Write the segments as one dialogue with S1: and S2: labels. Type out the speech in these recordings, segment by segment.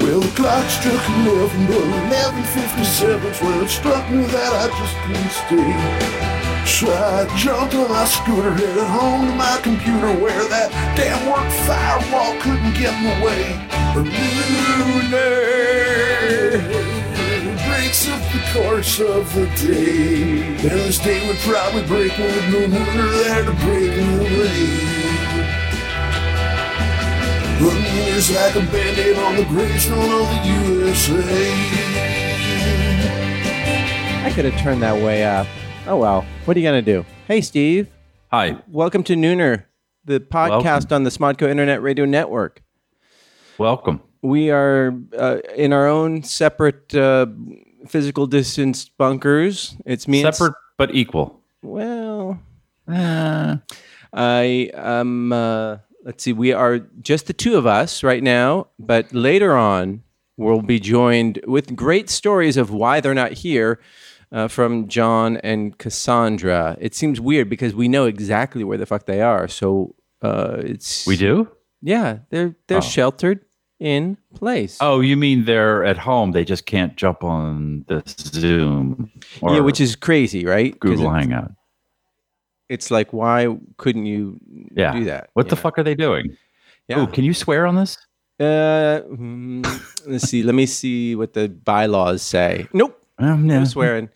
S1: Well, the clock struck 11, but 11.57's when it struck me that I just couldn't stay. So I jumped on my scooter, headed home to my computer where that damn work firewall couldn't get in the way. Lunar breaks up the course of the day. And this day would probably break, but with no lunar there to break me away. Looking years like a band-aid on the gravestone of the USA.
S2: I could have turned that way up. Oh well. What are you gonna do? Hey Steve.
S3: Hi.
S2: Welcome to Nooner, the podcast on the Smodco Internet Radio Network.
S3: Welcome.
S2: We are uh, in our own separate uh, physical distanced bunkers. It's me and
S3: Separate but equal.
S2: Well, I um. Uh, let's see. We are just the two of us right now, but later on we'll be joined with great stories of why they're not here. Uh, from John and Cassandra. It seems weird because we know exactly where the fuck they are. So uh, it's
S3: We do?
S2: yeah, they're they're sheltered in place.
S3: Oh, you mean they're at home. They just can't jump on the Zoom or
S2: yeah, which is crazy, right? 'Cause
S3: Google
S2: it's-
S3: Hangout.
S2: It's like, why couldn't you
S3: Yeah.
S2: do that?
S3: What
S2: you
S3: the
S2: know?
S3: fuck are they doing?
S2: Yeah.
S3: Oh, can you swear on this?
S2: Uh, mm, let's see. Let me see what the bylaws say. Nope,
S3: Um, no.
S2: no swearing.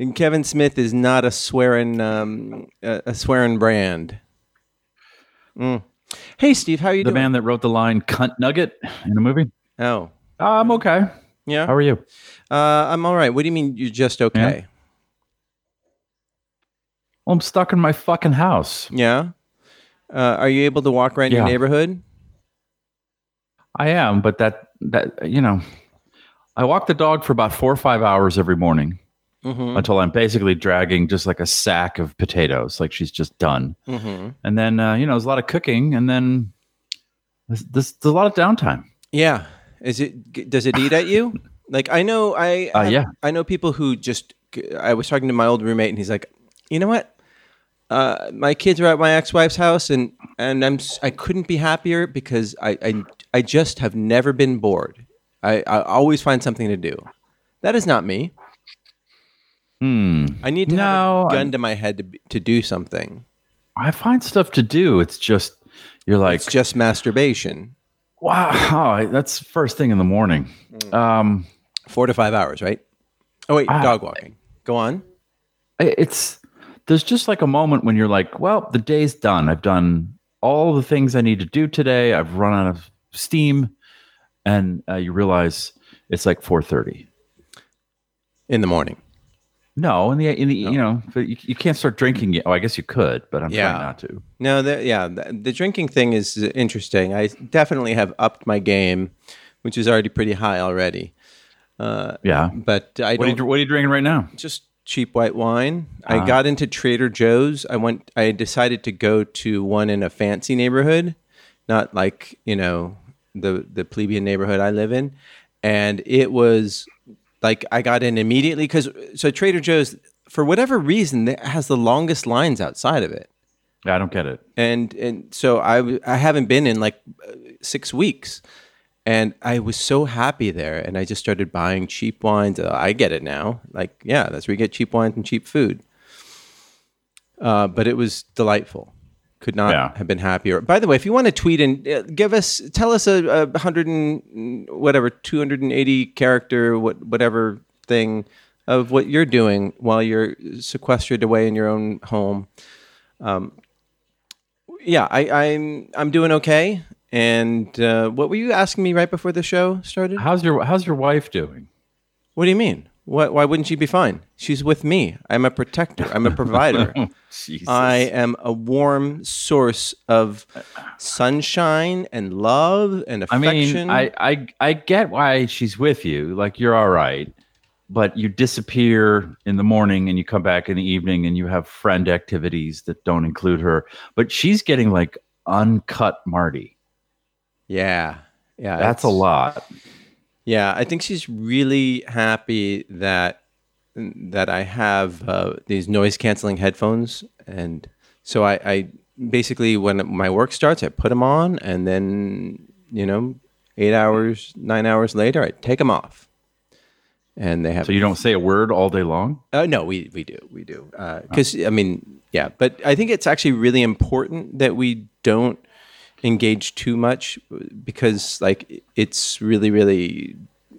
S2: And Kevin Smith is not a swearing um, a, a swearing brand. Mm. Hey, Steve, how you
S3: The
S2: doing?
S3: man that wrote the line cunt nugget in a movie?
S2: Oh,
S3: I'm okay.
S2: yeah.
S3: How are you?
S2: Uh, I'm all right. What do you mean you're just okay?
S3: Well, I'm stuck in my fucking house.
S2: Yeah. Uh, are you able to walk around your
S3: Yeah.
S2: neighborhood?
S3: I am, but that that you know, I walk the dog for about 4 or 5 hours every morning
S2: Mm-hmm.
S3: until I'm basically dragging just like a sack of potatoes, like she's just done.
S2: Mm-hmm.
S3: and then uh, you know there's a lot of cooking and then there's, there's, there's a lot of downtime
S2: Yeah. Is it? g- Does it eat at you? Like I know I.
S3: Uh, yeah.
S2: I know people who just. I was talking to my old roommate, and he's like, "You know what? Uh, my kids are at my ex-wife's house, and and I'm s- I couldn't be happier because I I, I just have never been bored. I, I always find something to do. That is not me.
S3: hmm
S2: I need to have
S3: No,
S2: a gun
S3: I'm-
S2: to my head to be- to do something.
S3: i find stuff to do it's just you're like
S2: It's just masturbation.
S3: wow that's first thing in the morning
S2: Mm.
S3: um
S2: Four to five hours, right? Oh wait,
S3: Ah.
S2: dog walking. Go on.
S3: I- it's there's just like a moment when you're like well the day's done i've done all the things i need to do today i've run out of steam and uh, you realize it's like 4.30
S2: In the morning.
S3: no in the in the you know but you, you can't start drinking yet oh i guess you could but i'm
S2: Yeah.
S3: trying not to
S2: No, the, yeah, the, the drinking thing is interesting. I definitely have upped my game, which is already pretty high already.
S3: yeah
S2: But I
S3: what are,
S2: don't
S3: you, Ah. what are you drinking right now
S2: just cheap white wine. I got into Trader Joe's. I went. I decided to go to one in a fancy neighborhood, not like you know the the plebeian neighborhood I live in. And it was like I got in immediately because so Trader Joe's for whatever reason that has the longest lines outside of it.
S3: Yeah, I don't get it.
S2: and and so I w- I haven't been in like uh, six weeks, and I was so happy there, and I just started buying cheap wines. Uh, I get it now, like yeah, that's where you get cheap wines and cheap food. Uh, but it was delightful. Could not
S3: Yeah.
S2: have been happier. By the way, if you want to tweet and uh, give us, tell us a, a hundred and whatever, two hundred and eighty character, what whatever thing of what you're doing while you're sequestered away in your own home yeah, I, I'm I'm doing okay. And uh, what were you asking me right before the show started?
S3: How's your How's your wife doing?
S2: What do you mean? What, why wouldn't she be fine? She's with me. I'm a protector. I'm a provider.
S3: Jesus.
S2: I am a warm source of sunshine and love and
S3: I
S2: affection.
S3: mean, I, I I get why she's with you. Like you're all right, but you disappear in the morning and you come back in the evening and you have friend activities that don't include her. But she's getting like uncut Marty.
S2: yeah, yeah.
S3: That's a
S2: it's-
S3: lot.
S2: Yeah, I think she's really happy that that I have uh, these noise canceling headphones, and so I, I basically when my work starts, I put them on, and then you know eight hours, nine hours later, I take them off. And they have
S3: So you don't say a word all day long?
S2: Oh no, we we do, we do. Because I mean, yeah, but I think it's actually really important that we don't engage too much because like it's really really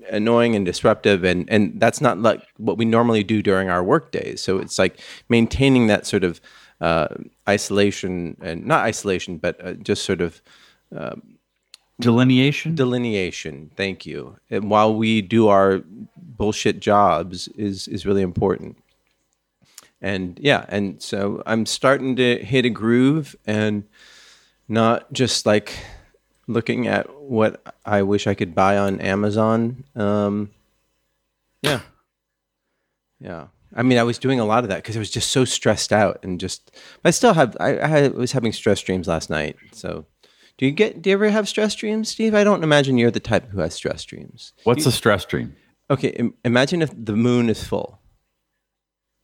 S2: annoying and disruptive and and that's not like what we normally do during our work days so it's like maintaining that sort of uh, isolation and not isolation but uh, just sort of
S3: Delineation?
S2: delineation thank you and while we do our bullshit jobs is is really important and yeah and so i'm starting to hit a groove and not just like looking at what i wish i could buy on amazon um yeah yeah i mean i was doing a lot of that because i was just so stressed out and just i still have i, I had- was having stress dreams last night so do you get do you ever have stress dreams steve i don't imagine you're the type who has stress dreams
S3: What's a stress dream?
S2: okay Im- imagine if the moon is full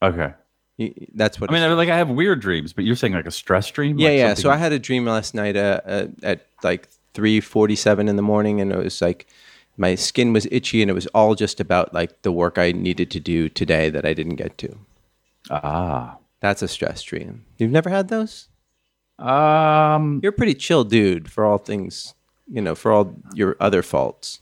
S3: Okay.
S2: You- that's what
S3: I mean, I mean, like I have weird dreams, but you're saying like a stress dream?
S2: yeah
S3: Like
S2: yeah so
S3: something-
S2: i had a dream last night uh, uh, at like 3.47 in the morning and it was like my skin was itchy and it was all just about like the work i needed to do today that i didn't get to
S3: ah.
S2: that's a stress dream you've never had those
S3: Um,
S2: you're a pretty chill dude for all things you know for all your other faults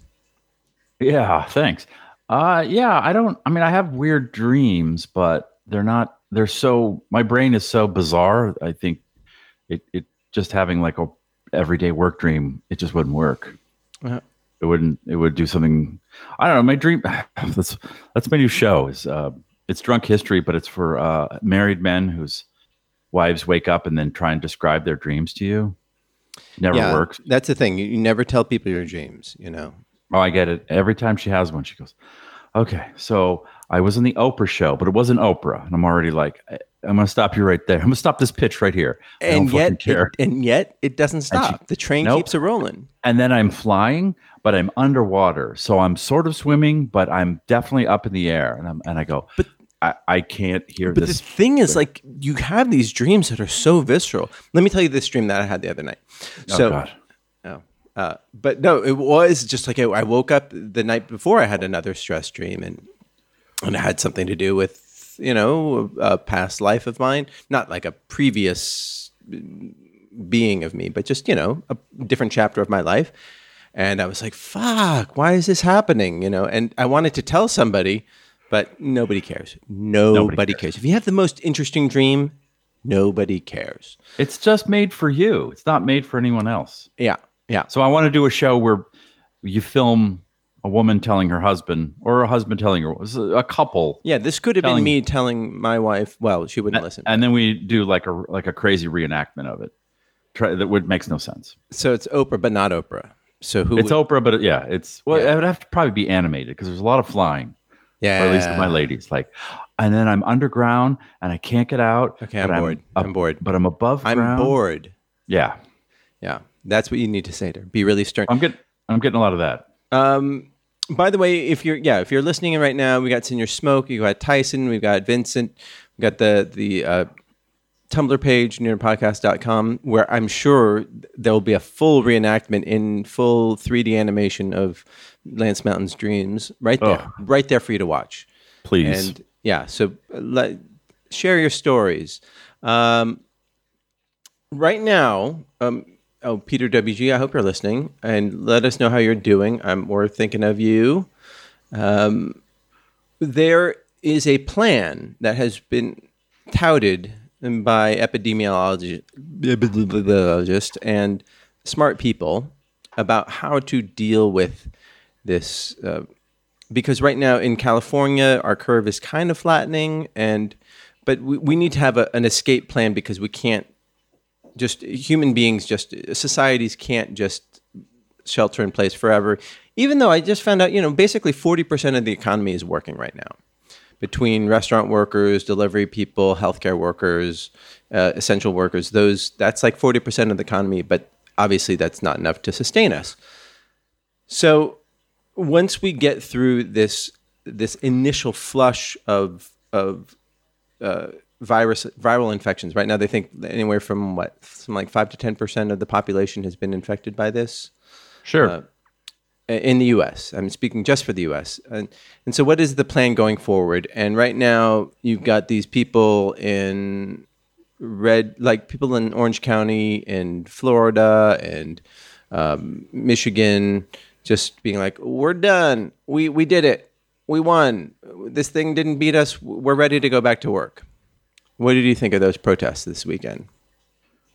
S3: yeah, thanks. Uh, yeah, I don't, I mean, I have weird dreams, but they're not, they're so, my brain is so bizarre. I think it, it just having like a everyday work dream, it just wouldn't work.
S2: Uh-huh.
S3: It wouldn't, it would do something. I don't know. My dream, that's, that's my new show is, uh, it's drunk history, but it's for, uh, married men whose wives wake up and then try and describe their dreams to you. Never works.
S2: that's the thing you, you never tell people your dreams you know
S3: Oh, I get it. Every time she has one, she goes, Okay, so I was on the Oprah show, but it wasn't Oprah. And I'm already like, I- I'm going to stop you right there. I'm going to stop this pitch right here. I don't
S2: and
S3: fucking
S2: yet
S3: care.
S2: it, and yet it doesn't
S3: And she-
S2: stop the train
S3: Nope.
S2: keeps a rolling
S3: and then I'm flying, but I'm underwater. So I'm sort of swimming, but I'm definitely up in the air. And, I'm, and I go,
S2: But-
S3: I, I can't hear
S2: But
S3: this.
S2: the thing is, like, you have these dreams that are so visceral. Let me tell you this dream that I had the other night.
S3: oh,
S2: so,
S3: God.
S2: Oh. Uh, but no, it was just like I, I woke up the night before. I had another stress dream, and and it had something to do with you know a, a past life of mine, not like a previous being of me, but just you know a different chapter of my life. And I was like, "Fuck, why is this happening?" You know, and I wanted to tell somebody, but nobody cares. Nobody, cares.
S3: cares.
S2: If you have the most interesting dream, nobody cares.
S3: It's just made for you, it's not made for anyone else.
S2: Yeah, yeah.
S3: So I want to do a show where you film a woman telling her husband or a husband telling her a couple
S2: Yeah, this could have
S3: telling-
S2: been me telling my wife. Well, she wouldn't listen.
S3: and then we do like a like a crazy reenactment of it Try, that would makes no sense
S2: so it's Oprah, but not Oprah. So who?
S3: it's
S2: would,
S3: oprah but yeah it's well
S2: Yeah.
S3: it would have to probably be animated because there's a lot of flying
S2: yeah,
S3: or at least with my ladies like and then i'm underground and i can't get out
S2: Okay, I'm
S3: but
S2: bored.
S3: up-
S2: I'm bored.
S3: but i'm above
S2: I'm
S3: ground.
S2: bored.
S3: yeah
S2: Yeah, that's what you need to say to her. Be really stern.
S3: i'm getting i'm getting a lot of that
S2: Um, by the way, if you're yeah, if you're listening in right now, we got Senior Smoke, you got Tyson, we've got Vincent, we got the the uh, Tumblr page nearpodcast.com where I'm sure there will be a full reenactment in full 3D animation of Lance Mountain's dreams right there,
S3: Ugh.
S2: right there for you to watch.
S3: please
S2: And yeah, so uh, let, share your stories. Um, right now, um, oh, Peter WG, I hope you're listening and let us know how you're doing. Um, we're thinking of you. Um, there is a plan that has been touted by epidemiologi- epidemiologists and smart people about how to deal with this uh, because right now in California our curve is kind of flattening and but we, we need to have a, an escape plan because we can't just human beings just societies can't just shelter in place forever even though I just found out you know basically 40% of the economy is working right now between restaurant workers delivery people healthcare workers uh, essential workers those that's like 40% of the economy but obviously that's not enough to sustain us so once we get through this this initial flush of of uh, virus viral infections, right now they think anywhere from what some like five to ten percent of the population has been infected by this.
S3: sure
S2: uh, in the U.S. I'm speaking just for the U.S. And, and so, what is the plan going forward? And right now, you've got these people in red, like people in Orange County and Florida and um, Michigan, just being like, "We're done. We we did it. We won. This thing didn't beat us. We're ready to go back to work." What did you think of those protests this weekend?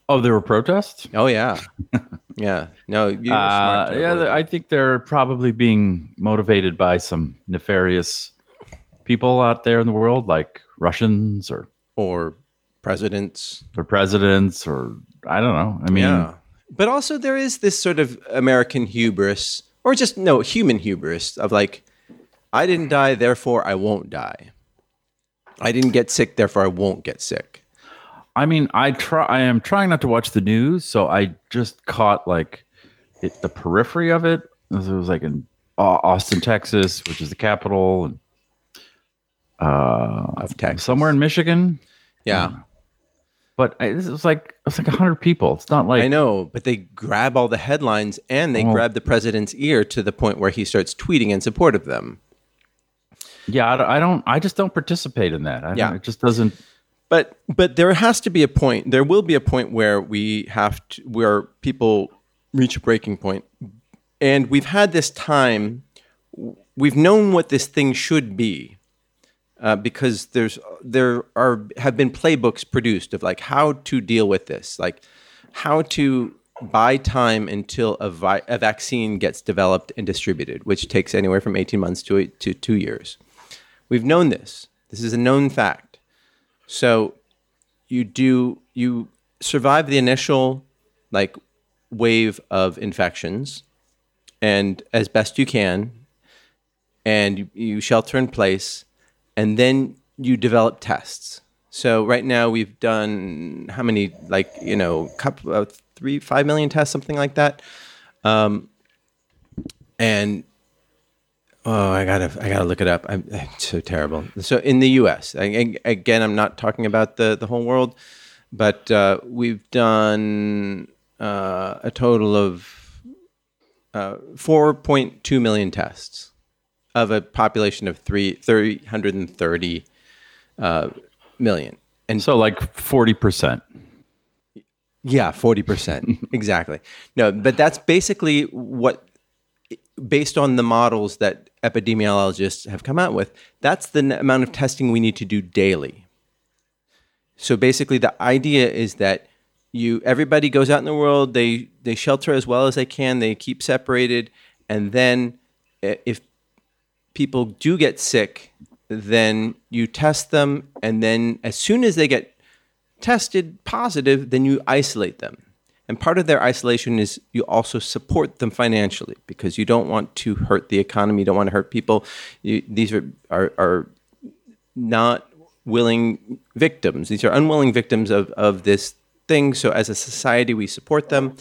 S3: Oh, there were protests.
S2: Oh yeah, yeah. No, you were
S3: Uh,
S2: smart to
S3: yeah,
S2: avoid
S3: I think they're probably being motivated by some nefarious people out there in the world, like Russians or
S2: or presidents.
S3: their presidents, or I don't know. I mean,
S2: Yeah. But also there is this sort of American hubris or just no human hubris of like I didn't die, therefore I won't die. I didn't get sick, therefore I won't get sick.
S3: I mean, I try. I am trying not to watch the news, so I just caught like it, the periphery of it. It was, it was, like in Au- Austin, Texas, which is the capital, and uh,
S2: Of Texas.
S3: somewhere in Michigan.
S2: Yeah.
S3: But I, it was like it was like hundred people. It's not like
S2: I know, but they grab all the headlines and they grab the president's ear to the point where he starts tweeting in support of them.
S3: Yeah, I don't. I, don't, I just don't participate in that. I
S2: Yeah.
S3: don't, it just doesn't.
S2: But but there has to be a point. There will be a point where we have to, where people reach a breaking point. And we've had this time. We've known what this thing should be, uh, because there's there are have been playbooks produced of like how to deal with this, like how to buy time until a, vi- a vaccine gets developed and distributed, which takes anywhere from 18 months to, to two years. We've known this. This is a known fact. So you do you survive the initial like wave of infections and as best you can and you, you shelter in place and then you develop tests. So right now we've done how many like you know couple uh, 3 5 million tests something like that. Um and Oh, I gotta, I gotta look it up. I'm, I'm so terrible. So in the U.S., I, I- again, I'm not talking about the the whole world, but uh, we've done uh, a total of uh, 4.2 million tests of a population of three 330 uh, million. And
S3: So like forty percent.
S2: yeah, forty percent exactly. No, but that's basically what, based on the models that epidemiologists have come out with, that's the n- amount of testing we need to do daily. So basically, the idea is that you everybody goes out in the world, they they shelter as well as they can, they keep separated, and then i- if people do get sick, then you test them, and then as soon as they get tested positive, then you isolate them. And part of their isolation is you also support them financially because you don't want to hurt the economy, you don't want to hurt people. You, these are, are, are not willing victims. These are unwilling victims of, of this thing. So as a society, we support them.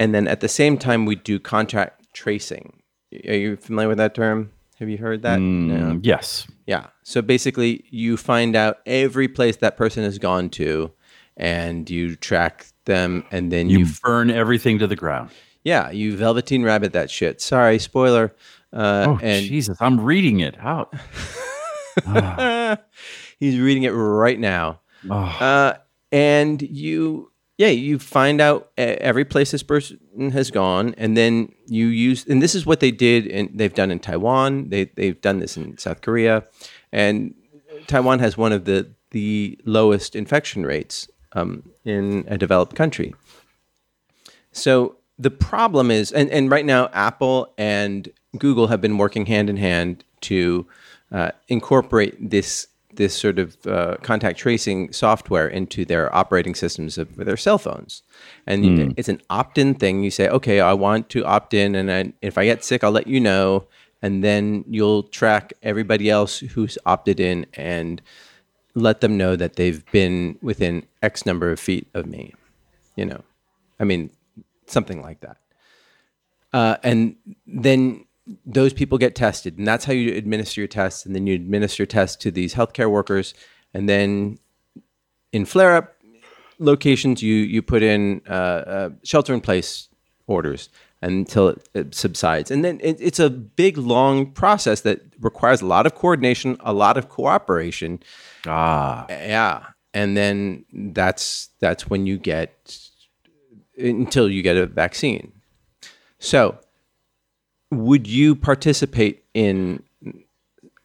S2: And then at the same time, we do contract tracing. Are you familiar with that term? Have you heard that? No.
S3: Yes.
S2: Yeah. So basically, you find out every place that person has gone to, and you track them, and then you,
S3: You burn everything to the ground.
S2: yeah, you velveteen rabbit that shit. Sorry, spoiler. Uh,
S3: Oh
S2: and
S3: Jesus! I'm reading it. How?
S2: he's reading it right now.
S3: Oh,
S2: Uh, and you, yeah, you find out e- every place this person has gone, and then you use. And this is what they did, and they've done in Taiwan. They they've done this in South Korea, and Taiwan has one of the the lowest infection rates um, in a developed country. So the problem is, and, and right now, Apple and Google have been working hand in hand to uh, incorporate this this sort of uh, contact tracing software into their operating systems of their cell phones. And you- it's an opt-in thing. You say, okay, I want to opt in, and I, if I get sick, I'll let you know, and then you'll track everybody else who's opted in and let them know that they've been within X number of feet of me. You know, I mean, something like that. Uh, and then those people get tested, and that's how you administer your tests. And then you administer tests to these healthcare workers, and then in flare-up locations, you you put in uh, uh, shelter-in-place orders, until it, it subsides. And then it, it's a big, long process that requires a lot of coordination, a lot of cooperation.
S3: Ah,
S2: Yeah, and then that's that's when you get until you get a vaccine. So, would you participate in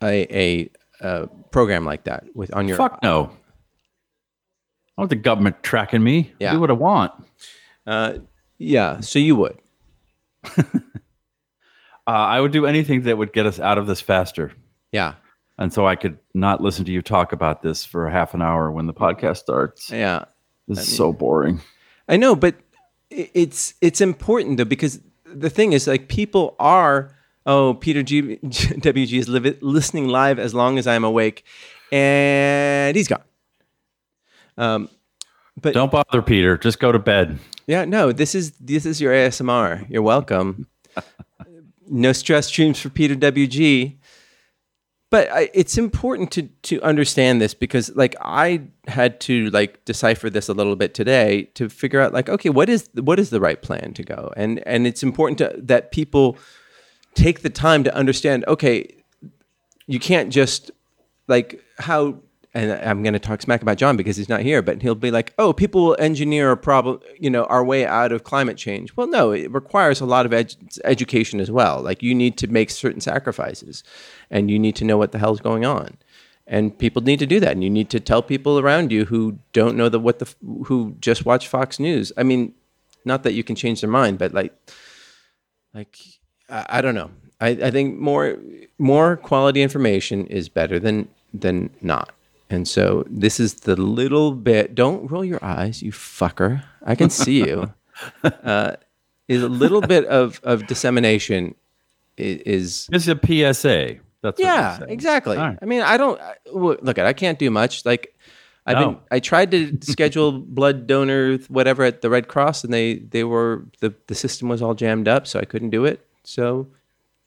S2: a a, a program like that with on your
S3: fuck no. I don't want the government tracking me.
S2: Yeah.
S3: Do what I want.
S2: Uh, yeah, so you would.
S3: Uh, I would do anything that would get us out of this faster.
S2: Yeah.
S3: And so I could not listen to you talk about this for a half an hour when the podcast starts.
S2: Yeah.
S3: This is so boring.
S2: I know, but i- it's it's important though because the thing is like people are oh Peter G- WG is live, listening live as long as I'm awake, and he's gone.
S3: Don't bother Peter. Just go to bed.
S2: Yeah, no, this is this is your ASMR. You're welcome. no stress streams for Peter WG. But I, it's important to to understand this because like I had to like decipher this a little bit today to figure out like okay, what is what is the right plan to go? And and it's important to, that people take the time to understand okay, you can't just like how and I'm going to talk smack about John because he's not here, but he'll be like, "Oh, people will engineer a problem, you know, our way out of climate change." Well, no, it requires a lot of ed- education as well. Like you need to make certain sacrifices, and you need to know what the hell's going on, and people need to do that, and you need to tell people around you who don't know the what the f- who just watch Fox News. I mean, not that you can change their mind, but like like I, I don't know. I, I think more more quality information is better than than not. And so this is the little bit. Don't roll your eyes, you fucker. I can see you. Uh, is a little bit of of dissemination i- is
S3: This is a PSA.
S2: yeah,
S3: That's what you're saying.
S2: exactly.
S3: All right.
S2: I mean, I don't I- w- look at. I can't do much. Like, I've been.
S3: No.
S2: I tried to schedule blood donor th- whatever at the Red Cross, and they they were the the system was all jammed up, so I couldn't do it. So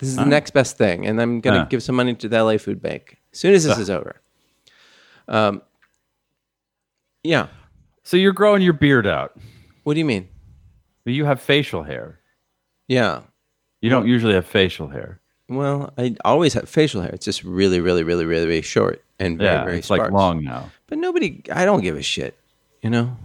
S2: this is the next best thing, and I'm gonna
S3: Huh.
S2: give some money to the LA Food Bank as soon
S3: Ah.
S2: as this is over. Um. Yeah.
S3: So you're growing your beard out.
S2: What do you mean?
S3: But You have facial hair.
S2: Yeah.
S3: You don't usually have facial hair.
S2: Well, I always have facial hair. It's just really, really, really, really, really short and very,
S3: Yeah,
S2: very
S3: it's like
S2: sparse.
S3: long now.
S2: But nobody, I don't give a shit. You know.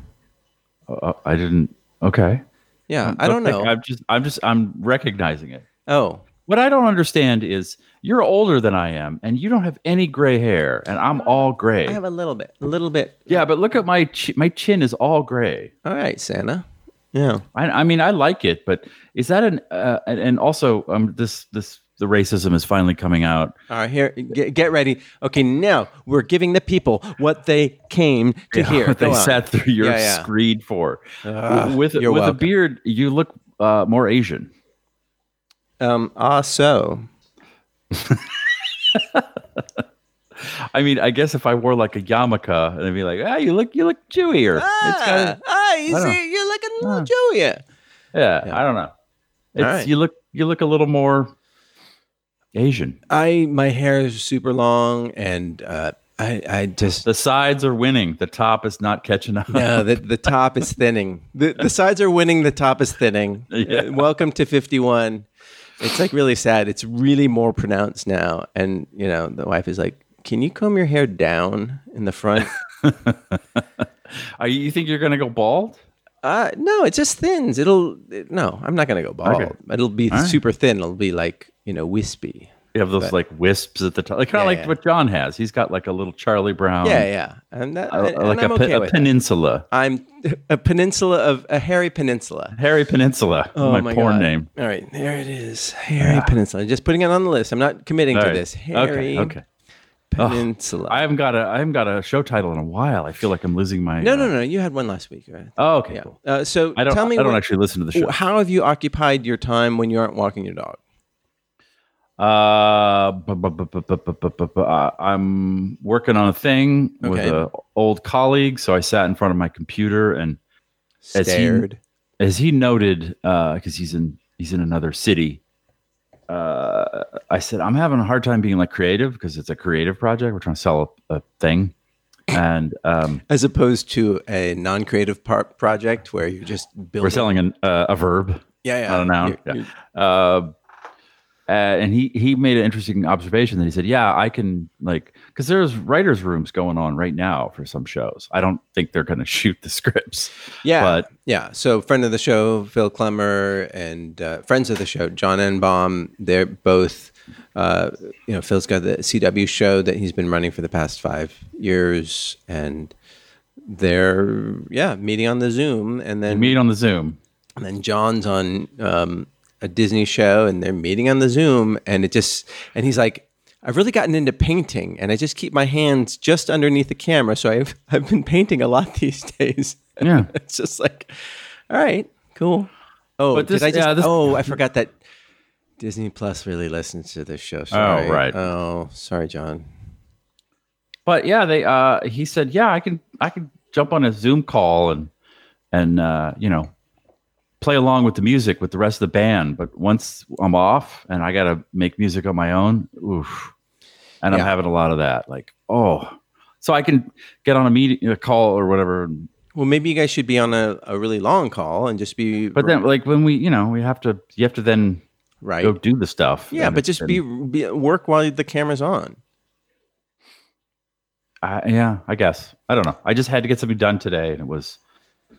S3: Uh, I didn't. Okay.
S2: Yeah, I don't
S3: Okay,
S2: know.
S3: I'm just. I'm just. I'm recognizing it.
S2: oh,
S3: What I don't understand is you're older than I am, and you don't have any gray hair, and I'm all gray.
S2: I have a little bit, a little bit.
S3: yeah, but look at my chi- my chin is all gray.
S2: All right, Santa. Yeah.
S3: I, I mean, I like it, but is that an uh, and- and also um this this the racism is finally coming out.
S2: All right, here, get, get ready. Okay, now we're giving the people what they came to hear.
S3: what they
S2: Go on.
S3: sat through your
S2: Yeah, yeah.
S3: screed for. with
S2: you're
S3: with a
S2: welcome.
S3: beard, you look uh, more Asian.
S2: Um, ah, so.
S3: I mean, I guess if I wore like a yarmulke, and I'd be like, ah, you look you look Jewier. It's
S2: Ah,
S3: kinda,
S2: ah, you
S3: I don't-
S2: see, you're looking a
S3: Ah.
S2: little Jewier.
S3: yeah, I don't know. It's
S2: right.
S3: you look you look a little more Asian.
S2: I, my hair is super long, and uh, I, I just
S3: The sides are winning. The top is not catching up.
S2: No, Uh, the, the top is thinning. The, the sides are winning. The top is thinning.
S3: Yeah.
S2: Uh, Welcome to 51. It's like really sad. It's really more pronounced now. And, you know, the wife is like, can you comb your hair down in the front?
S3: Are you, you think you're gonna go bald?
S2: uh, no, it just thins. It'll, it- no, I'm not going to go bald.
S3: Okay.
S2: It'll be
S3: right.
S2: super thin. It'll be like, you know, wispy.
S3: You have those like wisps at the top, like kind of
S2: Yeah,
S3: like
S2: yeah.
S3: what John has. He's got like a little Charlie Brown,
S2: yeah, yeah. And, that,
S3: uh,
S2: and
S3: like
S2: I'm
S3: a, pe-
S2: okay
S3: a
S2: with that.
S3: peninsula,
S2: I'm a peninsula of a hairy peninsula.
S3: Harry Peninsula.
S2: Oh
S3: my, porn
S2: God.
S3: name.
S2: All right, there it is. Harry Peninsula. Just putting it on the list. I'm not committing
S3: All
S2: to
S3: right.
S2: this. Harry
S3: Okay, okay. Oh.
S2: Peninsula.
S3: I haven't got a I haven't got a show title in a while. I feel like I'm losing my.
S2: no,
S3: uh,
S2: no, no. You had one last week, right?
S3: Oh, okay.
S2: yeah.
S3: Cool.
S2: Uh, so
S3: I don't.
S2: tell me,
S3: I don't
S2: what-
S3: actually listen to the show.
S2: how have you occupied your time when you aren't walking your dog?
S3: Uh, bu- bu- bu- bu- bu- bu- bu- bu- bu- uh, I'm working on a thing with
S2: Okay.
S3: an old colleague, so I sat in front of my computer, and he-
S2: Stared.
S3: as he noted, because he's in he's in another city, uh, I said I'm having a hard time being like creative because it's a creative project. We're trying to sell a, a thing, and um,
S2: As opposed to a non-creative par- project where you're just building.
S3: we're selling an, uh, a verb.
S2: Yeah, yeah.
S3: I don't know.
S2: You- you-
S3: uh, and he he made an interesting observation that he said, "Yeah, I can like because there's writers' rooms going on right now for some shows. I don't think they're going to shoot the scripts,
S2: yeah,
S3: but
S2: yeah. So friend of the show, Phil Klemmer, and uh, friends of the show, John Enbaum. They're both, uh, you know, Phil's got the CW show that he's been running for the past five years, and they're yeah meeting on the Zoom, and
S3: they
S2: then
S3: meet on the Zoom.
S2: and then John's on um, a Disney show, and they're meeting on the Zoom, and it just and he's like, I've really gotten into painting, and I just keep my hands just underneath the camera, so I've I've been painting a lot these days.
S3: Yeah.
S2: it's just like, all right, cool. Oh,
S3: But this-
S2: did I just?
S3: yeah, this-
S2: oh, I forgot that Disney Plus really listens to this show. Sorry.
S3: right.
S2: Oh, sorry, John.
S3: But yeah, they uh, he said, "Yeah, I can I can jump on a Zoom call and and uh, you know." Play along with the music with the rest of the band, but once I'm off and I gotta make music on my own, oof, and
S2: Yeah.
S3: I'm having a lot of that. Like, oh, so I can get on a meeting, a call or whatever, and
S2: Well, maybe you guys should be on a, a really long call and just be.
S3: But then, like when we, you know, we have to, you have to then
S2: right?
S3: go do the stuff.
S2: yeah,
S3: And
S2: but
S3: it's
S2: just
S3: been-
S2: be, be work while the camera's on.
S3: I, yeah, I guess. I don't know. I just had to get something done today, and it was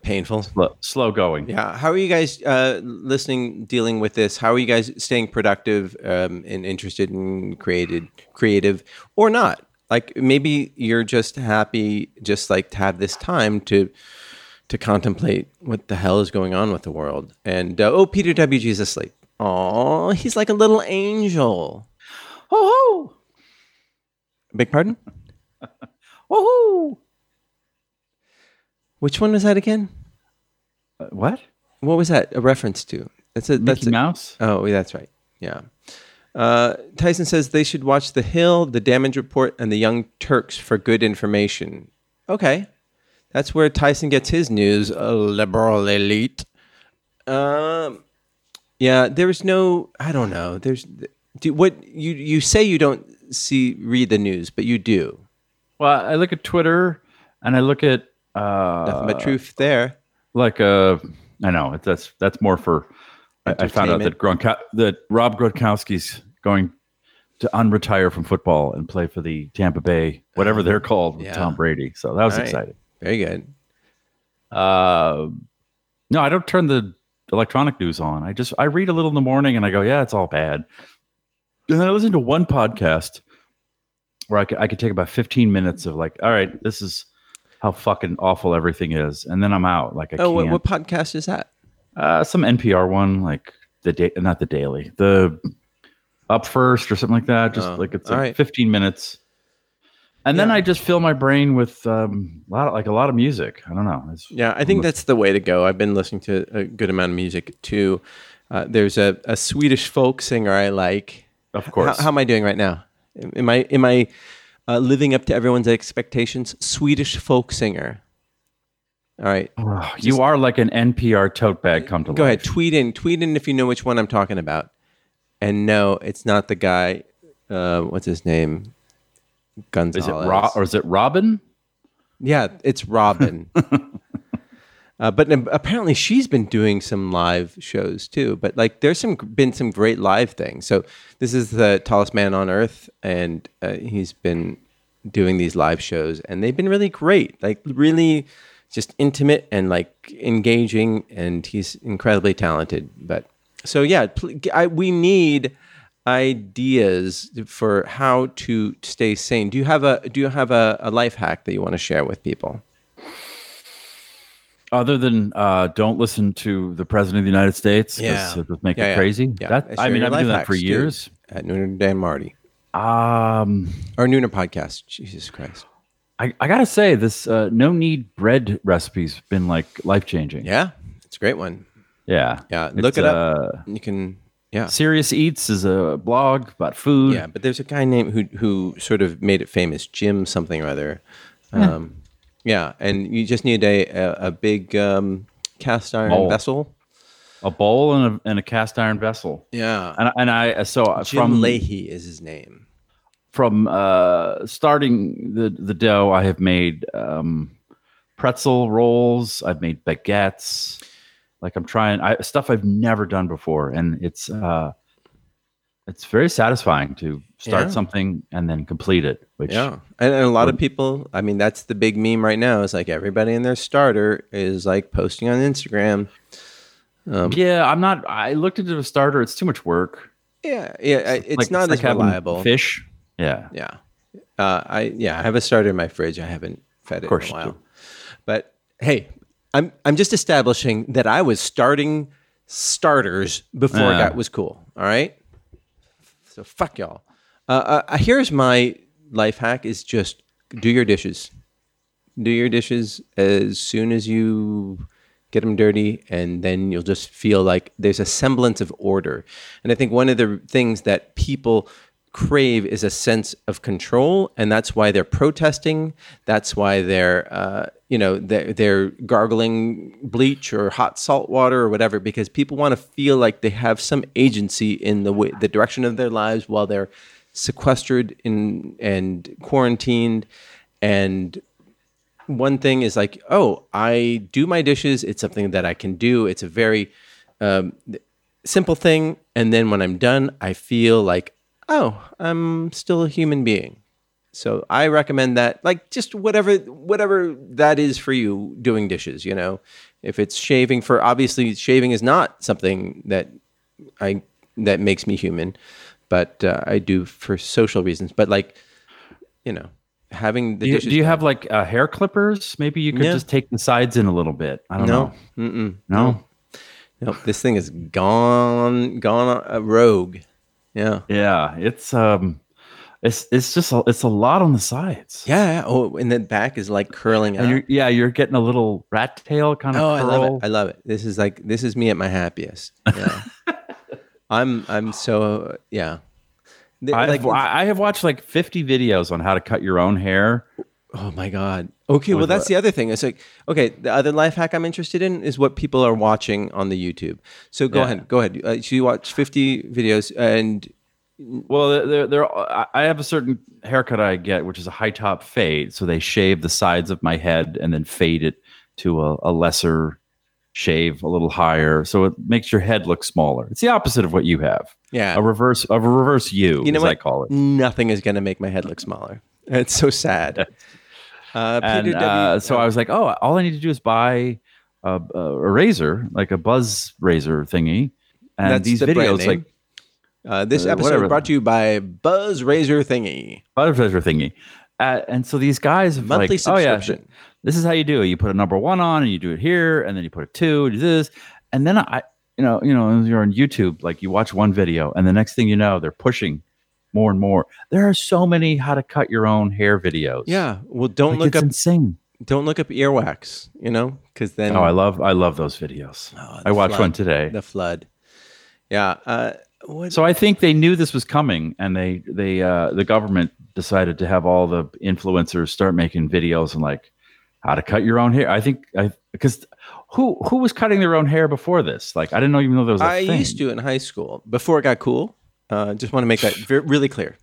S2: painful
S3: slow, slow going.
S2: yeah how are you guys uh, listening dealing with this how are you guys staying productive um, and interested in created creative or not like maybe you're just happy just like to have this time to to contemplate what the hell is going on with the world and uh, oh peter wg is asleep oh he's like a little angel
S3: Ho
S2: big pardon
S3: ho ho
S2: which one was that again
S3: ho. What?
S2: what was that a reference to that's a that's
S3: Mickey
S2: a,
S3: Mouse?
S2: Oh, yeah, that's right. Yeah. Uh, Tyson says they should watch The Hill, The Damage Report, and The Young Turks for good information. Okay. That's where Tyson gets his news, a liberal elite. Um, yeah, there's no, I don't know. There's, do, what you, you say you don't see, read the news, but you do.
S3: Well, I look at Twitter, and I look at
S2: Nothing
S3: uh,
S2: but truth there.
S3: like uh, I know it's- that's that's more for. I, I found out that Gronka- that Rob Gronkowski's going to unretire from football and play for the Tampa Bay, whatever they're called, with
S2: Ah, Yeah.
S3: Tom Brady. So that was
S2: All right.
S3: exciting.
S2: Very good.
S3: Uh, no, I don't turn the electronic news on. I just I read a little in the morning and I go, yeah, it's all bad. And then I listen to one podcast where I could, I could take about 15 minutes of like, all right, this is how fucking awful everything is, and then I'm out. Like I
S2: Oh, what,
S3: can't.
S2: what podcast is that?
S3: Uh, some NPR one, like the day, not the daily, the up first or something like that. Just
S2: Oh,
S3: like it's
S2: all
S3: like
S2: right.
S3: 15 minutes. And then
S2: Yeah.
S3: I just fill my brain with um, a lot of, like a lot of music. I don't know. It's,
S2: Yeah, I think that's the way to go. I've been listening to a good amount of music too. Uh, there's a, a Swedish folk singer I like.
S3: of
S2: How,
S3: course.
S2: how am I doing right now? Am I am I uh, living up to everyone's expectations? Swedish folk singer. All right,
S3: Oh, you are like an NPR tote bag come to
S2: go
S3: life.
S2: ahead. Tweet in, tweet in if you know which one I'm talking about. And no, it's not the guy. Uh, what's his name? Gonzalez.
S3: Is it Ro- or is it Robin?
S2: Yeah, it's Robin. uh, but n- apparently, she's been doing some live shows too. But like, there's some been some great live things. So this is the tallest man on earth, and uh, he's been doing these live shows, and they've been really great. Like really, just intimate and like engaging, and he's incredibly talented. But so yeah, pl- I, we need ideas for how to stay sane. Do you have a do you have a, a life hack that you want to share with people?
S3: Other than uh, don't listen to the president of the United States
S2: Yeah.
S3: because it would make
S2: Yeah,
S3: you
S2: yeah.
S3: crazy.
S2: Yeah.
S3: That, I
S2: Share
S3: mean,
S2: your
S3: I've been
S2: life
S3: doing that for
S2: hacks, too,
S3: years.
S2: At Nooner and Dan Marty.
S3: Um,
S2: Our Nooner podcast. Jesus Christ.
S3: I, I gotta say this uh, no need bread recipe's been like life changing.
S2: Yeah. It's a great one.
S3: yeah,
S2: Yeah,
S3: It's,
S2: look it up.
S3: Uh,
S2: You can yeah.
S3: Serious Eats is a blog about food.
S2: Yeah. But there's a guy named who who sort of made it famous, Jim something or other.
S3: Hmm.
S2: Um, yeah. And you just need a a, a big um, cast iron
S3: Bowl.
S2: vessel.
S3: A bowl and a, and a cast iron vessel.
S2: Yeah.
S3: And, and I so uh,
S2: Jim
S3: from
S2: Leahy is his name.
S3: from uh, starting the the dough, I have made um, pretzel rolls. I've made baguettes. Like I'm trying I, stuff I've never done before, and it's uh, it's very satisfying to start
S2: Yeah.
S3: something and then complete it. Which
S2: Yeah, and, and a lot of people. I mean, that's the big meme right now. Is like everybody and their starter is like posting on Instagram. um,
S3: yeah, I'm not. I looked into a starter. It's too much work.
S2: Yeah, yeah, I- it's
S3: Like-
S2: not as
S3: like having
S2: reliable.
S3: Fish. Yeah.
S2: Yeah, uh, I yeah, I have a starter in my fridge. I haven't fed it in
S3: course
S2: a
S3: you
S2: while.
S3: do.
S2: But hey, I'm I'm just establishing that I was starting starters before
S3: Yeah.
S2: that was cool. All right, so fuck y'all. Uh, uh, here's my life hack: is just do your dishes. do your dishes as soon as you get them dirty and then you'll just feel like there's a semblance of order and i think one of the things that people crave is a sense of control and that's why they're protesting that's why they're uh, you know they're, they're gargling bleach or hot salt water or whatever because people want to feel like they have some agency in the way, the direction of their lives while they're sequestered in and quarantined and one thing is like, oh, I do my dishes. It's something that I can do. It's a very um, th- simple thing. And then when I'm done, I feel like, oh, I'm still a human being. So I recommend that, like, just whatever whatever that is for you doing dishes. You know, if it's shaving for obviously shaving is not something that I that makes me human, but uh, I do for social reasons. But like, you know, having the
S3: Do you,
S2: dishes.
S3: do you have like uh, hair clippers? Maybe you could
S2: No.
S3: just take the sides in a little bit. I don't
S2: no,
S3: know. No.
S2: Nope, this thing is gone, gone uh, rogue. Yeah.
S3: Yeah, it's um, it's it's just a, it's a lot on the sides.
S2: yeah, yeah. Oh, and the back is like curling up.
S3: And you're, yeah, you're getting a little rat tail kind of
S2: oh, I
S3: curl.
S2: love it. I love it. This is like this is me at my happiest. Yeah. I'm I'm so yeah. Th-
S3: I've,
S2: like, it's-
S3: I I have watched like 50 videos on how to cut your own hair.
S2: oh my god. Okay, well
S3: With
S2: that's
S3: what?
S2: the other thing. It's like okay, the other life hack I'm interested in is what people are watching on the YouTube. So go
S3: Yeah.
S2: ahead, go ahead. Uh, so you watch 50 videos and
S3: Well, they're, they're, I I have a certain haircut I get, which is a high top fade. So they shave the sides of my head and then fade it to a, a lesser shave, a little higher. So it makes your head look smaller. It's the opposite of what you have.
S2: yeah,
S3: A reverse, a reverse you,
S2: Uh, you know
S3: as
S2: what?
S3: I call it.
S2: Nothing is going to make my head look smaller. It's so sad. Uh,
S3: And
S2: Peter
S3: uh,
S2: W.
S3: so I was like, oh, all I need to do is buy a, a a razor, like a buzz razor thingy. And
S2: That's
S3: these
S2: the brand
S3: videos, like
S2: name. uh, this
S3: uh,
S2: episode
S3: whatever.
S2: brought to you by Buzz Razor Thingy
S3: buzz razor thingy. Uh, and so these guys have
S2: monthly
S3: like, oh yeah, th-
S2: subscription.
S3: this is how you do it. You put a number one on and you do it here, and then you put a two, and you do this. And then I, you know, you know, you're on YouTube, like you watch one video, and the next thing you know, they're pushing more and more. There are so many how to cut your own hair videos.
S2: Yeah. Well, don't
S3: Like,
S2: look
S3: it's
S2: up
S3: insane.
S2: don't look up earwax. You know, because then
S3: Oh, I love I love those videos.
S2: Oh, the
S3: I watched
S2: flood.
S3: one today.
S2: the flood. Yeah. Uh, what?
S3: So I think they knew this was coming, and they they uh, the government decided to have all the influencers start making videos and like how to cut your own hair. I think I because who who was cutting their own hair before this? Like I didn't know even know there was. a
S2: I
S3: thing.
S2: used to in high school before it got cool. Uh, just want to make that ve- really clear.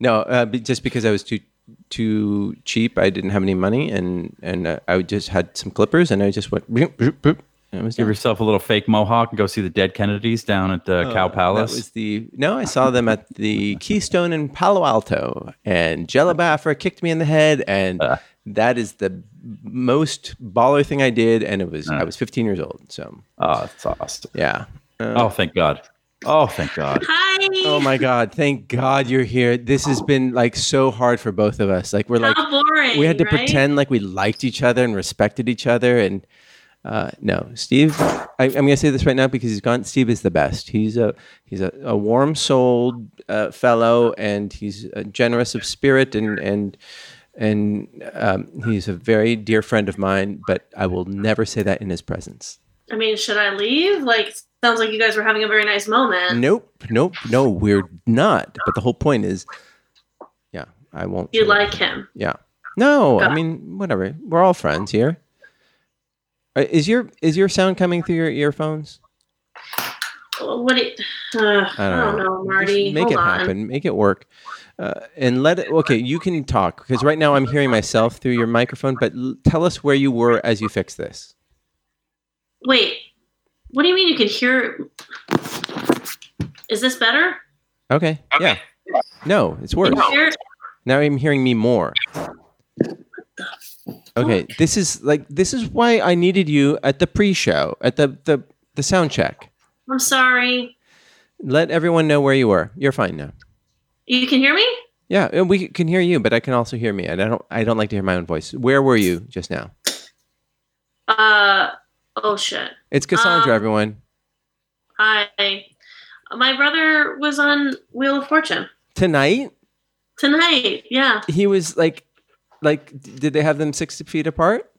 S2: No, uh, be- just because I was too too cheap, I didn't have any money, and and uh, I would just had some clippers, and I just went. Boop, boop, boop, and it was
S3: give
S2: done.
S3: yourself a little fake mohawk and go see the Dead Kennedys down at uh, Cow Palace.
S2: Oh, That was the no. I saw them at the Keystone in Palo Alto, and Jello Baffer kicked me in the head, and
S3: Uh.
S2: that is the most baller thing I did, and it
S3: Uh.
S2: was I was 15 years old, so
S3: oh, it's awesome.
S2: yeah. Uh,
S3: Oh, thank God. Oh, thank God.
S4: Hi.
S2: Oh my God! Thank God you're here. This has been like so hard for both of us. Like we're like
S4: How boring.
S2: we had to
S4: right?
S2: pretend like we liked each other and respected each other. And uh, no, Steve, I, I'm going to say this right now because he's gone. Steve is the best. He's a he's a, a warm-souled uh, fellow, and he's uh, generous of spirit, and and and um, he's a very dear friend of mine. But I will never say that in his presence.
S4: I mean, should I leave? Like, sounds like you guys were having a very nice moment.
S2: Nope, nope, no, we're not. But the whole point is, yeah, I won't.
S4: You
S2: say that.
S4: like him?
S2: Yeah. No, I
S4: Ah.
S2: mean whatever. We're all friends here. Uh, Is your is your sound coming through your earphones?
S4: Well, What? It, uh, I, don't know,
S2: Just
S4: Marty.
S2: Make
S4: Hold
S2: it
S4: on.
S2: happen. Make it work. Uh, and let it. Okay, you can talk because right now I'm hearing myself through your microphone. But l- tell us where you were as you fixed this.
S4: Wait. What do you mean you could hear? Is this better?
S2: Okay.
S5: Okay.
S2: Yeah. No, it's worse.
S4: Can you hear?
S2: Now I'm hearing me more. Okay, this is like this is why I needed you at the pre-show, at the the the sound check.
S4: I'm sorry.
S2: Let everyone know where you were. You're fine now.
S4: You can hear me?
S2: Yeah, and we can hear you, but I can also hear me, and I don't I don't like to hear my own voice. Where were you just now?
S4: Uh oh shit.
S2: It's Cassandra,
S4: Um,
S2: everyone.
S4: I my brother was on Wheel of Fortune
S2: Tonight
S4: tonight. Yeah.
S2: he was like, like, d- did they have them six feet apart?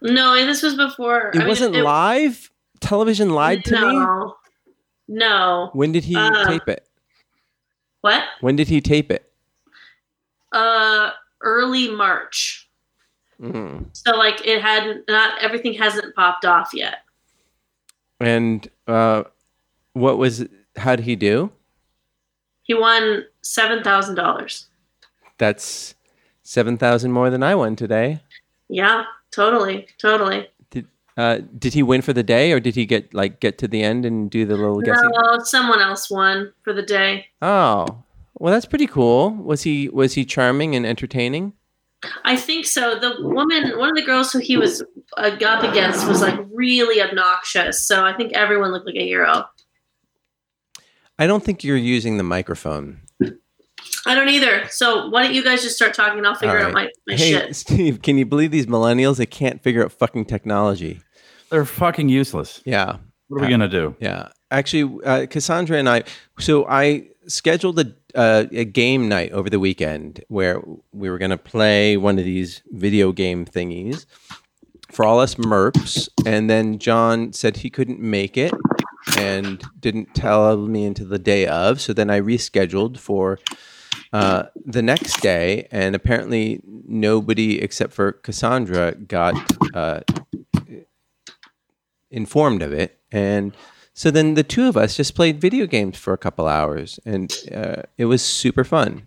S4: No, this was before.
S2: It wasn't live. Television lied to me.
S4: no. No.
S2: When did he
S4: Uh,
S2: tape it?
S4: What?
S2: When did he tape it?
S4: Uh, early March.
S2: Mm.
S4: So like it hadn't. Not everything hasn't popped off yet.
S2: And uh, what was? How did he do?
S4: He won seven thousand dollars.
S2: That's seven thousand more than I won today.
S4: Yeah. Totally. Totally.
S2: Uh, did he win for the day, or did he get like get to the end and do the little guessing?
S4: No, someone else won for the day.
S2: Oh, well, that's pretty cool. Was he was he charming and entertaining?
S4: I think so. The woman, one of the girls who he was uh, up against, was like really obnoxious. So I think everyone looked like a hero.
S2: I don't think you're using the microphone.
S4: I don't either. So why don't you guys just start talking? and I'll figure
S2: All
S4: out my,
S2: right.
S4: my
S2: hey,
S4: shit.
S2: Steve, can you believe these millennials? They can't figure out fucking technology.
S3: They're fucking useless.
S2: Yeah,
S3: What are we gonna do?
S2: yeah. Actually, uh, Cassandra and I. So I scheduled a uh, a game night over the weekend where we were going to play one of these video game thingies for all us merps, and then John said he couldn't make it and didn't tell me until the day of. So then I rescheduled for uh, the next day, and apparently nobody except for Cassandra got uh, informed of it. And so then the two of us just played video games for a couple hours, and uh, it was super fun.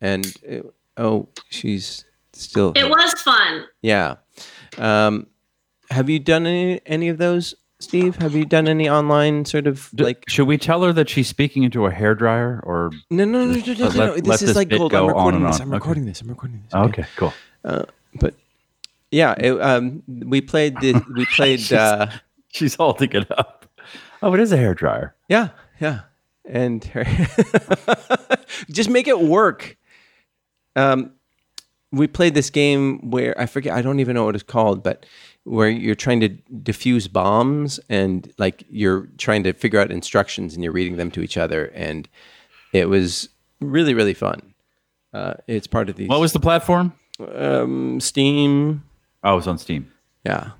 S2: And it, oh, she's still.
S4: It
S2: here.
S4: was fun.
S2: Yeah. Um, have you done any any of those, Steve? Have you done any online sort of
S3: D-
S2: like?
S3: should we tell her that she's speaking into a hairdryer or
S2: No, no, no, no, no. no,
S3: Let-
S2: no. This
S3: let
S2: is
S3: this
S2: like
S3: bit
S2: gold. I'm
S3: go on
S2: recording
S3: and
S2: this.
S3: on.
S2: I'm
S3: Okay.
S2: recording this. I'm recording this.
S3: okay, cool.
S2: But yeah, it, um, we played. The, we played. uh,
S3: She's holding it up. Oh, it is a hairdryer.
S2: yeah, yeah, and her- just make it work. Um, we played this game where I forget. I don't even know what it's called, but where you're trying to diffuse bombs and like you're trying to figure out instructions and you're reading them to each other, and it was really really fun. Uh, it's part of these.
S3: What was the platform?
S2: um, Steam.
S3: Oh, it was on Steam.
S2: Yeah.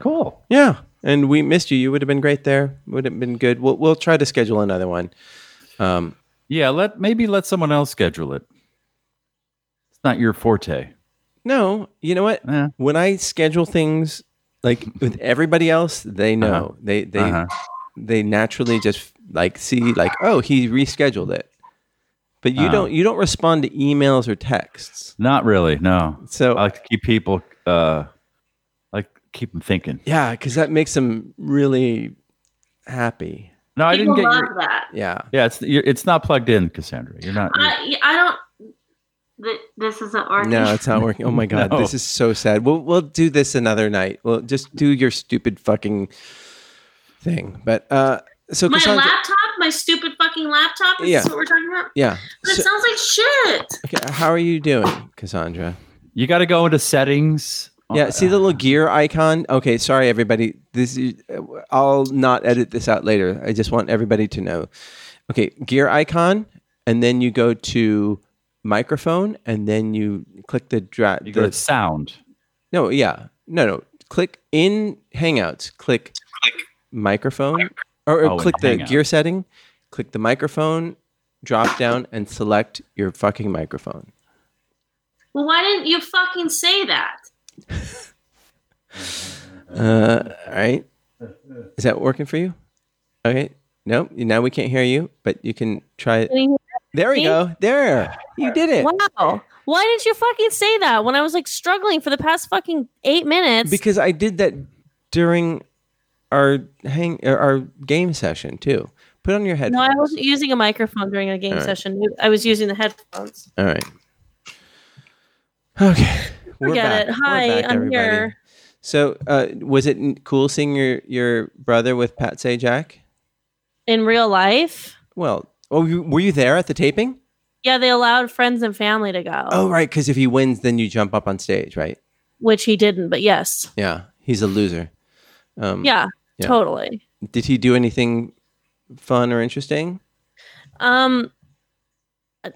S3: Cool.
S2: Yeah. And we missed you. You would have been great there. Would have been good. We'll, we'll try to schedule another one. Um,
S3: Yeah, let maybe let someone else schedule it. It's not your forte.
S2: no, you know what?
S3: Yeah.
S2: When I schedule things like with everybody else, they know.
S3: Uh-huh.
S2: They they
S3: Uh-huh.
S2: they naturally just like see like, "Oh, he rescheduled it." But you
S3: Uh-huh.
S2: don't you don't respond to emails or texts.
S3: Not really. No,
S2: So
S3: I like to keep people uh, like keep them thinking.
S2: yeah, cuz that makes them really happy.
S3: No, I
S4: People
S3: didn't get
S4: love
S3: your,
S4: that.
S2: Yeah.
S3: Yeah, it's you're, it's not plugged in, Cassandra. You're not. you're-
S4: I, yeah, I don't. Th- this isn't working.
S2: No, it's not working. Oh my god,
S3: No.
S2: this is so sad. We'll we'll do this another night. We'll just do your stupid fucking thing. But uh, so
S4: my
S2: Cassandra,
S4: laptop, my stupid fucking laptop. Is
S2: Yeah.
S4: this what we're talking about?
S2: yeah.
S4: But
S2: So-
S4: it sounds like shit.
S2: okay, how are you doing, Cassandra?
S3: you got to go into settings. Uh,
S2: Yeah, see the little gear icon. Okay, sorry everybody. This is, uh, I'll not edit this out later. I just want everybody to know. Okay, gear icon, and then you go to microphone, and then you click the dra-
S3: You go
S2: the-
S3: to sound.
S2: No, yeah. No, no. Click in Hangouts, click microphone or, or
S3: Oh, in
S2: click the
S3: Hangout.
S2: gear setting, click the microphone drop down and select your fucking microphone.
S4: Well, why didn't you fucking say that?
S2: Uh, all right. Is that working for you? Okay. No, now we can't hear you, but you can try it. There we go. There. You did it.
S6: Wow. Why didn't you fucking say that when I was like struggling for the past fucking eight minutes?
S2: Because I did that during our hang uh, our game session too. Put on your
S6: No,
S2: headphones.
S6: I wasn't using a microphone during a game
S2: All right.
S6: session. I was using the headphones.
S2: All right. Okay. We're
S6: Forget
S2: back.
S6: it.
S2: We're
S6: Hi,
S2: back,
S6: I'm
S2: everybody.
S6: here.
S2: So, uh, was it n- cool seeing your, your brother with Pat Sajak?
S6: In real life,
S2: Well, oh, you, were you there at the taping?
S6: yeah, they allowed friends and family to go,
S2: Oh, right. Because if he wins, then you jump up on stage, right?
S6: which he didn't. But yes,
S2: Yeah. He's a loser. Um,
S6: yeah,
S2: Yeah.
S6: totally.
S2: Did he do anything fun or interesting?
S6: Um,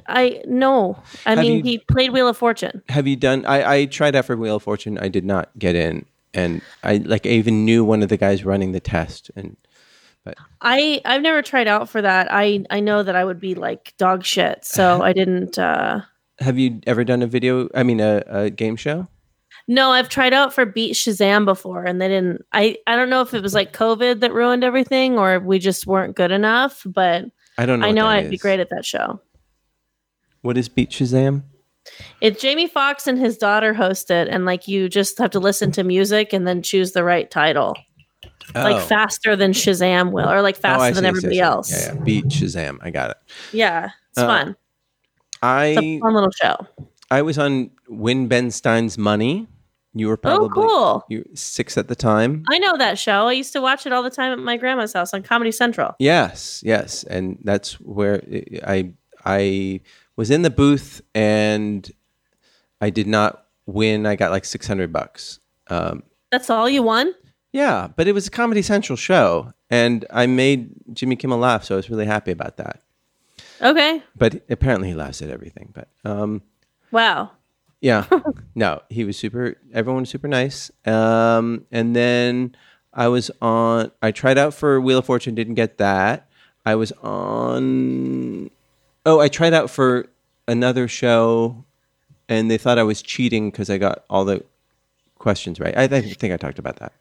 S6: I no, I
S2: Have
S6: mean
S2: you-
S6: he played Wheel of Fortune.
S2: Have you done? I, I tried out for Wheel of Fortune. I did not get in. And I like I even knew one of the guys running the test. And
S6: I I've never tried out for that. I I know that I would be like dog shit, so I didn't. uh
S2: have you ever done a video? I mean, a, a game show?
S6: No, I've tried out for Beat Shazam before and they didn't I I don't know if it was like COVID that ruined everything or if we just weren't good enough, but
S2: I don't know.
S6: I
S2: what
S6: know
S2: that
S6: I'd be
S2: is.
S6: great at that show.
S2: What is Beat Shazam?
S6: It's Jamie Foxx and his daughter host it and like you just have to listen to music and then choose the right title.
S2: Oh.
S6: Like faster than Shazam will or like
S2: Oh, I
S6: faster
S2: see, I
S6: than
S2: see, I
S6: everybody
S2: see.
S6: else.
S2: Yeah,
S6: Yeah,
S2: yeah. Beat Shazam. I got it.
S6: it's
S2: Uh,
S6: fun. It's
S2: I
S6: a fun little show. Oh,
S2: I was on Win Ben Stein's Money. You were probably
S6: Oh, cool.
S2: you were six at the time.
S6: I know that show. I used to watch it all the time at my grandma's house on Comedy Central.
S2: Yes, yes, and that's where I I was in the booth and I did not win. I got like six hundred bucks. Um,
S6: That's all you won?
S2: yeah, but it was a Comedy Central show, and I made Jimmy Kimmel laugh, so I was really happy about that.
S6: Okay.
S2: But apparently, he laughs at everything. But um,
S6: Wow.
S2: Yeah. no, he was super. Everyone was super nice. Um, and then I was on. I tried out for Wheel of Fortune. Didn't get that. I was on. Oh, I tried out for another show, and they thought I was cheating because I got all the questions right. I, th- think I talked about that.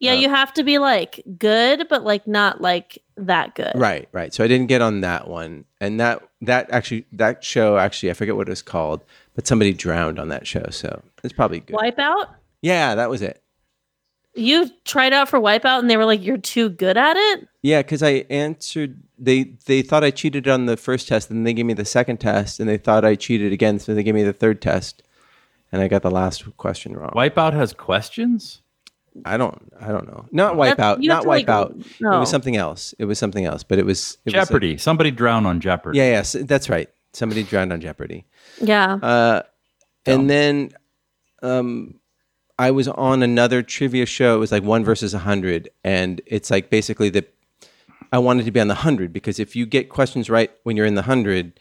S6: Yeah,
S2: Uh,
S6: you have to be like good, but like not like that good.
S2: Right, right. So I didn't get on that one, and that that actually that show actually I forget what it was called, but somebody drowned on that show, so it's probably good.
S6: Wipeout?
S2: Yeah, that was it.
S6: You tried out for Wipeout and they were like, you're too good at it?
S2: Yeah, because I answered. They they thought I cheated on the first test, and they gave me the second test, and they thought I cheated again, so they gave me the third test, and I got the last question wrong.
S3: Wipeout has questions.
S2: I don't I don't know. Not
S6: That's-
S2: wipe out.
S6: you have
S2: Not
S6: to, like,
S2: wipe out. It
S6: no.
S2: was something else. It was something else. But it was it was a-
S3: Jeopardy. Somebody drown on Jeopardy.
S2: yeah, yes, that's right. Somebody drowned on Jeopardy.
S6: Yeah.
S2: Uh, and then um, I was on another trivia show. It was like one versus a hundred, and it's like basically the I wanted to be on the hundred because if you get questions right when you're in the hundred,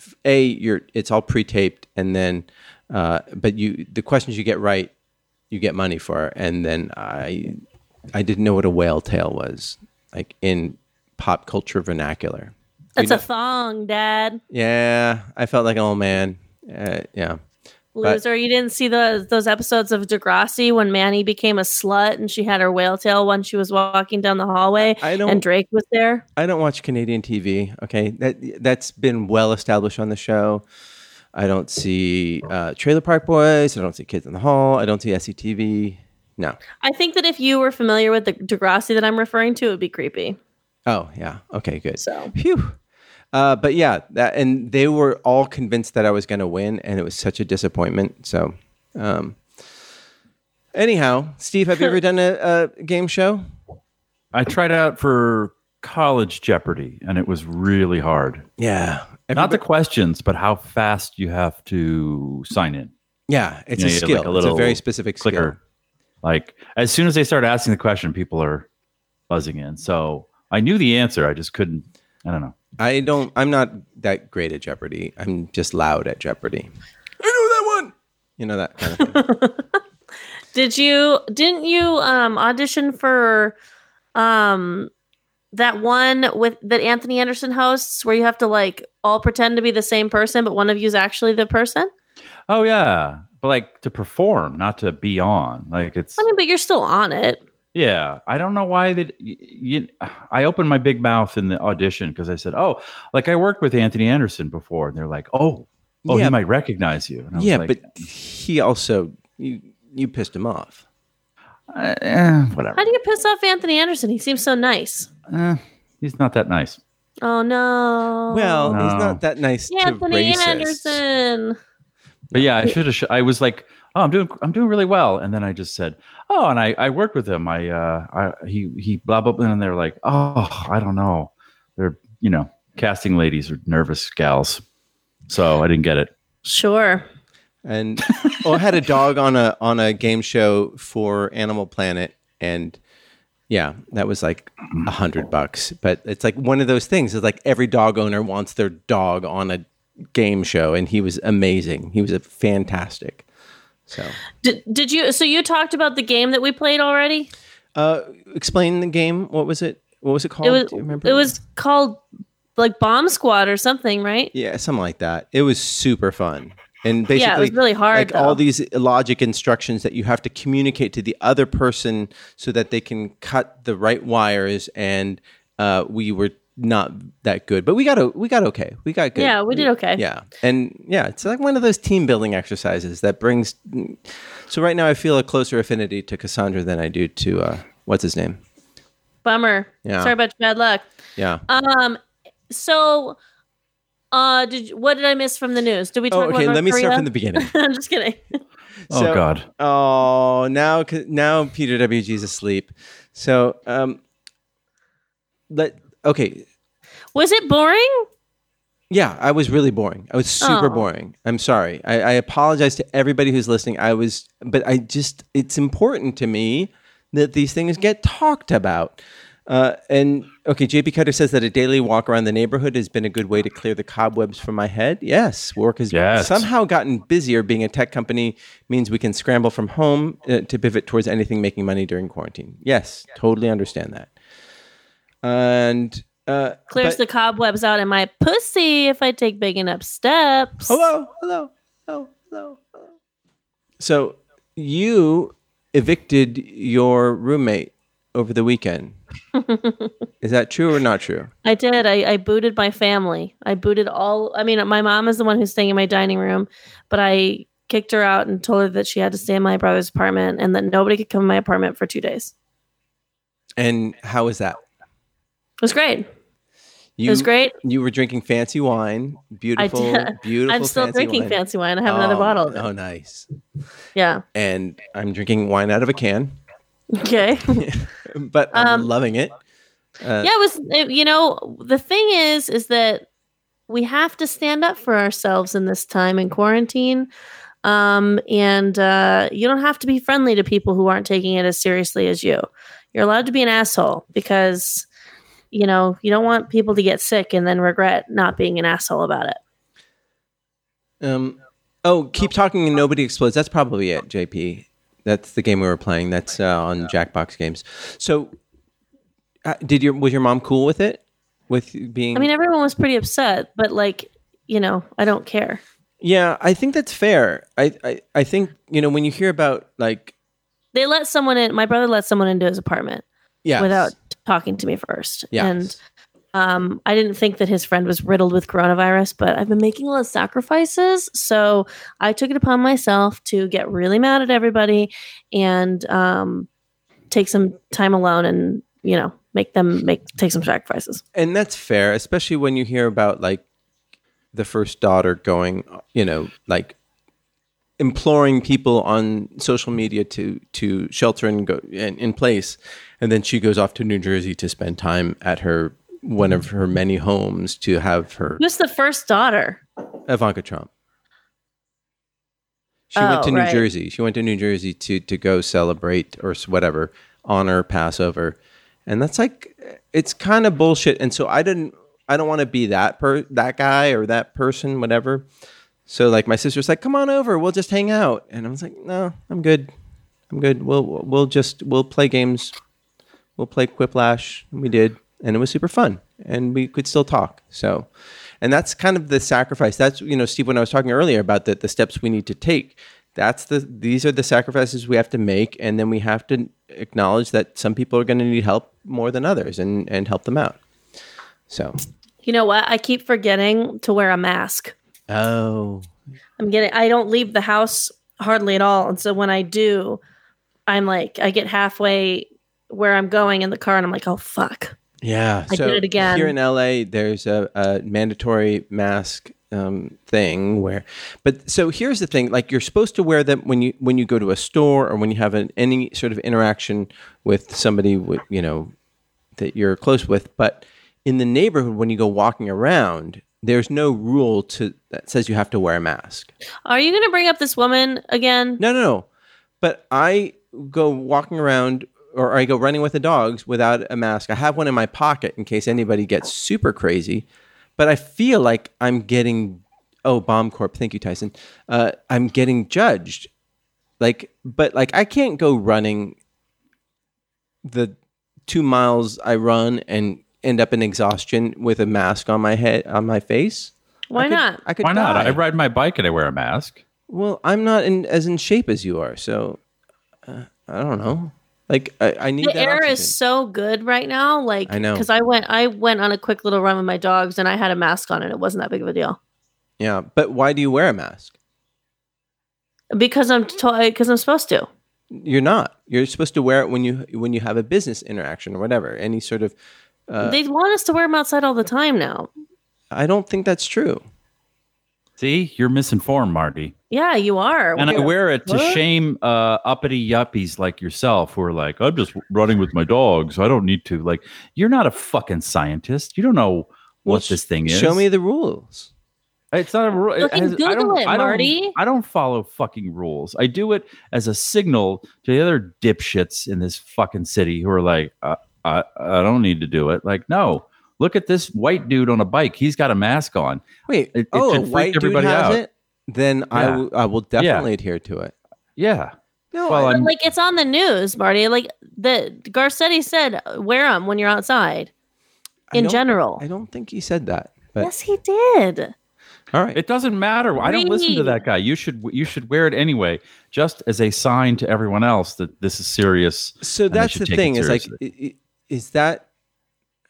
S2: f- a you're it's all pre-taped, and then uh, but you the questions you get right, you get money for, and then I I didn't know what a whale tail was like in pop culture vernacular.
S6: That's a thong, Dad.
S2: Yeah, I felt like an old man. Uh, yeah.
S6: Loser. you didn't see the, those episodes of Degrassi when Manny became a slut and she had her whale tail when she was walking down the hallway
S2: I don't-
S6: and Drake was there?
S2: I don't watch Canadian TV. Okay, that that's been well established on the show. I don't see uh, Trailer Park Boys. I don't see Kids in the Hall. I don't see SCTV. No.
S6: I think that if you were familiar with the Degrassi that I'm referring to, it would be creepy.
S2: Oh yeah. Okay. Good.
S6: So.
S2: Phew. Uh, but yeah, that, and they were all convinced that I was going to win, and it was such a disappointment. So, um, anyhow, Steve, have you ever done a, a game show?
S3: I tried out for college Jeopardy, and it was really hard.
S2: Yeah.
S3: Not the questions, but how fast you have to sign in.
S2: Yeah, it's
S3: Yeah,
S2: a
S3: you have,
S2: skill.
S3: like, a
S2: it's a
S3: little
S2: very specific
S3: clicker. Like as soon as they start asking the question, people are buzzing in. So I knew the answer. I just couldn't. I don't know.
S2: skill. I don't. I'm not that great at Jeopardy. I'm just loud at Jeopardy. I know that one. You know that kind of thing.
S6: Did you didn't you um audition for um that one with that Anthony Anderson hosts where you have to like all pretend to be the same person but one of you is actually the person?
S3: Oh yeah, but like to perform, not to be on. Like it's
S6: I mean, but you're still on it.
S3: yeah. I don't know why that. y- You, I opened my big mouth in the audition because I said, "Oh, like I worked with Anthony Anderson before," and they're like, "Oh, oh,
S2: Yeah.
S3: he might recognize you." And I was
S2: yeah,
S3: like,
S2: but he also you you pissed him off.
S3: Uh, eh, whatever.
S6: How do you piss off Anthony Anderson? He seems so nice.
S3: Eh, he's not that nice.
S6: Oh no.
S2: Well, he's
S3: No.
S2: not that nice to
S6: Anthony
S2: racist.
S6: Anderson.
S3: But yeah, I should have. Sh- I was like, oh, I'm doing, I'm doing really well, and then I just said, oh, and I, I worked with him. I, uh, I, he, he, blah blah blah, and they were like, oh, I don't know. They're, you know, casting ladies are nervous gals, so I didn't get it.
S6: Sure.
S2: and well, I had a dog on a on a game show for Animal Planet, and yeah, that was like a hundred bucks. But it's like one of those things. It's like every dog owner wants their dog on a game show, and he was amazing. He was a fantastic. So,
S6: Did, did you? So you talked about the game that we played already.
S2: uh, explain the game. What was it? What was it called?
S6: it was.
S2: Do you remember?
S6: It was called like Bomb Squad or something, right?
S2: yeah, something like that. It was super fun. And basically,
S6: yeah, it was really hard.
S2: like all
S6: though.
S2: these logic instructions that you have to communicate to the other person so that they can cut the right wires and uh, we were not that good but we got o- we got okay we got good
S6: Yeah, we did okay.
S2: yeah and yeah it's like one of those team building exercises that brings so right now i feel a closer affinity to cassandra than i do to uh, what's his name
S6: Bummer.
S2: Yeah.
S6: Sorry about your bad luck.
S2: yeah
S6: Um. So, uh, did you- what did I miss from the news? Did we talk
S2: oh
S6: about
S2: okay
S6: North
S2: let me start
S6: Korea?
S2: from the beginning
S6: I'm just kidding.
S2: So-
S3: oh God.
S2: Oh, now now Peter WG's asleep. So, um let okay.
S6: Was it boring?
S2: Yeah, I was really boring. I was super
S6: Oh.
S2: boring. I'm sorry. I, I apologize to everybody who's listening. I was, but I just, it's important to me that these things get talked about. Uh, and okay, JP Cutter says that a daily walk around the neighborhood has been a good way to clear the cobwebs from my head. Yes, work has
S3: Yes.
S2: somehow gotten busier. Being a tech company means we can scramble from home uh, to pivot towards anything making money during quarantine. Yes, totally understand that. And uh,
S6: Clears
S2: but-
S6: the cobwebs out in my pussy if I take big enough steps.
S2: Hello, hello, hello, hello, hello. So you evicted your roommate over the weekend. Is that true or not true?
S6: I did. I, I booted my family. I booted all. I mean, my mom is the one who's staying in my dining room, but I kicked her out and told her that she had to stay in my brother's apartment and that nobody could come in my apartment for two days.
S2: And how was that?
S6: It was great.
S2: You,
S6: it was great.
S2: You were drinking fancy wine. Beautiful,
S6: did.
S2: beautiful.
S6: I'm still
S2: fancy
S6: drinking
S2: wine.
S6: fancy wine. I have another
S2: Oh,
S6: bottle. Of it.
S2: Oh, nice.
S6: Yeah.
S2: And I'm drinking wine out of a can,
S6: Okay.
S2: but I'm
S6: Um,
S2: loving it. Uh,
S6: yeah, it was. It, you know, the thing is, is that we have to stand up for ourselves in this time in quarantine. Um, and uh, you don't have to be friendly to people who aren't taking it as seriously as you. You're allowed to be an asshole because, you know, you don't want people to get sick and then regret not being an asshole about it.
S2: Um, oh, keep talking and nobody explodes. That's probably it, JP. That's the game we were playing. That's uh, on Jackbox Games. So, uh, did your was your mom cool with it? With being,
S6: I mean, everyone was pretty upset, but like, you know, I don't care.
S2: yeah, I think that's fair. I, I I think you know when you hear about like
S6: They let someone in. My brother let someone into his apartment
S2: yeah
S6: without talking to me first.
S2: yeah
S6: And Um, I didn't think that his friend was riddled with coronavirus, but I've been making a lot of sacrifices. So I took it upon myself to get really mad at everybody and um, take some time alone and, you know, make them make take some sacrifices.
S2: and that's fair, especially when you hear about like the first daughter going, you know, like imploring people on social media to to shelter and go in, in place, and then she goes off to New Jersey to spend time at her one of her many homes to have her
S6: Who's the first daughter?
S2: Ivanka Trump. She
S6: Oh,
S2: went to New
S6: right.
S2: Jersey. She went to New Jersey to to go celebrate or s- whatever, honor Passover, and that's like it's kind of bullshit. And so I didn't. I don't want to be that per that guy or that person, whatever. So like my sister's like, come on over, we'll just hang out, and I was like, no, I'm good, I'm good. We'll we'll we'll just we'll play games, we'll play Quiplash, and we did, and it was super fun, and we could still talk. So, and that's kind of the sacrifice. That's you know, Steve, when I was talking earlier about the the steps we need to take, that's the these are the sacrifices we have to make, and then we have to acknowledge that some people are going to need help more than others, and and help them out. So,
S6: You know what? I keep forgetting to wear a mask.
S2: oh,
S6: I'm getting I don't leave the house hardly at all. And so when I do, I'm like, I get halfway where I'm going in the car and I'm like, oh, fuck.
S2: Yeah.
S6: I
S2: so
S6: did it again.
S2: Here in LA, there's a, a mandatory mask um, thing where, but so here's the thing: like you're supposed to wear them when you when you go to a store or when you have an, any sort of interaction with somebody with you know that you're close with. But in the neighborhood, when you go walking around, there's no rule to that says you have to wear a mask.
S6: Are you going to bring up this woman again?
S2: No, no, no. But I go walking around or I go running with the dogs without a mask. I have one in my pocket in case anybody gets super crazy. But I feel like I'm getting oh bomb corp. Thank you, Tyson. Uh, I'm getting judged. Like, but like I can't go running the two miles I run and end up in exhaustion with a mask on my head on my face.
S6: Why
S2: I could-
S6: not?
S2: I could.
S3: Why not?
S2: die.
S3: I ride my bike and I wear a mask.
S2: Well, I'm not in as in shape as you are, so uh, I don't know. Like I, I need
S6: the
S2: that
S6: air
S2: oxygen.
S6: is so good right now. Like,
S2: I know.
S6: because I went, I went on a quick little run with my dogs, and I had a mask on, and it wasn't that big of a deal
S2: yeah, but why do you wear a mask?
S6: because I'm because I'm supposed to.
S2: You're not. You're supposed to wear it when you when you have a business interaction or whatever. Any sort of. Uh,
S6: they want us to wear them outside all the time now.
S2: I don't think that's true.
S3: See, you're misinformed, Marty.
S6: Yeah, you are.
S3: And I wear it to
S6: What?
S3: shame uh, uppity yuppies like yourself who are like, I'm just running with my dogs. I don't need to. Like, you're not a fucking scientist. You don't know
S2: Well,
S3: what this thing is.
S2: Show me the rules.
S3: It's not a rule.
S6: Fucking
S3: I
S6: Google
S3: don't,
S6: it,
S3: I don't-
S6: Marty.
S3: I don't follow fucking rules. I do it as a signal to the other dipshits in this fucking city who are like, I, I, I don't need to do it. Like, no. Look at this white dude on a bike. He's got a mask on.
S2: Wait.
S3: It- it
S2: oh, a
S3: should freak
S2: white dude
S3: everybody
S2: has
S3: out.
S2: it. Then I
S3: Yeah.
S2: will- I will definitely adhere to it.
S3: Yeah.
S2: No,
S3: Well,
S2: I-
S3: I'm-
S6: But, like it's on the news, Marty. Like the Garcetti said, wear them when you're outside.
S2: I
S6: in
S2: don't-
S6: general.
S2: I don't think he said that. But
S6: yes, he did.
S2: all right.
S3: It doesn't matter. I don't listen to
S6: Read.
S3: that guy. You should you should wear it anyway, just as a sign to everyone else that this is serious.
S2: so
S3: and they
S2: that's
S3: should
S2: the
S3: take it
S2: thing. Is like, i
S3: seriously.
S2: i- is that?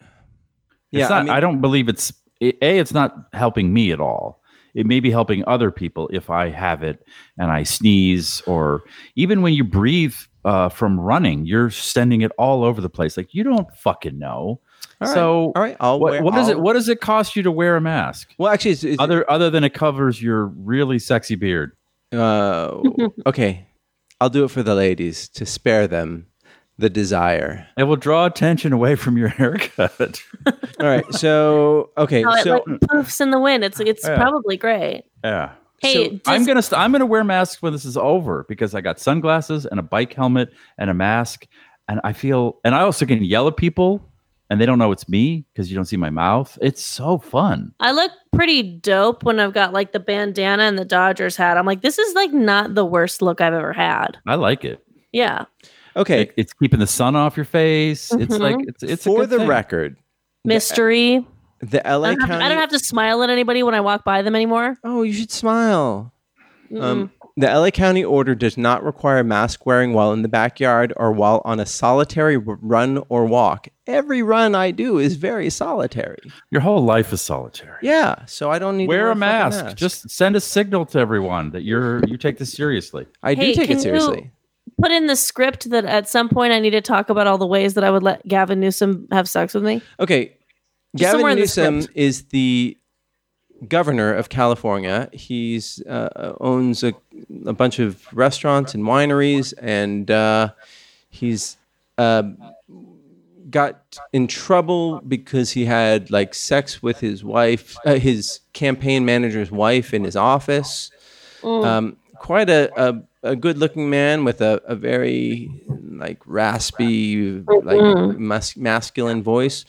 S3: It's
S2: Yeah, I
S3: not, I,
S2: mean-
S3: don't believe it's a. It's not helping me at all. It may be helping other people if I have it and I sneeze, or even when you breathe uh, from running, you're sending it all over the place. Like you don't fucking know.
S2: All right.
S3: So
S2: All right. I'll
S3: what,
S2: wear.
S3: what
S2: I'll,
S3: does it? What does it cost you to wear a mask?
S2: Well, actually, it's, it's,
S3: Other other than it covers your really sexy beard.
S2: Uh, okay, I'll do it for the ladies to spare them the desire.
S3: It will draw attention away from your haircut.
S2: All right. So okay.
S6: How it
S2: so mm.
S6: like poofs in the wind. It's it's
S3: Yeah.
S6: probably great.
S3: yeah.
S6: Hey,
S2: So,
S3: I'm
S6: does-
S3: gonna st- I'm gonna wear masks when this is over because I got sunglasses and a bike helmet and a mask, and I feel and I also can yell at people and they don't know it's me because you don't see my mouth. It's so fun.
S6: I look pretty dope when I've got like the bandana and the Dodgers hat. I'm like, this is like not the worst look I've ever had.
S3: I like it.
S6: Yeah,
S2: okay.
S3: It- it's keeping the sun off your face. It's
S6: Mhm.
S3: like it's it's a
S2: for
S3: good
S2: the
S3: thing.
S2: record,
S6: mystery.
S2: the LA
S6: I, don't have to,
S2: County.
S6: I don't have to smile at anybody when I walk by them anymore.
S2: Oh, you should smile.
S6: Mm-mm.
S2: Um, the LA County order does not require mask wearing while in the backyard or while on a solitary w- run or walk. Every run I do is very solitary.
S3: Your whole life is solitary.
S2: Yeah, so I don't need to
S3: Wear a
S2: fucking
S3: mask. Just send a signal to everyone that you're you take this seriously.
S2: I do
S6: Hey,
S2: take
S6: can
S2: it
S6: you-
S2: seriously.
S6: Put in the script that at some point I need to talk about all the ways that I would let Gavin Newsom have sex with me.
S2: Okay.
S6: Just
S2: Gavin
S6: somewhere in the
S2: Newsom
S6: script.
S2: is the governor of California. He's uh, owns a, a bunch of restaurants and wineries, and uh, he's uh, got in trouble because he had like sex with his wife, uh, his campaign manager's wife in his office.
S6: Mm.
S2: Um, quite a, a, a good looking man with a, a very like raspy, like mus- masculine voice.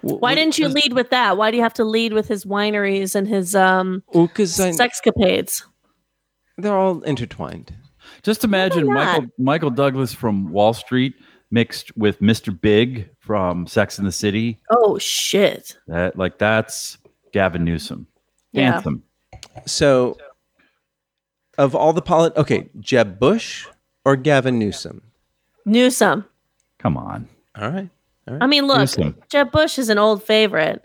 S6: Why didn't you lead with that? Why do you have to lead with his wineries and his um
S2: Because
S6: sexcapades?
S2: they're all intertwined.
S3: Just imagine
S6: not?
S3: Michael Michael Douglas from Wall Street mixed with Mr. Big from Sex and the City.
S6: Oh shit!
S3: That like that's Gavin Newsom.
S6: Yeah.
S3: Anthem.
S2: So, of all the polit, okay, Jeb Bush or Gavin Newsom.
S6: Newsom.
S3: Come on.
S2: All right, all right.
S6: I mean, look,
S3: Newsom.
S6: Jeb Bush is an old favorite,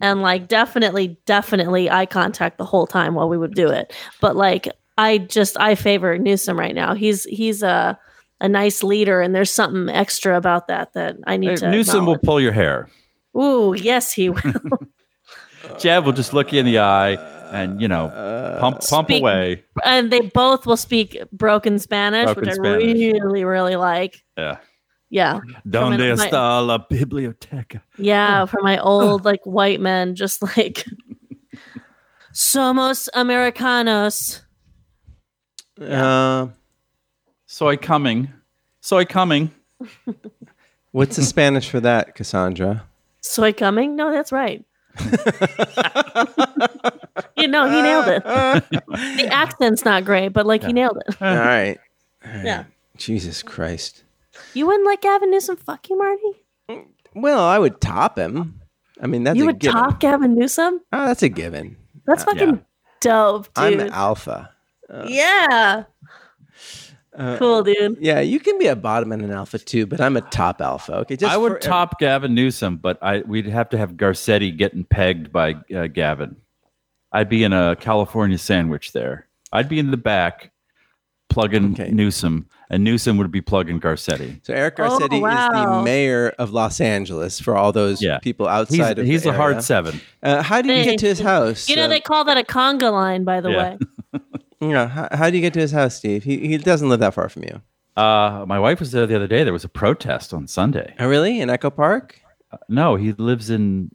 S6: and like definitely, definitely eye contact the whole time while we would do it. But like, I just I favor Newsom right now. He's he's a a nice leader, and there's something extra about that that I need
S3: Hey,
S6: to.
S3: Newsom will
S6: acknowledge.
S3: pull your hair.
S6: Ooh, yes, he will.
S3: Jeb will just look you in the eye and you know pump pump
S6: Speak-
S3: away.
S6: and they both will speak broken Spanish,
S3: Broken
S6: which
S3: Spanish.
S6: I really, really like.
S3: Yeah.
S6: Yeah,
S3: Donde
S6: my-
S3: está la biblioteca?
S6: yeah, for my old like white men, just like somos americanos.
S2: Uh,
S3: Soy coming. Soy coming.
S2: what's the Spanish for that, Cassandra?
S6: Soy coming? No, that's right. you know, he nailed it. The accent's not great, but like he nailed it.
S2: All right. All right.
S6: Yeah.
S2: Jesus Christ.
S6: You wouldn't like Gavin Newsom? Fuck you, Marty.
S2: Well, I would top him. I mean, that's
S6: you
S2: a
S6: would
S2: given.
S6: top Gavin Newsom?
S2: Oh, that's a given.
S6: That's fucking
S3: yeah.
S6: dope,
S2: I'm
S6: dude.
S2: an alpha.
S6: yeah.
S2: Uh,
S6: Cool, dude.
S2: Yeah, you can be a bottom and an alpha too, but I'm a top alpha. Okay, just
S3: I would
S2: for-
S3: top Gavin Newsom, but I we'd have to have Garcetti getting pegged by uh, Gavin. I'd be in a California sandwich there. I'd be in the back plugging
S2: Okay.
S3: Newsom, and Newsom would be plugging Garcetti.
S2: So Eric
S6: Oh,
S2: Garcetti is the
S6: wow.
S2: mayor of Los Angeles for all those
S3: Yeah.
S2: people
S3: He's,
S2: outside of
S3: he's
S2: the
S3: a hard
S2: area.
S3: seven.
S2: Uh, how do you
S6: Hey.
S2: get to his house?
S6: You know,
S2: Uh,
S6: they call that a conga line, by the
S3: Yeah.
S6: way.
S2: yeah, how, how do you get to his house, Steve? He, he doesn't live that far from you.
S3: Uh, my wife was there the other day. There was a protest on Sunday.
S2: Oh, really? In Echo Park?
S3: No, he lives in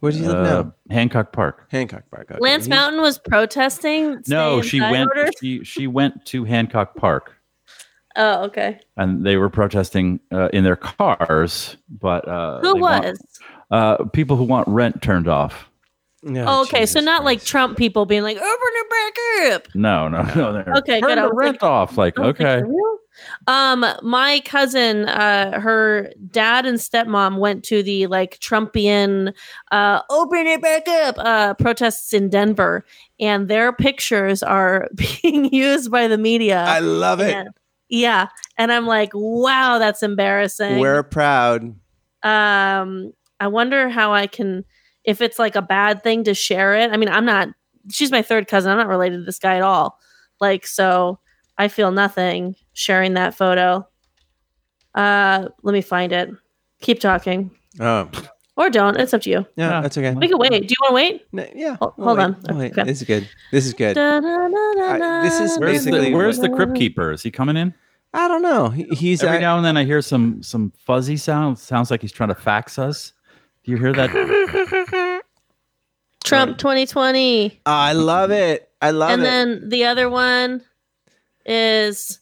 S2: Where does he live
S3: uh,
S2: now?
S3: Hancock Park.
S2: Hancock Park. okay.
S6: Lance
S2: He's-
S6: Mountain was protesting.
S3: No,
S6: stay
S3: she
S6: inside
S3: went.
S6: orders?
S3: She she went to Hancock Park,
S6: Oh, okay.
S3: and they were protesting uh, in their cars. But uh,
S6: Who
S3: they want-
S6: was?
S3: uh, people who want rent turned off.
S2: No,
S6: Oh, okay, so
S2: Jesus
S6: not like
S2: Christ.
S6: Trump people being like, open it back up.
S3: No, no, no. they're-
S6: Okay, good.
S3: turn
S6: I
S3: the
S6: was
S3: rent off. Like,
S6: I was like,
S3: okay,
S6: "For real?" Um, my cousin, uh, her dad and stepmom went to the like Trumpian uh open it back up uh protests in Denver, and their pictures are being used by the media.
S2: I love it.
S6: And- yeah. And I'm like, wow, that's embarrassing.
S2: We're proud.
S6: um I wonder how I can if it's like a bad thing to share it. I mean, I'm not she's my third cousin. I'm not related to this guy at all. Like so I feel nothing sharing that photo. Uh let me find it. Keep talking.
S2: Oh,
S6: Or don't. It's up to you.
S2: yeah,
S3: Yeah.
S2: that's okay.
S6: We can wait. Do you want to wait?
S2: No, yeah,
S6: Hol-
S2: we'll
S6: hold
S2: wait.
S6: on.
S2: We'll wait.
S6: Okay. Uh,
S2: This is good. This is good.
S6: Da-na-na-na-na.
S2: this is
S3: where's the
S2: Basically-
S3: where's the crypt keeper? Is he coming in?
S2: I don't know. He- He's
S3: Every
S2: I-
S3: now and then I hear some some fuzzy sound. Sounds like he's trying to fax us. Do you hear that?
S6: Trump 2020.
S2: I love it. I love
S6: and
S2: it.
S6: then the other one is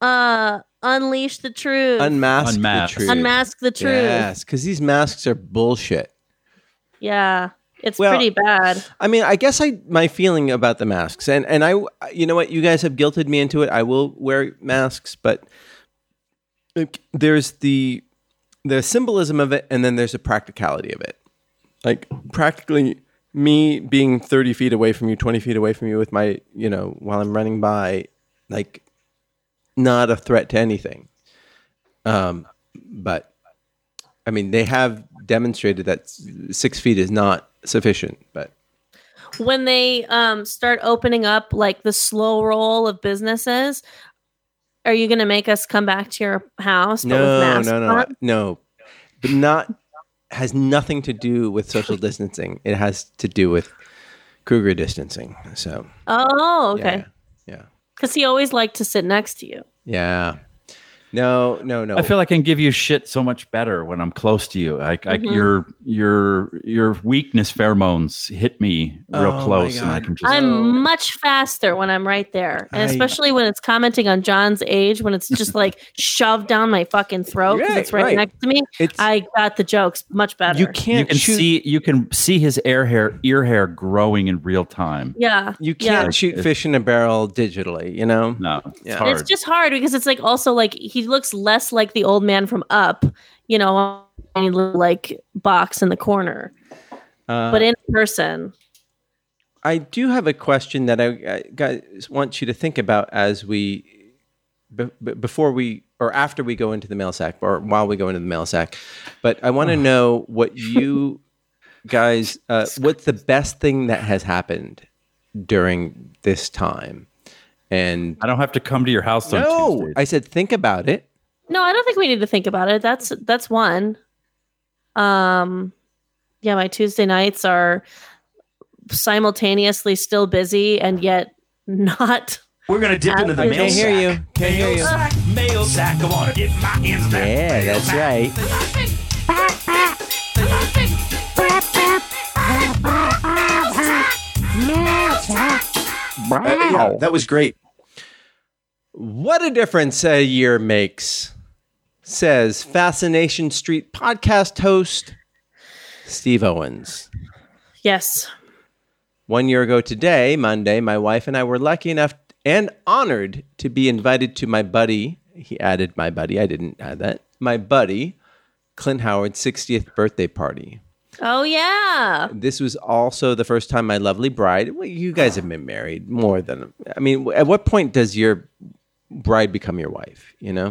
S6: uh unleash the truth
S2: Unmask,
S3: Unmask.
S2: the truth.
S6: unmask the truth
S2: Yes, because these masks are bullshit.
S6: yeah it's
S2: Well-
S6: pretty bad
S2: I mean, I guess I my feeling about the masks, and and I, you know what, you guys have guilted me into it. I will wear masks, but like, there's the the symbolism of it, and then there's the practicality of it. Like practically, me being thirty feet away from you, twenty feet away from you, with my, you know, while I'm running by, like, not a threat to anything. Um, but I mean, they have demonstrated that s- six feet is not sufficient, but.
S6: when they um start opening up like the slow roll of businesses are you gonna make us come back to your house but with
S2: No,
S6: masks
S2: no, no,
S6: on?
S2: I- no. But not has nothing to do with social distancing. It has to do with Kruger distancing. So
S6: oh okay
S2: yeah,
S6: because he always liked to sit next to you
S2: yeah. No, no, no.
S3: I feel like I can give you shit so much better when I'm close to you. Like I,
S2: Mm-hmm.
S6: Mhm.
S3: your your your weakness pheromones hit me real
S2: Oh my
S3: close, and I
S2: God.
S3: can just
S6: I'm much faster when I'm right there, and
S2: I-
S6: especially when it's commenting on John's age, when it's just like shoved down my fucking throat because
S2: Right,
S6: it's right,
S2: right.
S6: next to me.
S2: it's
S6: I got the jokes much better.
S2: you
S3: you
S2: can't
S3: can
S2: shoot.
S3: see you can see his air hair ear hair growing in real time.
S6: yeah,
S2: you
S6: yeah.
S2: can't shoot
S3: It's-
S2: fish in a barrel digitally. You know.
S3: No,
S2: Yeah.
S3: it's
S6: And
S3: hard.
S6: it's just hard because it's like also like he looks less like the old man from Up, you know, in a little, like box in the corner,
S2: Uh,
S6: but in person.
S2: I do have a question that I, I guys want you to think about as we, b- b- before we or after we go into the mail sack or while we go into the mail sack, but I want to know what you guys, uh, what's the best thing that has happened during this time, And
S3: I don't have to come to your house on
S2: no,
S3: Tuesdays.
S2: I said think about it.
S6: No, I don't think we need to think about it. That's that's one. Um yeah, my Tuesday nights are simultaneously still busy and yet not.
S5: We're gonna dip into the
S6: Can't
S5: mail
S2: Can't hear
S5: sack.
S2: you. Can't hear you.
S5: Sack, mail sack. Come on, get my ends back.
S2: Yeah, that's right.
S5: Uh, yeah, that was great.
S2: What a difference a year makes, says Fascination Street podcast host Steve Owens.
S6: Yes.
S2: One year ago today, Monday, my wife and I were lucky enough and honored to be invited to my buddy. He added my buddy. I didn't add that. My buddy, Clint Howard's 60th birthday party.
S6: Oh yeah.
S2: This was also the first time my lovely bride. Well, you guys have been married more than. I mean, at what point does your bride become your wife? You know.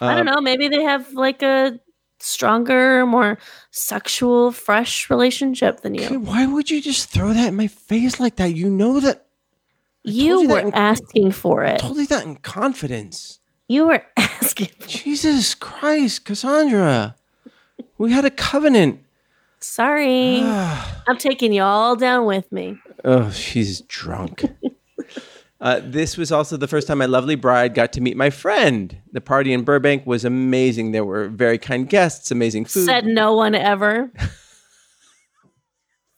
S2: Um,
S6: I
S5: Uh,
S6: don't know, maybe they have like a stronger, more sexual, fresh relationship than
S2: Okay,
S6: you.
S2: Why would you just throw that in my face like that? You know that
S6: You
S2: you that
S6: were
S2: in-
S6: asking for it.
S2: totally that in confidence.
S6: You were asking
S2: Jesus Christ, Cassandra. We had a covenant.
S6: Sorry. I'm taking you all down with me.
S2: Oh, she's drunk. uh, this was also the first time my lovely bride got to meet my friend. The party in Burbank was amazing. There were very kind guests, amazing food.
S6: Said no one ever.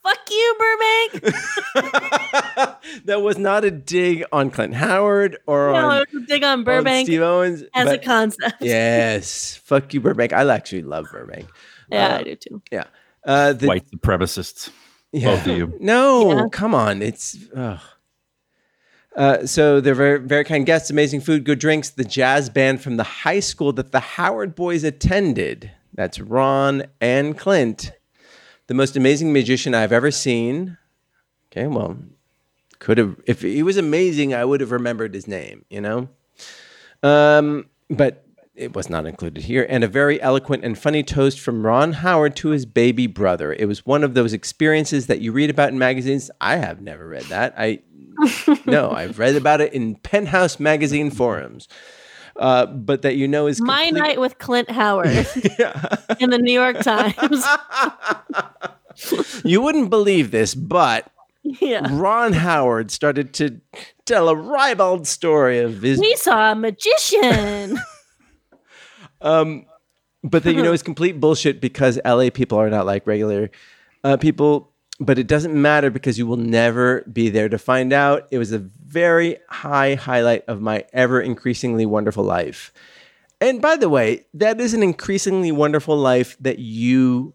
S6: Fuck you, Burbank.
S2: that was not a dig on Clint Howard or
S6: No,
S2: on,
S6: it was a dig on
S2: on
S6: Burbank
S2: Steve Owens.
S6: as a
S2: but-
S6: concept. Yeah,
S2: yes. Fuck you, Burbank. I actually love Burbank.
S6: I do too.
S2: Yeah. Uh, the
S3: White supremacists.
S2: Yeah.
S3: Both of you.
S2: No,
S6: Yeah.
S2: come on. It's. Ugh. Uh, so they're very, very kind guests, amazing food, good drinks. The jazz band from the high school that the Howard boys attended. That's Ron and Clint. The most amazing magician I've ever seen. Okay, well, could have if he was amazing, I would have remembered his name. You know. Um, but it was not included here. And a very eloquent and funny toast from Ron Howard to his baby brother. It was one of those experiences that you read about in magazines. I have never read that. I no, I've read about it in Penthouse magazine forums. Uh, but that you know is
S6: My
S2: complete-
S6: night with Clint Howard in the New York Times.
S2: You wouldn't believe this, but
S6: yeah.
S2: Ron Howard started to tell a ribald story of his
S6: We saw a magician.
S2: but that you know is complete bullshit because LA people are not like regular uh, people. But it doesn't matter because you will never be there to find out. It was a very high highlight of my ever increasingly wonderful life. And by the way, that is an increasingly wonderful life that you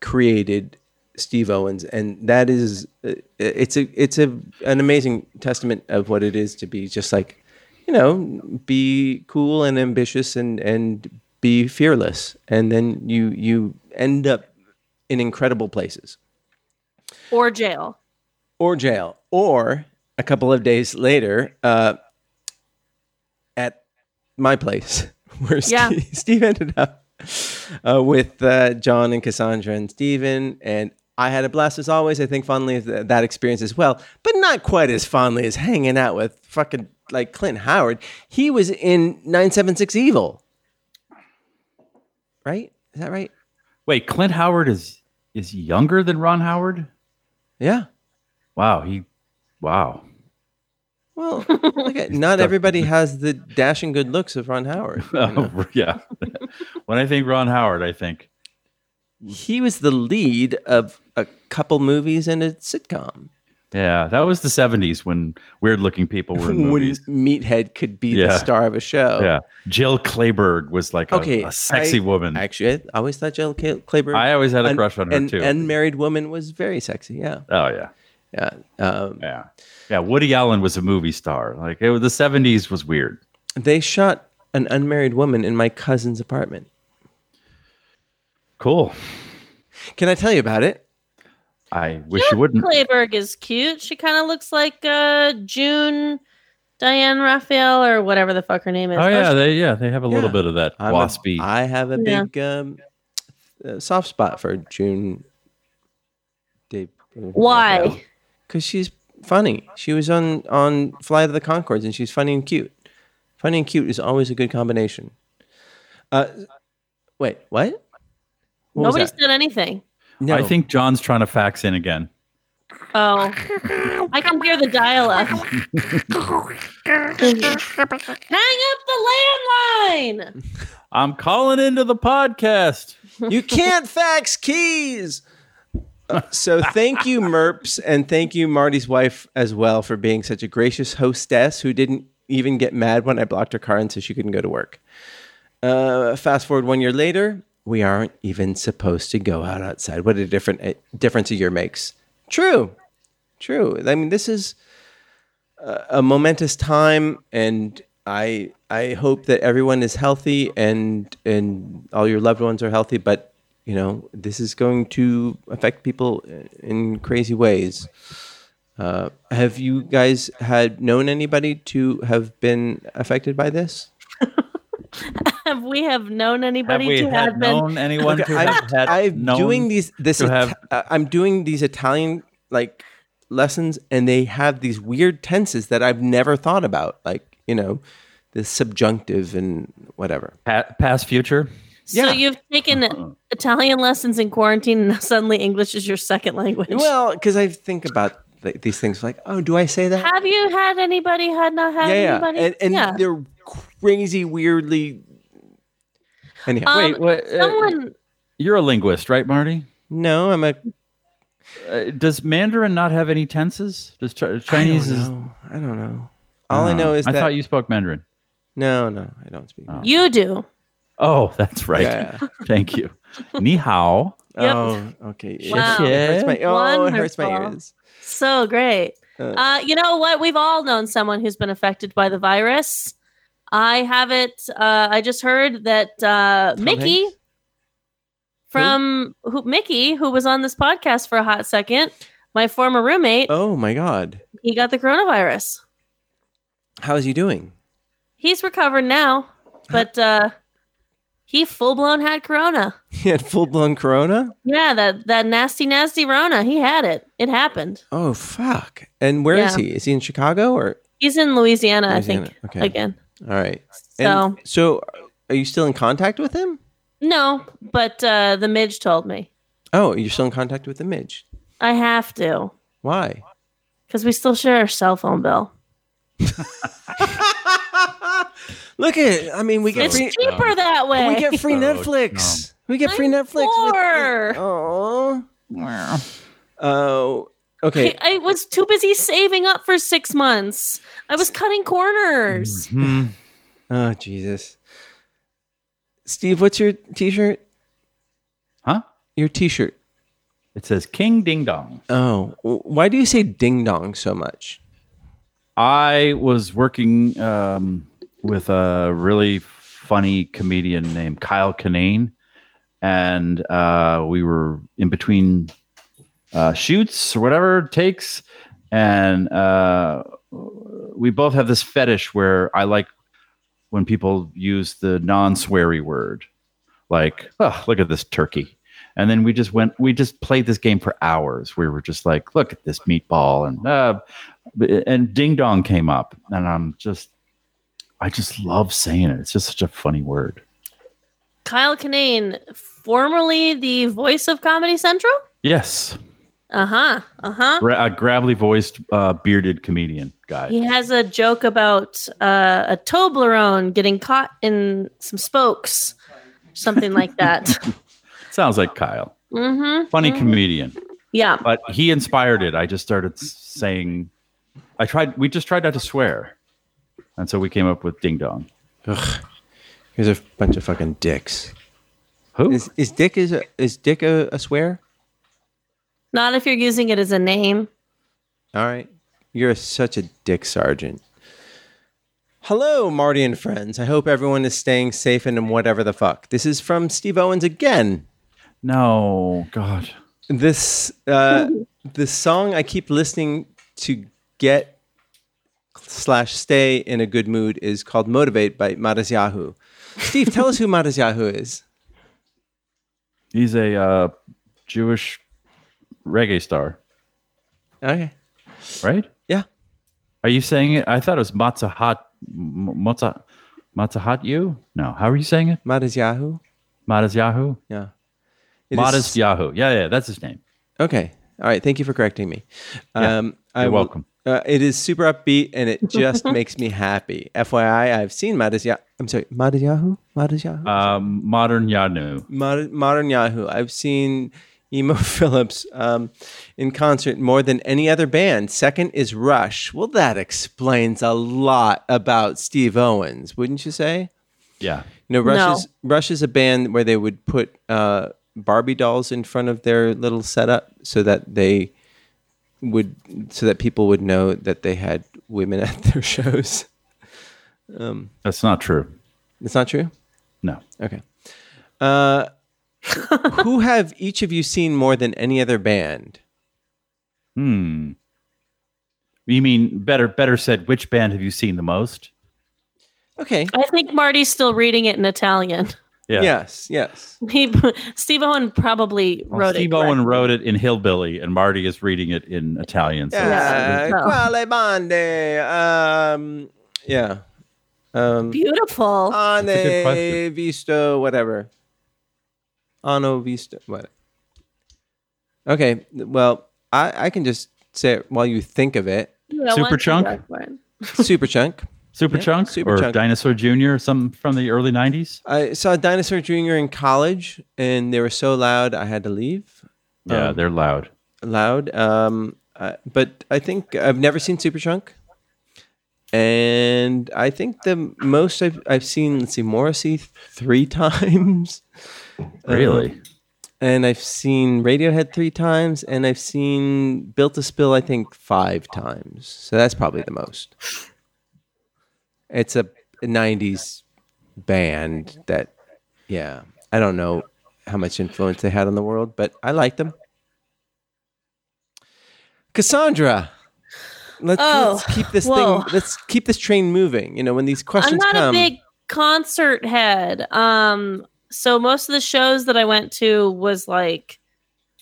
S2: created, Steve Owens, and that is uh, it's a it's a an amazing testament of what it is to be just like you know be cool and ambitious and and be fearless, and then you you end up in incredible places
S6: or jail.
S2: or jail or a couple of days later uh, at my place where
S6: Yeah.
S2: Steve, Steve ended up uh, with uh, John and Cassandra and Steven and I had a blast as always. I think fondly of th- that experience as well, but not quite as fondly as hanging out with fucking like Clint Howard. He was in 976 Evil. Right? Is that right?
S3: Wait, Clint Howard is is younger than Ron Howard?
S2: Yeah.
S3: Wow, he wow.
S2: Well, look at, not everybody has the dashing good looks of Ron Howard.
S3: Oh, yeah. when I think Ron Howard, I think
S2: he was the lead of a couple movies and a sitcom.
S3: yeah, that was the 70s when weird-looking people were in movies.
S2: Meathead could be
S3: Yeah.
S2: the star of a show.
S3: Yeah. Jill Clayburgh was like a,
S2: Oh. Okay,
S3: a sexy
S2: I-
S3: woman. I,
S2: Actually, I always thought Jill Ca- Clayburgh.
S3: always had a
S2: an-
S3: crush on her
S2: an
S3: too.
S2: Unmarried woman was very sexy. Yeah.
S3: oh yeah.
S2: Yeah. Um,
S3: Yeah. Yeah, Woody Allen was a movie star. Like it was, the 70s was weird.
S2: they shot an unmarried woman in my cousin's apartment.
S3: Cool.
S2: Can I tell you about it?
S3: I wish you wouldn't.
S6: Clayburgh is cute. She kind of looks like uh, June Diane Raphael or whatever the fuck her name is.
S3: Oh yeah, they yeah, they have a little
S2: Yeah.
S3: bit of that
S2: I'm
S3: waspy.
S2: A, I have a
S6: Yeah.
S2: big um, uh, soft spot for June. Dave.
S6: Why?
S2: Because she's funny. She was on on Flight of the Concords and she's funny and cute. Funny and cute is always a good combination. Uh, wait, what? what was
S6: Nobody
S2: that?
S6: said anything.
S2: No.
S3: I think John's trying to fax in again.
S6: Oh, I can hear the dial up. Hang up the landline.
S3: I'm calling into the podcast.
S2: you can't fax keys. Uh, So thank you, Merps, and thank you, Marty's wife, as well, for being such a gracious hostess who didn't even get mad when I blocked her car in so she couldn't go to work. Uh, fast forward one year later, we aren't even supposed to go out outside. What a different a difference a year makes. True, true. I mean, this is a momentous time and I I hope that everyone is healthy and and all your loved ones are healthy but you know this is going to affect people in crazy ways uh, have you guys had known anybody to have been affected by this
S6: Have we have known
S3: Have
S6: anybody
S3: we
S6: to
S3: had
S6: have been?
S3: known anyone to
S2: I'm,
S3: have had
S2: I'm
S3: known?
S2: doing these this
S3: to
S2: Ita-
S3: have-
S2: uh, I'm doing these Italian like lessons and they have these weird tenses that I've never thought about like you know the subjunctive and whatever
S3: Pa- past future?
S6: So
S2: Yeah. Uh-huh.
S6: you've taken Italian lessons in quarantine, and now suddenly English is your second language.
S2: well because I think about th- these things like oh do I say that
S6: have you had anybody? Had not had
S2: yeah yeah
S6: anybody?
S2: and, and
S6: yeah.
S2: they're crazy weirdly anyhow
S6: Um,
S3: Wait, what? uh,
S6: Someone.
S3: you're a linguist, right, Marty?
S2: no I'm a
S3: Uh, does Mandarin not have any tenses? Does chi- Chinese
S2: I
S3: is. uh,
S2: don't know, I don't know. all I know is
S3: I
S2: that
S3: thought you spoke Mandarin.
S2: no no I don't speak
S3: Oh.
S6: You do.
S3: Oh, that's right.
S2: Yeah.
S3: Thank you. Ni hao.
S6: Yep.
S2: Oh, okay. It-
S6: Wow.
S2: It hurts my, oh, it hurts my
S6: Wonderful.
S2: ears.
S6: So great.
S2: Uh,
S6: Uh, you know what? We've all known someone who's been affected by the virus. I have it. Uh, I just heard that uh,
S2: Tom
S6: Mickey
S2: Hanks?
S6: from who, Mickey, who was on this podcast for a hot second, my former roommate,
S2: oh my God.
S6: he got the coronavirus.
S2: How is he doing?
S6: He's recovered now, but uh, he full blown had corona.
S2: He had full blown corona?
S6: Yeah, that that nasty, nasty Rona. He had it. It happened.
S2: Oh, fuck. And where is
S6: Yeah.
S2: he? Is he in Chicago or?
S6: He's in Louisiana, I think,
S2: Louisiana, okay.
S6: again.
S2: All right.
S6: So
S2: And so are you still in contact with him?
S6: no, but uh, the Midge told me.
S2: Oh, you're still in contact with the Midge.
S6: I have to
S2: Why?
S6: because we still share our cell phone bill.
S2: Look at it. I mean, we um, get
S6: it's
S2: free,
S6: cheaper that way.
S2: we get free
S3: So
S2: Netflix. We get free
S6: I'm
S2: Netflix.
S6: poor.
S2: Oh. Oh. Okay.
S6: I, I was too busy saving up for six months. I was cutting corners.
S2: Mm-hmm.
S3: Hmm.
S2: Oh Jesus. Steve, what's your t-shirt?
S3: Huh?
S2: Your t-shirt.
S3: It says King Ding Dong.
S2: Oh, w- why do you say ding dong so much?
S3: I was working um, with a really funny comedian named Kyle Kinane, and uh, we were in between uh, shoots or whatever it takes, and uh, we both have this fetish where I like when people use the non-sweary word, like "oh, look at this turkey." And then we just went, we just played this game for hours. We were just like, look at this meatball and uh, and ding dong came up and i'm just i just love saying it it's just such a funny word
S6: Kyle Kinane, formerly the voice of Comedy Central.
S3: yes
S6: Uh huh. Uh huh.
S3: Gra- a gravelly voiced uh, bearded comedian guy
S6: He has a joke about uh, a Toblerone getting caught in some spokes, something like that.
S3: sounds like kyle
S6: mm-hmm.
S3: funny comedian
S6: Yeah.
S3: but he inspired it i just started s- saying i tried we just tried not to swear and so we came up with ding dong
S2: Here's a bunch of fucking dicks.
S3: who
S2: Is is dick is a, is dick a, a swear?
S6: Not if you're using it as a name.
S2: All right. You're such a dick sergeant. Hello, Marty and friends. I hope everyone is staying safe and in whatever the fuck. This is from Steve Owens again.
S3: no god
S2: this uh the song i keep listening to get slash stay in a good mood is called motivate by maras yahoo steve tell us who maras yahoo is
S3: he's a uh, jewish reggae star
S2: okay
S3: right Are you saying it? I thought it was Matsuhat. Matsuhat. Matsuhat you? No. How are you saying it?
S2: Matas Yahoo.
S3: Madas Yahoo?
S2: Yeah. It is-
S3: Modest Yahoo. Yeah, yeah, that's his name.
S2: Okay. All right. Thank you for correcting me.
S3: Yeah.
S2: Um,
S3: You're
S2: will-
S3: welcome.
S2: Uh, it is super upbeat and it just makes me happy. FYI, I've seen Madas Yahoo. I'm sorry, Madas Yahoo? Madas Yahoo?
S3: Um, modern Yanu.
S2: Mod- Modern Yahoo. I've seen Emo Phillips um, in concert more than any other band. Second is Rush. Well, that explains a lot about Steve Owens, wouldn't you say?
S3: Yeah.
S2: You know, Rush
S6: No.
S2: is Rush is a band where they would put uh, Barbie dolls in front of their little setup so that they would so that people would know that they had women at their shows.
S3: That's not true.
S2: It's not true.
S3: No.
S2: Okay. Uh, who have each of you seen more than any other band?
S3: Hmm. You mean better better said which band have you seen the most?
S2: Okay.
S6: I think Marty's still reading it in Italian.
S2: Yes. Yes.
S6: He, Steve Owen probably
S3: Well,
S6: wrote
S3: Oh, Steve
S6: it.
S3: Owen
S6: correctly.
S3: wrote it in hillbilly, and Marty is reading it in Italian. So
S2: Yeah. Oh.
S6: Yeah.
S2: Quale bande? Um, yeah. Um,
S6: Beautiful.
S2: Anne
S3: That's a good question.
S2: visto whatever. Ano visto what? Okay, well, I, I can just say it while you think of it.
S6: Yeah,
S3: Super
S6: one
S3: chunk?
S6: second, one.
S2: Super chunk.
S3: Super
S2: Yeah,
S3: Chunk or
S2: Superchunk.
S3: Dinosaur Jr. or something from the early '90s.
S2: I saw Dinosaur Jr. in college, and they were so loud I had to leave.
S3: Yeah,
S2: Um,
S3: they're loud.
S2: loud. Um, I but I think I've never seen Superchunk, and I think the most I've I've seen let's see Morrissey th- three times. Uh-huh.
S3: Really?
S2: and I've seen Radiohead three times, and I've seen Built to Spill, I think, five times. So that's probably the most. It's a 90s band that, yeah, I don't know how much influence they had on the world, but I like them. Cassandra. Let's,
S6: Oh,
S2: let's keep this
S6: whoa.
S2: thing. Let's keep this train moving. You know, when these questions
S6: I'm not
S2: come,
S6: a big concert head. Um, so most of the shows that I went to was like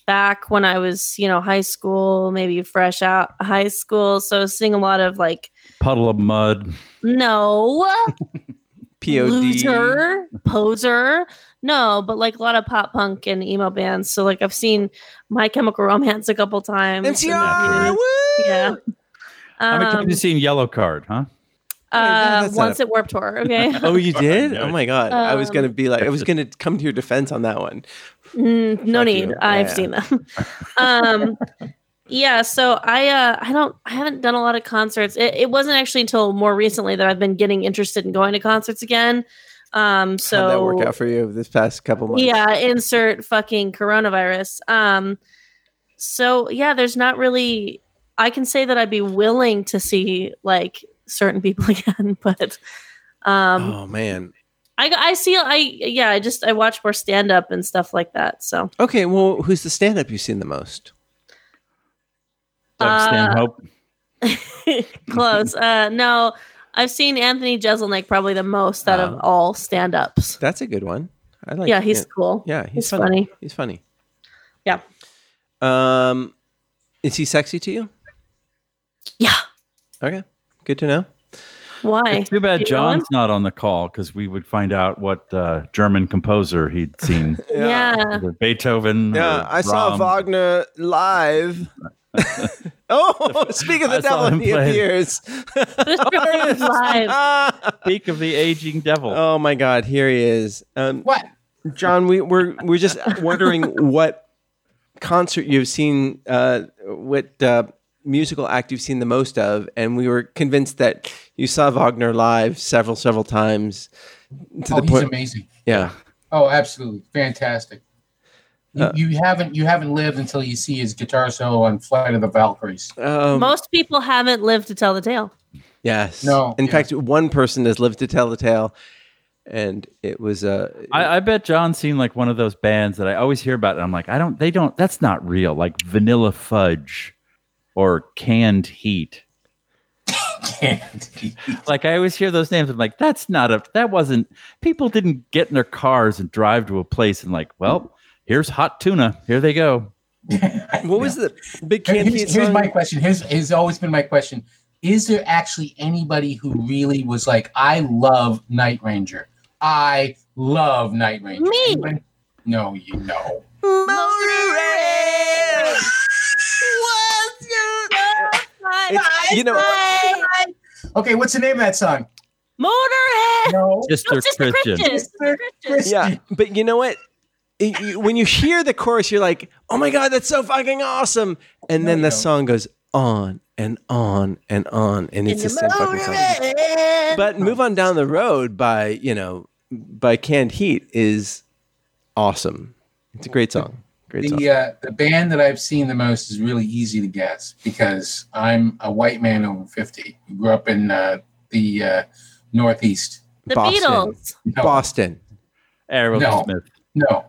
S6: back when I was, you know, high school, maybe fresh out high school. So seeing a lot of like,
S3: Puddle of Mud.
S6: no,
S2: POD.
S6: loser, poser. No, but like a lot of pop punk and emo bands. So like I've seen My Chemical Romance a couple times.
S2: MCR.
S6: And-
S2: Woo!
S6: Yeah.
S3: How many
S6: Um,
S3: times have you seen Yellow Card? Huh?
S6: uh,
S2: that's not
S6: once at Warp Tour. Okay.
S2: Oh, you did?
S3: no.
S2: Oh my god! I was
S6: Um,
S2: gonna be like, I was gonna come to your defense on that one.
S6: Mm, no
S2: Fuck
S6: need.
S2: you.
S6: I've
S2: Yeah.
S6: seen them. um, yeah. So I uh, I don't I haven't done a lot of concerts. It, it wasn't actually until more recently that I've been getting interested in going to concerts again. Um, so
S2: How'd that work out for you this past couple months?
S6: yeah, insert fucking coronavirus. Um, so yeah, there's not really. I can say that I'd be willing to see like certain people again, but um,
S2: oh man.
S6: I I see I yeah I just I watch more stand up and stuff like that. So.
S2: Okay. Well, who's the stand-up you've seen the most?
S3: Doug
S6: uh,
S3: Stanhope.
S6: Close. Uh, no, I've seen Anthony Jeselnik probably the most out of
S2: Oh.
S6: all stand ups.
S2: That's a good one. I like.
S6: yeah, he's cool.
S2: yeah, he's,
S6: he's
S2: funny.
S6: funny.
S2: He's funny.
S6: Yeah.
S2: Um, is he sexy to you?
S6: Yeah.
S2: Okay. Good to know.
S6: Why?
S3: It's too bad
S6: you know
S3: John's not on the call because we would find out what uh, German composer he'd seen.
S6: Yeah.
S3: Either Beethoven.
S2: Yeah,
S3: or
S2: I saw
S3: Brahms.
S2: Wagner live. oh, speak of the
S3: I saw
S2: devil,
S3: him
S2: he
S3: playing.
S2: appears.
S6: Beethoven live.
S3: Speak of the aging devil.
S2: Oh my God, here he is. Um, what, John? We, we're we're just wondering what concert you've seen, uh, what uh, musical act you've seen the most of, and we were convinced that you saw Wagner live several several times. To
S7: oh,
S2: the
S7: he's
S2: point,
S7: amazing.
S2: yeah.
S7: Oh, absolutely fantastic. You,
S2: Uh,
S7: you haven't you haven't lived until you see his guitar solo on Flight of the Valkyries.
S2: Um,
S6: Most people haven't lived to tell the tale.
S2: yes.
S7: No,
S2: In
S7: yes.
S2: fact, one person has lived to tell the tale, and it was uh,
S3: I, I bet John's seen like one of those bands that I always hear about, and I'm like, I don't, they don't, that's not real. Like Vanilla Fudge or Canned Heat. Like I always hear those names. I'm like, that's not a, that wasn't, people didn't get in their cars and drive to a place and like, well, here's hot tuna. Here they go.
S2: what was the big
S7: Here-
S2: candy
S7: here's, here's
S2: song?
S7: my question. Here's has always been my question. is there actually anybody who really was like, I love Night Ranger. I love Night Ranger.
S6: Me.
S7: Anyone? No, you know.
S2: It's- you know-
S7: Okay, what's the name of that song?
S6: Motorhead.
S7: No.
S3: Sister
S6: No, Sister
S3: Christian.
S6: Christian.
S2: Yeah, but you know what? It- you- when you hear the chorus, you're like, "Oh my god, that's so fucking awesome!" And
S7: No,
S2: then
S7: you
S2: the
S7: don't.
S2: song goes on and on and on, and it's the same fucking song. But move on down the road by you know by Canned Heat is awesome. It's a great song. Great song.
S7: The uh, the band that I've seen the most is really easy to guess because I'm a white man over fifty. who grew up in uh, the uh, Northeast.
S6: The
S2: Boston.
S6: Beatles.
S7: No,
S2: Boston.
S3: Errol
S7: No.
S3: Smith.
S7: no,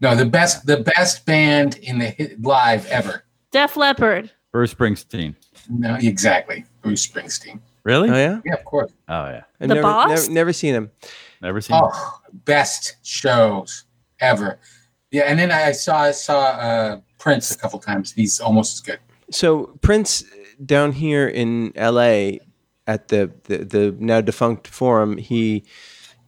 S7: no. The best the best band in the hit live ever.
S6: Def Leppard.
S3: Bruce Springsteen.
S7: No, exactly. Bruce Springsteen.
S3: Really?
S2: Oh yeah,
S7: Yeah, of course.
S3: Oh yeah.
S2: I've
S6: The
S2: never,
S6: Boss?
S2: never never seen him.
S3: Never seen. it.
S7: Oh, best shows ever. Yeah, and then I saw I saw uh, Prince a couple times. He's almost as good.
S2: So Prince down here in L.A. at the the, the now defunct Forum, he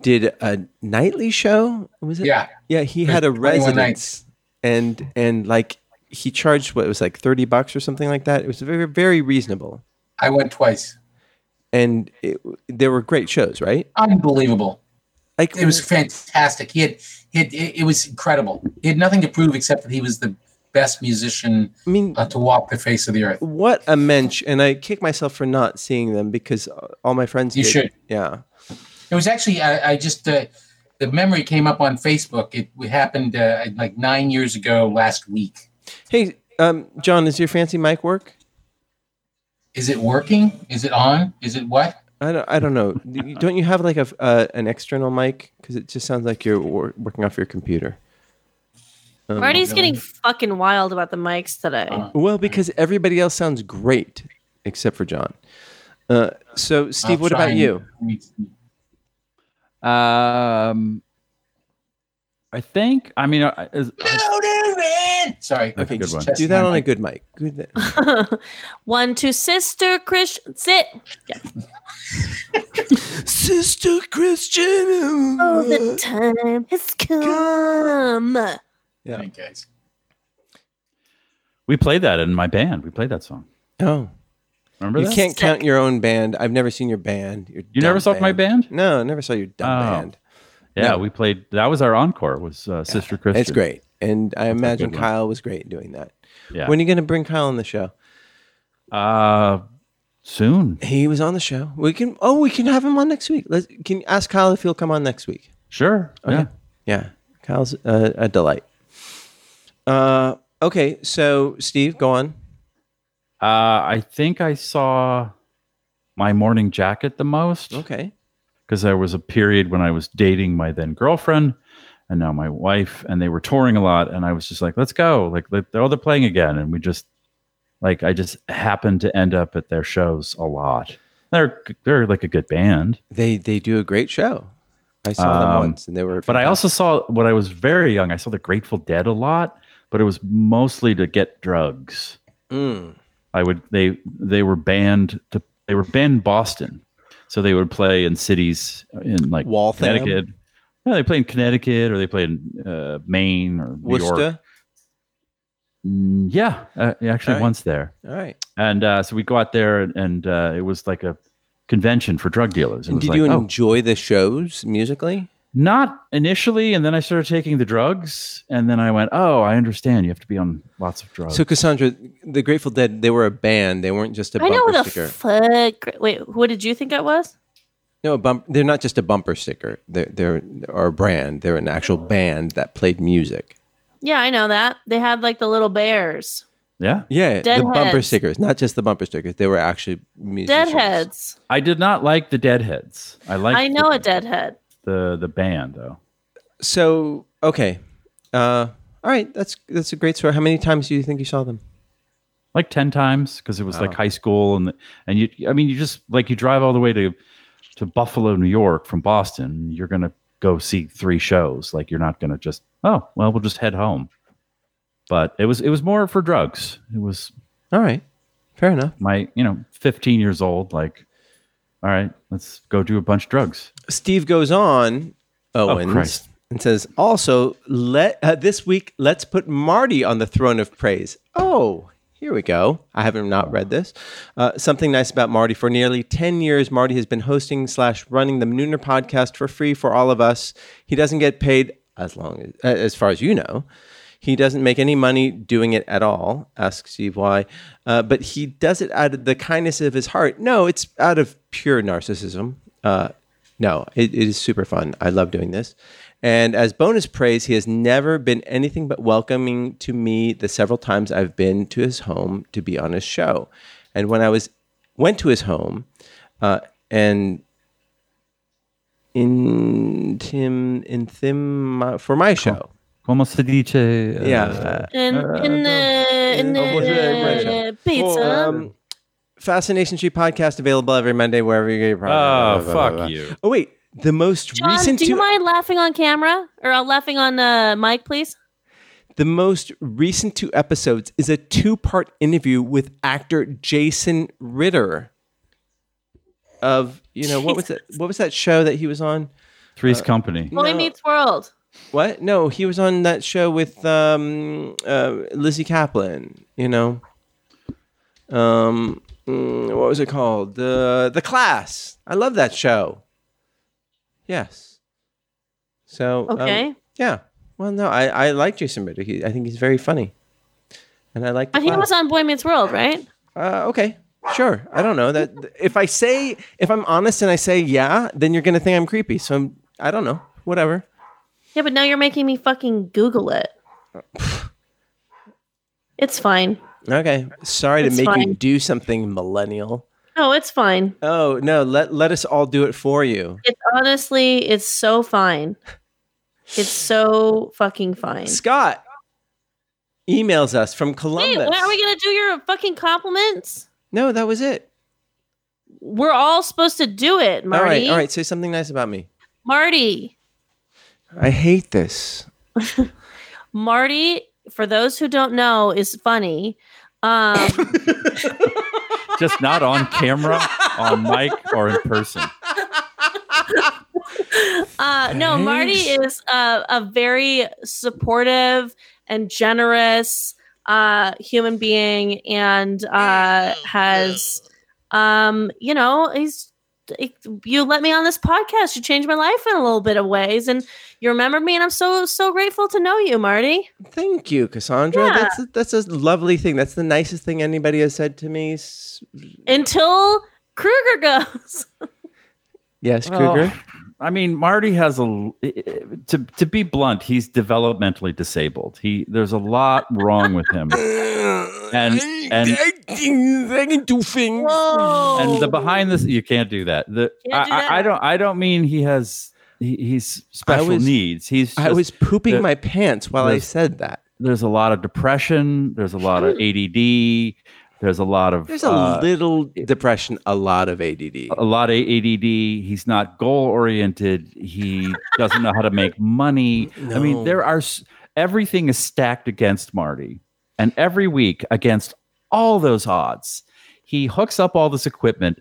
S2: did a nightly show. Was it?
S7: Yeah,
S2: Yeah, he had a
S7: 21
S2: residence, and and like he charged what it was like thirty bucks or something like that. It was very very reasonable,
S7: I went twice.
S2: and it, there were great shows, right?
S7: Unbelievable.
S2: Like
S7: it was fantastic. He had, he had it, it was incredible. He had nothing to prove except that he was the best musician
S2: I mean,
S7: uh, to walk the face of the earth.
S2: what a mensch! And I kick myself for not seeing them because all my friends.
S7: You
S2: did.
S7: should.
S2: Yeah.
S7: It was actually I, I just uh, the memory came up on Facebook. It, happened uh, like nine years ago last week.
S2: Hey, um, John, does your fancy mic work?
S7: Is it working? Is it on? Is it what?
S2: I don't. I don't know. You- don't you have like a uh, an external mic? Because it just sounds like you're wor- working off your computer. Um,
S6: Marty's
S7: really?
S6: getting fucking wild about the mics today.
S7: Uh,
S2: Well, because everybody else sounds great except for John. Uh, so, Steve,
S7: I'll
S2: what
S7: try
S2: about
S7: and-
S2: you? Oh.
S3: Um, I think. I mean, I, is,
S7: Sorry.
S3: Okay, good one.
S2: Do that on a good mic. Good.
S6: One to Sister Christian. Sit.
S2: Sister Christian.
S6: Oh,
S2: Mm-hmm.
S6: the time has come.
S2: Yeah.
S7: Thank you, guys.
S3: we played that in my band. We played that song.
S2: Oh,
S3: Remember
S2: you
S3: that?
S2: can't
S6: Sick.
S2: count your own band. I've never seen your band. Your
S3: You
S2: dumb
S3: never saw my band?
S2: No, I never saw your dumb
S3: Oh.
S2: band.
S3: Yeah,
S2: No.
S3: we played. That was our encore. Was uh, Sister Christian?
S2: It's great, and I imagine
S3: good one.
S2: Kyle was great doing that.
S3: Yeah.
S2: When are you going to bring Kyle on the show?
S3: uh, soon.
S2: He was on the show. We can. Oh, we can have him on next week. Let's can you ask Kyle if he'll come on next week.
S3: Sure. Yeah.
S2: Yeah, Kyle's a, a delight. Uh, okay, so Steve, go on.
S3: Uh, I think I saw my morning jacket the most
S2: Okay,
S3: because there was a period when I was dating my then girlfriend and now my wife, and they were touring a lot, and I was just like, "Let's go!" Like, like oh, they're playing again, and we just like I just happened to end up at their shows a lot. They're they're like a good band.
S2: they they do a great show. I saw them
S3: Um,
S2: once, and they were.
S3: But I also saw when I was very young, I saw the Grateful Dead a lot, but it was mostly to get drugs.
S2: Mm.
S3: I would they they were banned to they were banned in Boston, so they would play in cities in like
S2: Waltham?
S3: Connecticut. Yeah, they play in Connecticut or they play in uh, Maine or New York.
S2: Worcester.
S3: Mm, yeah, uh, actually
S2: All right.
S3: once there,
S2: All right.
S3: and uh, so we go out there and, and uh, it was like a convention for drug dealers. It
S2: And
S3: was
S2: did
S3: like,
S2: you
S3: oh,
S2: enjoy the shows musically?
S3: Not initially, and then I started taking the drugs, and then I went, "Oh, I understand. You have to be on lots of drugs."
S2: So Cassandra, the Grateful Dead, they were a band. They weren't just a
S6: I
S2: bumper
S6: know what
S2: sticker.
S6: the fuck. Wait, what did you think it was?
S2: no, a bump. They're not just a bumper sticker. They're they're are a brand. They're an actual band that played music.
S6: Yeah, I know that. They had like the little bears.
S3: yeah,
S2: Yeah, the bumper
S6: Deadheads.
S2: stickers, not just the bumper stickers. They were actually musicians.
S6: Deadheads.
S3: I did not like the Deadheads. I like
S6: I know
S3: the,
S6: a deadhead.
S3: the the band though.
S2: So okay, uh, all right. That's that's a great story. How many times do you think you saw them?
S3: like 10 times because it was like
S2: Oh.
S3: high school and and you i mean you just like you drive all the way to to buffalo new york from boston you're gonna go see three shows like you're not gonna just oh well we'll just head home but it was it was more for drugs it was
S2: All right. Fair enough.
S3: My, you know, 15 years old, like, all right, let's go do a bunch of drugs.
S2: Steve goes on Owens
S3: Christ.
S2: and says, "Also, let uh, this week let's put Marty on the throne of praise." Oh, here we go. I haven't not read this. Uh, something nice about Marty. For nearly ten years, Marty has been hosting slash running the Nooner podcast for free for all of us. He doesn't get paid as long as, uh, as far as you know. He doesn't make any money doing it at all. Ask Steve why, uh, but he does it out of the kindness of his heart. No, it's out of pure narcissism. Uh, no, it, it is super fun. I love doing this. And as bonus praise, he has never been anything but welcoming to me the several times I've been to his home to be on his show. And when I was went to his home, uh, and in Tim in Tim uh, for my show,
S3: Como se dice? uh,
S2: yeah. uh,
S6: In, in, the in,
S2: Oh, what's that?
S6: the uh, pizza.
S2: um, Fascination Street podcast available every Monday wherever you get your
S3: Oh,
S2: podcast.
S3: fuck you.
S2: Oh wait, the most
S6: John,
S2: recent
S6: do you
S2: two-
S6: mind laughing on camera or uh, laughing on uh, mic, please?
S2: The most recent two episodes is a two part interview with actor Jason Ritter of you know what was that what was that show that he was on?
S3: Three's Company.
S6: Boy
S2: No.
S6: Meets World.
S2: What? No, he was on that show with um, uh, Lizzie Kaplan. You know, um, mm, what was it called? The The Class. I love that show. Yes. So um,
S6: Okay.
S2: yeah. Well, no, I, I like Jason Ritter. He, I think he's very funny, and I like. The
S6: but he
S2: Class.
S6: was on Boy Meets World, right?
S2: Uh, okay, sure. I don't know that. If I say, if I'm honest and I say yeah, then you're gonna think I'm creepy. So I'm, I don't know. Whatever.
S6: Yeah, but now you're making me fucking Google it. it's fine.
S2: Okay. Sorry
S6: It's
S2: to make you
S6: fine.
S2: do something millennial.
S6: No, it's fine.
S2: Oh no, let let us all do it for you.
S6: It's honestly, it's so fine. It's so fucking fine.
S2: Scott emails us from
S6: Hey,
S2: Columbus.
S6: what, are we gonna do your fucking compliments?
S2: no, that was it.
S6: We're all supposed to do it, Marty.
S2: All right, all right. Say something nice about me.
S6: Marty.
S2: I hate this.
S6: Marty, for those who don't know, is funny. Um,
S3: Just not on camera, on mic, or in person.
S6: uh, no, Marty is uh, a very supportive and generous uh, human being, and uh, has, um, you know, he's. You let me on this podcast. You changed my life in a little bit of ways, and you remembered me, and I'm so so grateful to know you, Marty.
S2: Thank you, Cassandra.
S6: Yeah.
S2: That's a, that's a lovely thing. That's the nicest thing anybody has said to me. S-
S6: Until Kruger goes,
S2: Yes,
S3: Well,
S2: Kruger.
S3: I mean, Marty has a l- to to be blunt. He's developmentally disabled. He there's a lot wrong with him, and and
S2: I can do things.
S6: whoa!
S3: and the behind this you can't do that. The
S6: Can't do
S3: I, I-
S6: that.
S3: I don't I don't mean he has he, he's special
S2: was-
S3: needs. He's
S2: I
S3: just-
S2: was pooping
S3: the-
S2: my pants while I
S3: the-
S2: said that.
S3: there's a lot of depression. There's a lot of ADD. There's a lot of
S2: There's a
S3: uh,
S2: little depression, a lot of ADD.
S3: a lot of ADD. He's not goal oriented. He doesn't know how to make money. I
S2: No.
S3: mean, there are s- everything is stacked against Marty, and every week against all those odds, he hooks up all this equipment,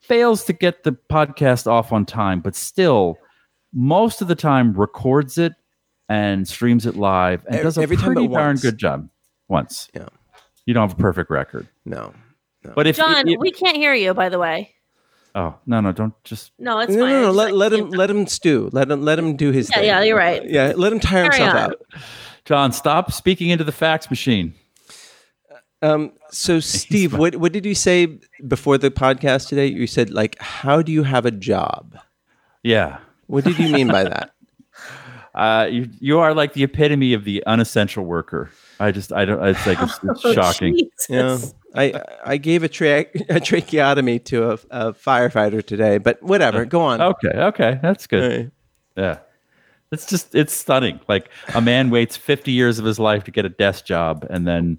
S3: fails to get the podcast off on time, but still, most of the time records it and streams it live and
S2: Ev-
S3: does a
S2: every time
S3: pretty
S2: but
S3: darn
S2: once.
S3: good job. Once,
S2: Yeah.
S3: you don't have a perfect record,
S2: No.
S3: but if
S6: John,
S3: it-
S6: we can't hear you. By the way,
S3: oh no no don't just
S6: no, it's
S2: no,
S6: fine.
S2: no,
S6: I
S2: no.
S6: just
S2: Let,
S6: like
S2: let
S6: to
S2: him let him stew. Let him let him do his
S6: Yeah,
S2: thing.
S6: yeah, you're right.
S2: Yeah, let him tire
S6: Carry
S2: himself
S6: on.
S2: out.
S3: John, stop speaking into the fax machine.
S2: Um, so Steve, what what did you say before the podcast today? You said like, how do you have a job?
S3: Yeah.
S2: What did you mean by that?
S3: Uh, you, you are like the epitome of the unessential worker. I just, I don't, it's like, it's, it's
S6: Oh,
S3: shocking.
S6: Jesus.
S2: You know, I I gave a, tra- a tracheotomy to a, a firefighter today, but whatever. Go on.
S3: Okay. Okay. That's
S2: All
S3: good.
S2: right.
S3: Yeah. It's just, it's stunning. Like a man waits 50 years of his life to get a desk job and then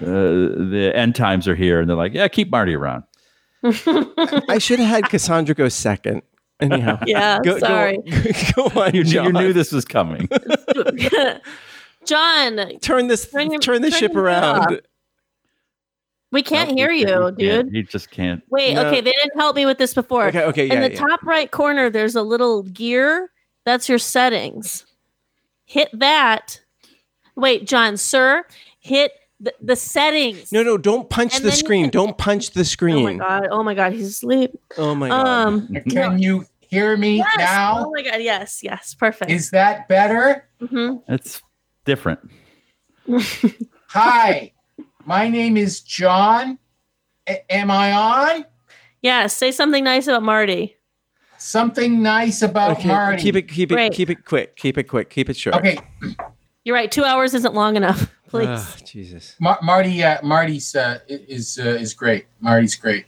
S3: uh, the end times are here and they're like, yeah, keep Marty around.
S2: I should have had Cassandra go second. Anyhow,
S6: Yeah,
S2: go, go-
S6: sorry.
S2: Go, on.
S3: You, knew- you
S2: John.
S3: knew this was coming.
S6: John,
S2: Turn this
S6: Turn your-
S2: turn this
S6: turn
S2: ship
S6: your job.
S2: around.
S6: We can't
S2: Nope,
S6: hear
S2: we
S6: you,
S2: can't.
S3: Yeah,
S6: dude.
S3: he just can't.
S6: Wait,
S2: No.
S6: okay, they didn't help me with this before.
S2: Okay, okay,
S6: In
S2: yeah,
S6: the
S2: yeah.
S6: top right corner, there's a little gear. That's your settings. Hit that. Wait, John, sir, hit the, the settings.
S2: No, no, don't punch
S6: And
S2: the
S6: then you
S2: screen.
S6: can-
S2: Don't punch the
S6: Oh my
S2: screen.
S6: god! Oh my god! He's asleep.
S2: Oh my god.
S6: Um.
S7: Can you hear me
S6: Yes.
S7: now?
S6: Oh my god! Yes. Yes. Perfect.
S7: Is that better?
S6: hmm
S3: It's different.
S7: Hi, my name is John. A- am I on?
S6: Yeah. Say something nice about Marty.
S7: Something nice about
S2: okay,
S7: Marty.
S2: keep it, keep it,
S6: Great.
S2: keep it quick. Keep it quick. Keep it short.
S7: Okay,
S6: You're right. Two hours isn't long enough. Please.
S2: Ah, Jesus.
S7: Mar- Marty. Uh, Marty's uh, i- is uh, is great. Marty's great.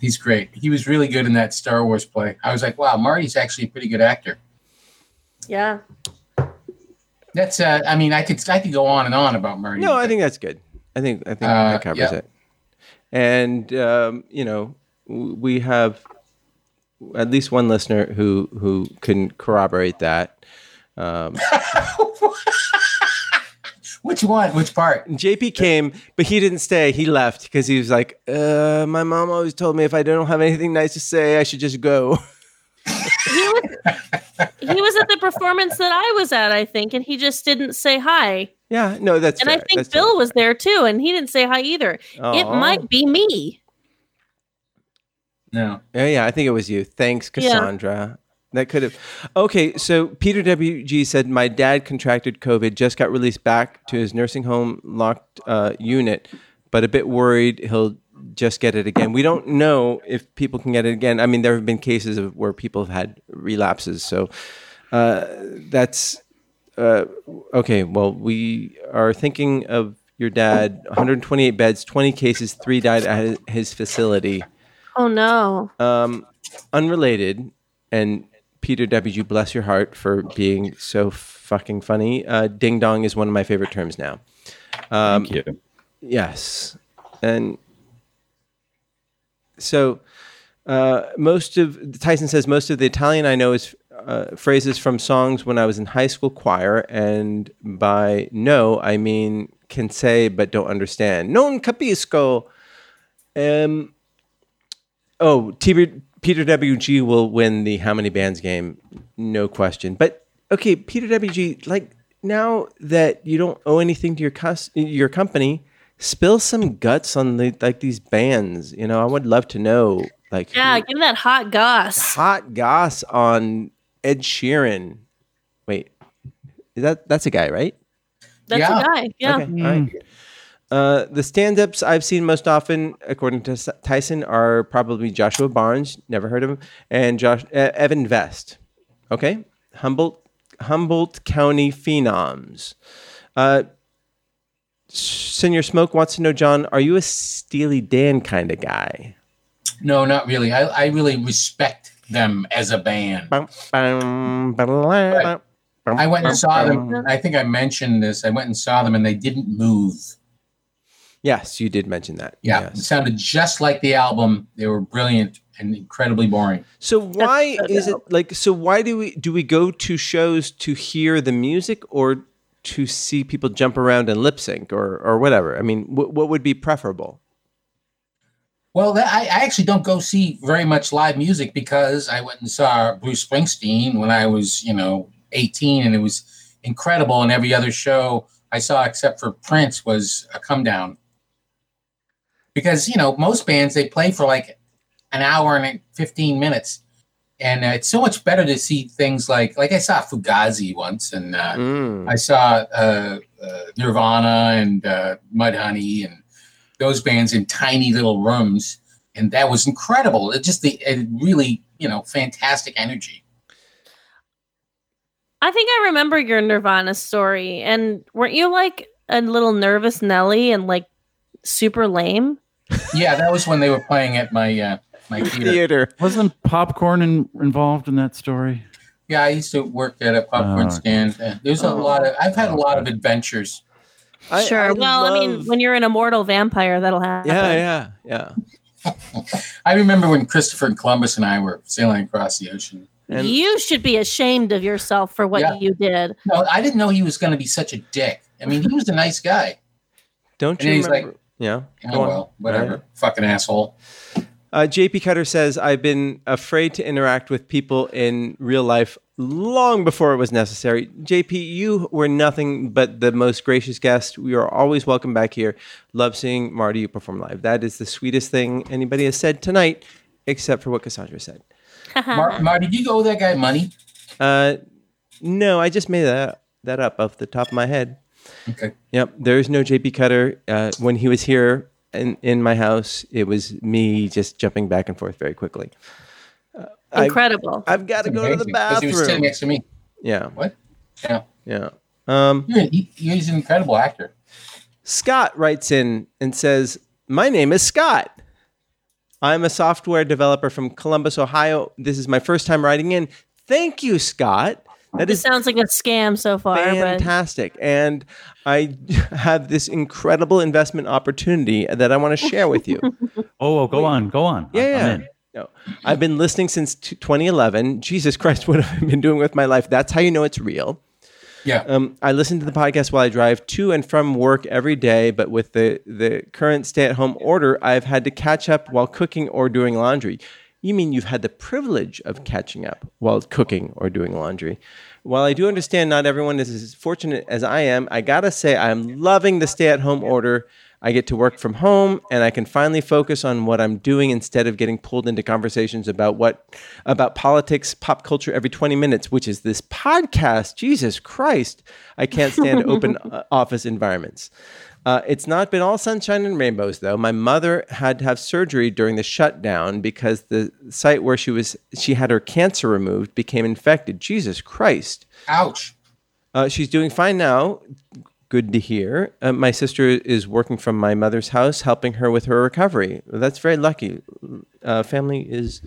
S7: He's great. He was really good in that Star Wars play. I was like, wow, Marty's actually a pretty good actor.
S6: yeah.
S7: That's. Uh, I mean, I could I could go on and on about Marty.
S2: No, I think that's good. I think I think
S7: Uh,
S2: that covers
S7: yeah.
S2: it. And um, you know, w- we have at least one listener who who can corroborate that. Um,
S7: Which one? Which part?
S2: JP came, but he didn't stay. He left because he was like, uh, "My mom always told me if I don't have anything nice to say, I should just go."
S6: He was at the performance that I was at, I think, and he just didn't say hi.
S2: yeah, no, that's
S6: And I
S2: fair.
S6: think
S2: That's
S6: Bill
S2: totally
S6: was there too, and he didn't say hi either.
S2: fair.
S6: It
S2: Aw.
S6: might be me.
S7: No.
S2: Yeah, Oh, yeah, I think it was you. Thanks,
S6: Yeah.
S2: Cassandra. That could have. Okay, so Peter WG said, My dad contracted COVID, just got released back to his nursing home locked uh, unit, but a bit worried he'll just get it again. We don't know if people can get it again. I mean, there have been cases of where people have had relapses. So uh, that's uh, okay. Well, we are thinking of your dad 128 beds, 20 cases, three died at his- his facility
S6: Oh no.
S2: um, unrelated, and Peter WG, bless your heart for being so fucking funny. Uh, ding dong is one of my favorite terms now.
S3: Thank you.
S2: Yes, and so uh, most of Tyson says most of the Italian I know is uh, phrases from songs when I was in high school choir, and by no I mean can say but don't understand. Non capisco. Um. Oh, Peter, Peter WG will win the how many bands game, no question. But okay, Peter WG, like now that you don't owe anything to your cus- your company, spill some guts on the like these bands. You know, I would love to know like who-
S6: Yeah, give him that hot goss.
S2: hot goss on Ed Sheeran. Wait, is that that's a guy, right?
S6: That's
S7: Yeah.
S6: a guy. Yeah.
S2: Okay, all right. Uh, the stand-ups I've seen most often, according to S- Tyson, are probably Joshua Barnes, never heard of him, and Josh uh, Evan Vest. Okay, Humboldt Humboldt County phenoms. Uh, Senior Smoke wants to know, John, are you a Steely Dan kind of guy?
S7: No, not really. I, I really respect them as a band.
S2: Bum, bum, ba-la-la, bum,
S7: I went
S2: bum,
S7: and saw them.
S2: bum.
S7: I think I mentioned this. I went and saw them, and they didn't move.
S2: Yes, you did mention that.
S7: Yeah, it
S2: Yes.
S7: sounded just like the album. They were brilliant and incredibly boring.
S2: So why
S6: so
S2: is it
S6: dope.
S2: like so why do we do we go to shows to hear the music or to see people jump around and lip sync or or whatever? I mean, wh- what would be preferable?
S7: Well, that, I, I actually don't go see very much live music because I went and saw Bruce Springsteen when I was, you know, 18, and it was incredible. And every other show I saw, except for Prince, was a come down. Because, you know, most bands, they play for like an hour and 15 minutes. And uh, it's so much better to see things like, like I saw Fugazi once, and uh,
S2: Mm.
S7: I saw uh, uh, Nirvana and uh, Mudhoney and those bands in tiny little rooms, and that was incredible. It just the it really you know fantastic energy.
S6: I think I remember your Nirvana story. And weren't you like a little nervous Nelly and like super lame?
S7: Yeah, that was when they were playing at my uh, my theater.
S2: Theater.
S3: Wasn't popcorn in, involved in that story?
S7: Yeah, I used to work at a popcorn
S3: Oh.
S7: stand. Uh, There's a
S2: Oh.
S7: lot of I've had a lot of adventures.
S2: I-
S6: sure.
S2: I
S6: well, I mean,
S2: love-
S6: when you're an immortal vampire, that'll happen.
S2: yeah, yeah, yeah.
S7: I remember when Christopher and Columbus and I were sailing across the ocean.
S2: And
S6: you should be ashamed of yourself for what
S7: Yeah.
S6: you did.
S7: No, I didn't know he was going to be such a dick. I mean, he was a nice guy.
S2: don't
S7: And
S2: you
S7: he's
S2: remember?
S7: like,
S2: Yeah.
S7: Oh
S2: Go on.
S7: well, whatever. Fucking asshole.
S2: Uh, JP Cutter says, I've been afraid to interact with people in real life long before it was necessary. JP, you were nothing but the most gracious guest. We are always welcome back here. Love seeing Marty, you perform live. That is the sweetest thing anybody has said tonight, except for what Cassandra said.
S7: Mar- Marty, do you owe that guy money?
S2: Uh, no, I just made that, that up off the top of my head.
S7: Okay.
S2: Yep, there is no JP Cutter. Uh, when he was here in, in my house, it was me just jumping back and forth very quickly. Uh, I-
S6: Incredible.
S2: I've got to go to the
S7: Amazing, 'cause He was sitting
S2: bathroom.
S7: next to me.
S2: Yeah,
S7: Yeah.
S2: yeah. Um,
S7: You're an, he- he's an incredible actor.
S2: Scott writes in and says, "My name is Scott. I'm a software developer from Columbus, Ohio. This is my first time writing in. Thank you, Scott. That
S6: This
S2: is
S6: sounds like a scam so far, but
S2: fantastic. And I have this incredible investment opportunity that I want to share with you."
S3: Oh, well, go on, go on.
S2: Yeah,
S3: I'm-
S2: yeah.
S3: I'm in.
S2: No, I've been listening since t- 2011. Jesus Christ, what have I been doing with my life? That's how you know it's real.
S7: Yeah.
S2: Um, I listen to the podcast while I drive to and from work every day, but with the, the current stay at home order, I've had to catch up while cooking or doing laundry. You mean you've had the privilege of catching up while cooking or doing laundry? While I do understand not everyone is as fortunate as I am, I gotta say I'm loving the stay at home order. I get to work from home and I can finally focus on what I'm doing instead of getting pulled into conversations about what about politics, pop culture every 20 minutes, which is this podcast. Jesus Christ. I can't stand open uh, office environments. Uh, it's not been all sunshine and rainbows though. My mother had to have surgery during the shutdown because the site where she was she had her cancer removed became infected. Jesus Christ.
S7: Ouch.
S2: Uh, she's doing fine now. Good to hear. Uh, my sister is working from my mother's house, helping her with her recovery. That's very lucky. Uh, family is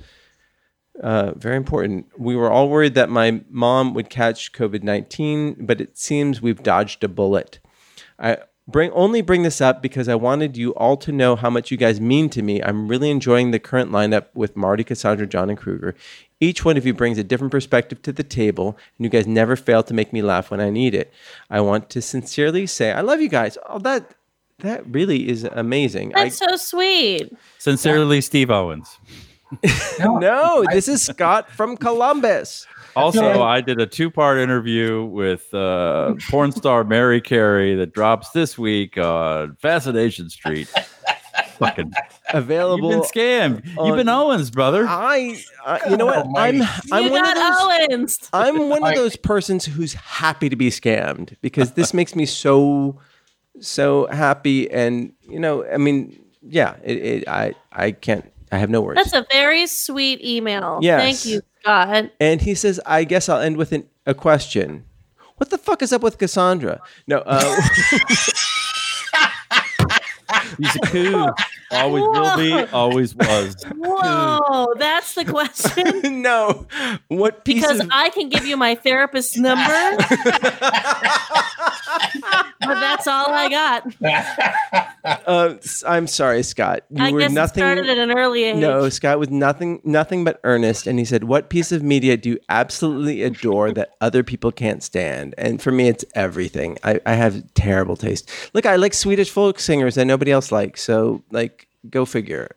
S2: uh, very important. We were all worried that my mom would catch COVID 19, but it seems we've dodged a bullet. I bring only bring this up because I wanted you all to know how much you guys mean to me. I'm really enjoying the current lineup with Marty, Cassandra, John, and Kruger. Each one of you brings a different perspective to the table, and you guys never fail to make me laugh when I need it. I want to sincerely say I love you guys. Oh, that that really is amazing. I,
S6: that's so sweet.
S3: Sincerely, Steve Owens.
S7: No.
S2: no, this is Scott from Columbus.
S3: Also,
S7: Yeah.
S3: I did a two-part interview with uh, porn star Mary Carey that drops this week on Fascination Street. Fucking,
S2: Available.
S3: you've been scammed. You've been Owens, brother.
S2: I, I, you know what? I'm, I'm
S6: you
S2: one
S6: got
S2: of those.
S6: Owens.
S2: I'm one of
S7: Like-
S2: those persons who's happy to be scammed because this makes me so so happy and you know I mean yeah it, it, I I can't I have no words.
S6: That's a very sweet email.
S2: Yes.
S6: Thank you, Scott.
S2: and he says I guess I'll end with an, a question. What the fuck is up with Cassandra? No, uh,
S3: He's a coup. Always will be. Always was.
S6: Whoa, that's the question.
S2: no. What piece
S6: Because
S2: of
S6: I can give you my therapist's number, but that's all I got.
S2: uh, s- I'm sorry, Scott. You
S6: I
S2: were
S6: guess
S2: nothing.
S6: it started at an early age.
S2: No, Scott was nothing nothing but earnest and he said, "What piece of media do you absolutely adore that other people can't stand?" And for me it's everything. I, I have terrible taste. Look, I like Swedish folk singers that nobody else likes. So, like go figure.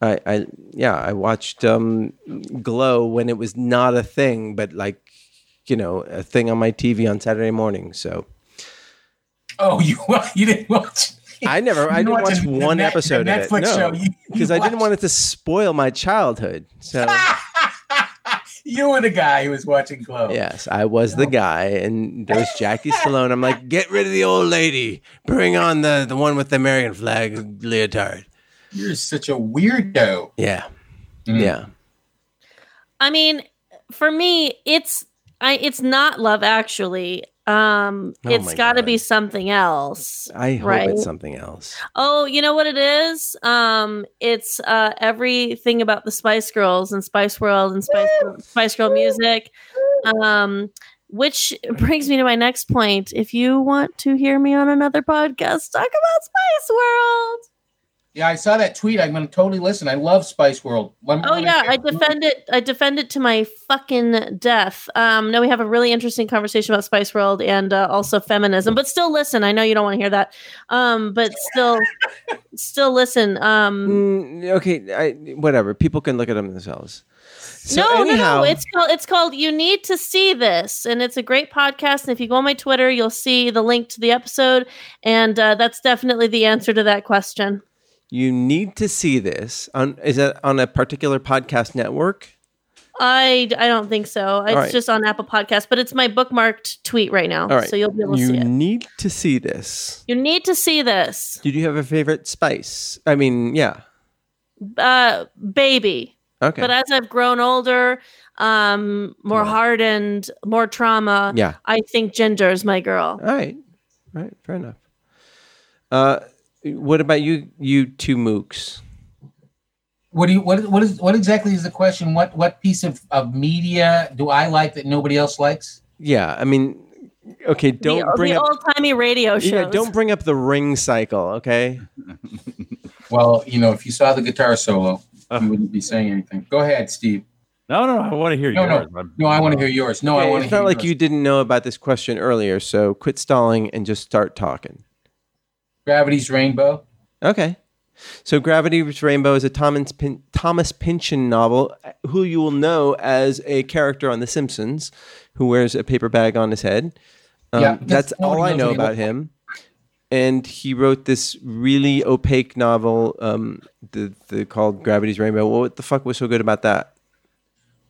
S2: I I yeah, I watched um Glow when it was not a thing, but like you know, a thing on my TV on Saturday morning. So
S7: Oh, you you didn't watch.
S2: I never, I
S7: You
S2: didn't
S7: watch
S2: watch
S7: the- the
S2: one
S7: Net- the
S2: episode of it.
S7: Netflix show.
S2: No,
S7: You- you
S2: because I didn't
S7: watched-
S2: want it to spoil my childhood. So
S7: you were the guy who was watching Glow.
S2: Yes, I was the guy, and there was Jackie Stallone. I'm like, get rid of the old lady, bring on the the one with the American flag leotard.
S7: You're such a weirdo.
S2: Yeah,
S7: Mm.
S2: yeah,
S6: I mean, for me, it's I it's not love actually. Um,
S2: Oh
S6: it's
S2: my
S6: got to
S2: God.
S6: be something else.
S2: I hope
S6: Right.
S2: it's something else.
S6: Oh, you know what it is? Um, it's uh everything about the Spice Girls and Spice World and Spice Spice Girl music. Um, which brings me to my next point. If you want to hear me on another podcast, talk about Spice World.
S7: Yeah, I saw that tweet. I'm going to totally listen. I love Spice World. Let me-
S6: Oh
S7: let me-
S6: yeah, I defend it. I defend it to my fucking death. Um, no, we have a really interesting conversation about Spice World and uh, also feminism. But still, listen. I know you don't want to hear that. Um, but still, still listen. Um,
S2: Mm, okay, I, whatever. People can look at them themselves. So
S6: no,
S2: anyhow,
S6: no, no. It's called. It's called. You need to see this, and it's a great podcast. And if you go on my Twitter, you'll see the link to the episode. And uh, that's definitely the answer to that question.
S2: you need to see this. On is that on a particular podcast network?
S6: I, I don't think so. It's
S2: right.
S6: just on Apple Podcasts, but it's my bookmarked tweet right now,
S2: All right,
S6: so you'll be able to
S2: You
S6: see it.
S2: need to see this.
S6: You need to see this.
S2: Did you have a favorite spice? I mean, yeah.
S6: Uh baby.
S2: Okay.
S6: But as I've grown older, um more
S2: Come on.
S6: hardened, more trauma,
S2: yeah.
S6: I think Ginger is my girl.
S2: All right. All right. Fair enough. Uh, what about you? You two mooks.
S7: What do you what what is what exactly is the question? What what piece of, of media do I like that nobody else likes?
S2: Yeah. I mean, okay. Don't
S6: the,
S2: bring
S6: the
S2: up.
S6: old-timey radio shows.
S2: yeah, don't bring up the ring cycle. Okay.
S7: Well, you know, if you saw the guitar solo, you wouldn't be saying anything. Go ahead, Steve.
S3: No, no, I want to hear
S7: No,
S3: yours.
S7: No, I want to hear yours. No, Oh, I
S2: Okay,
S7: want to
S2: it's
S7: hear
S2: not like
S7: yours.
S2: you didn't know about this question earlier, so quit stalling and just start talking.
S7: Gravity's Rainbow.
S2: Okay. So Gravity's Rainbow is a Thomas, Pin- Thomas Pynchon novel uh, who you will know as a character on The Simpsons who wears a paper bag on his head. Um,
S7: Yeah,
S2: that's
S7: that's-
S2: all I
S7: nobody knows
S2: know
S7: what he
S2: about
S7: looks
S2: him. And he wrote this really opaque novel um, the, the, called Gravity's Rainbow. What the fuck was so good about that?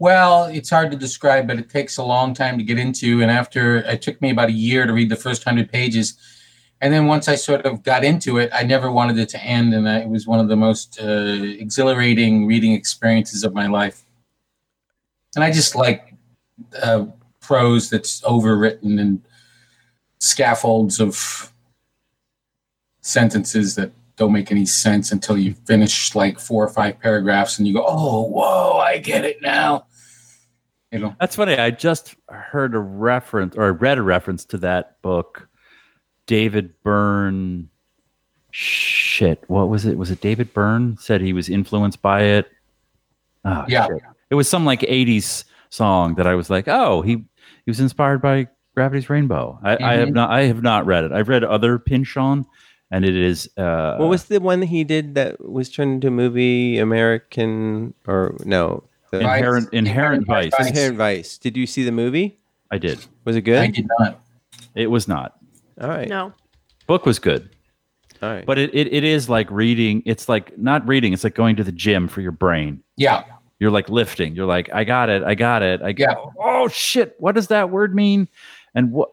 S7: Well, it's hard to describe, but it takes a long time to get into. And after it took me about a year to read the first hundred pages, and then once I sort of got into it, I never wanted it to end, and I, it was one of the most uh, exhilarating reading experiences of my life. And I just like uh, prose that's overwritten and scaffolds of sentences that don't make any sense until you finish like four or five paragraphs and you go, oh, whoa, I get it now. You know,
S3: That's funny. I just heard a reference or I read a reference to that book, David Byrne. Shit, what was it? Was it David Byrne said he was influenced by it? Oh,
S7: Yeah.
S3: shit. it was some like '80s song that I was like, oh, he he was inspired by Gravity's Rainbow. I, I
S2: Mm-hmm.
S3: have
S7: Mhm.
S3: not I have not read it. I've read other Pinchon, and it is uh,
S2: what was the one that he did that was turned into a movie, American, or no, the
S7: Vice?
S3: inherent inherent vice.
S7: Vice.
S2: Inherent Vice. Did you see the movie?
S3: I did.
S2: Was it
S7: I
S2: good?
S7: did not.
S3: It was not.
S2: All right.
S6: No.
S3: Book was good.
S2: All right.
S3: But it, it, it is like reading. It's like not reading. It's like going to the gym for your brain.
S7: Yeah.
S3: You're like lifting. You're like, I got it. I got it. I got.
S7: Yeah.
S3: Oh shit! What does that word mean? And what?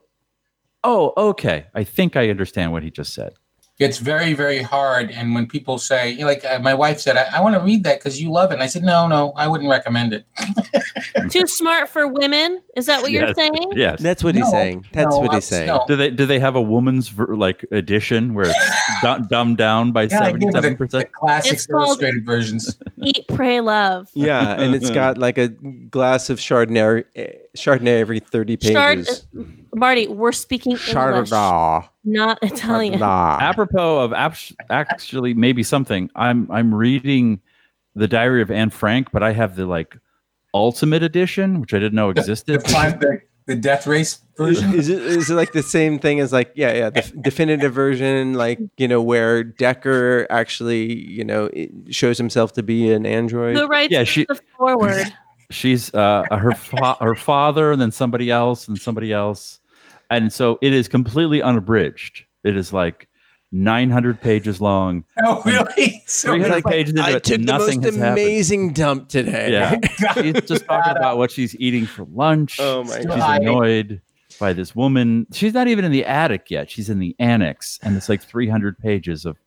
S3: Oh, okay. I think I understand what he just said.
S7: It's very, very hard. And when people say, you know, like uh, my wife said, I, I want to read that because you love it. And I said, no, no, I wouldn't recommend it.
S6: Too smart for women? Is that what you're
S3: Yes.
S6: saying?
S3: Yes.
S2: That's what he's
S7: No,
S2: saying. That's
S7: no,
S2: what
S7: I'm-
S2: he's saying.
S7: no.
S3: Do they do they have a woman's ver- like edition where it's dum- dumbed down by
S7: Yeah, I give
S3: seventy
S7: it
S3: seven
S7: the, the
S3: percent?
S7: classics
S6: It's called-
S7: illustrated versions.
S6: Eat, pray, love.
S2: Yeah, and it's got like a glass of Chardonnay, eh, Chardonnay every thirty
S6: Chard-
S2: pages.
S6: Marty, we're speaking English,
S2: Chardonnay.
S6: not Italian.
S2: Chardonnay.
S3: Apropos of act- actually maybe something. I'm I'm reading the Diary of Anne Frank, but I have the like ultimate edition, which I didn't know
S7: the,
S3: existed.
S7: fun- the, the death race version.
S2: Is it, is it like the same thing as like yeah yeah the f- definitive version like you know where Decker actually you know it shows himself to be an android?
S6: Who writes
S3: Yeah, she-
S6: the forward?
S3: she's uh her fa- her father and then somebody else and somebody else and so it is completely unabridged it is like 900 pages long
S7: Oh, really? So,
S3: 300 pages into
S2: I
S3: it,
S2: took the
S3: nothing
S2: most
S3: has happened.
S2: amazing dump today.
S3: yeah she's just talking about what she's eating for lunch
S2: Oh my
S7: Still
S3: she's
S2: god.
S7: hot.
S3: annoyed by this woman she's not even in the attic yet she's in the annex and it's like 300 pages of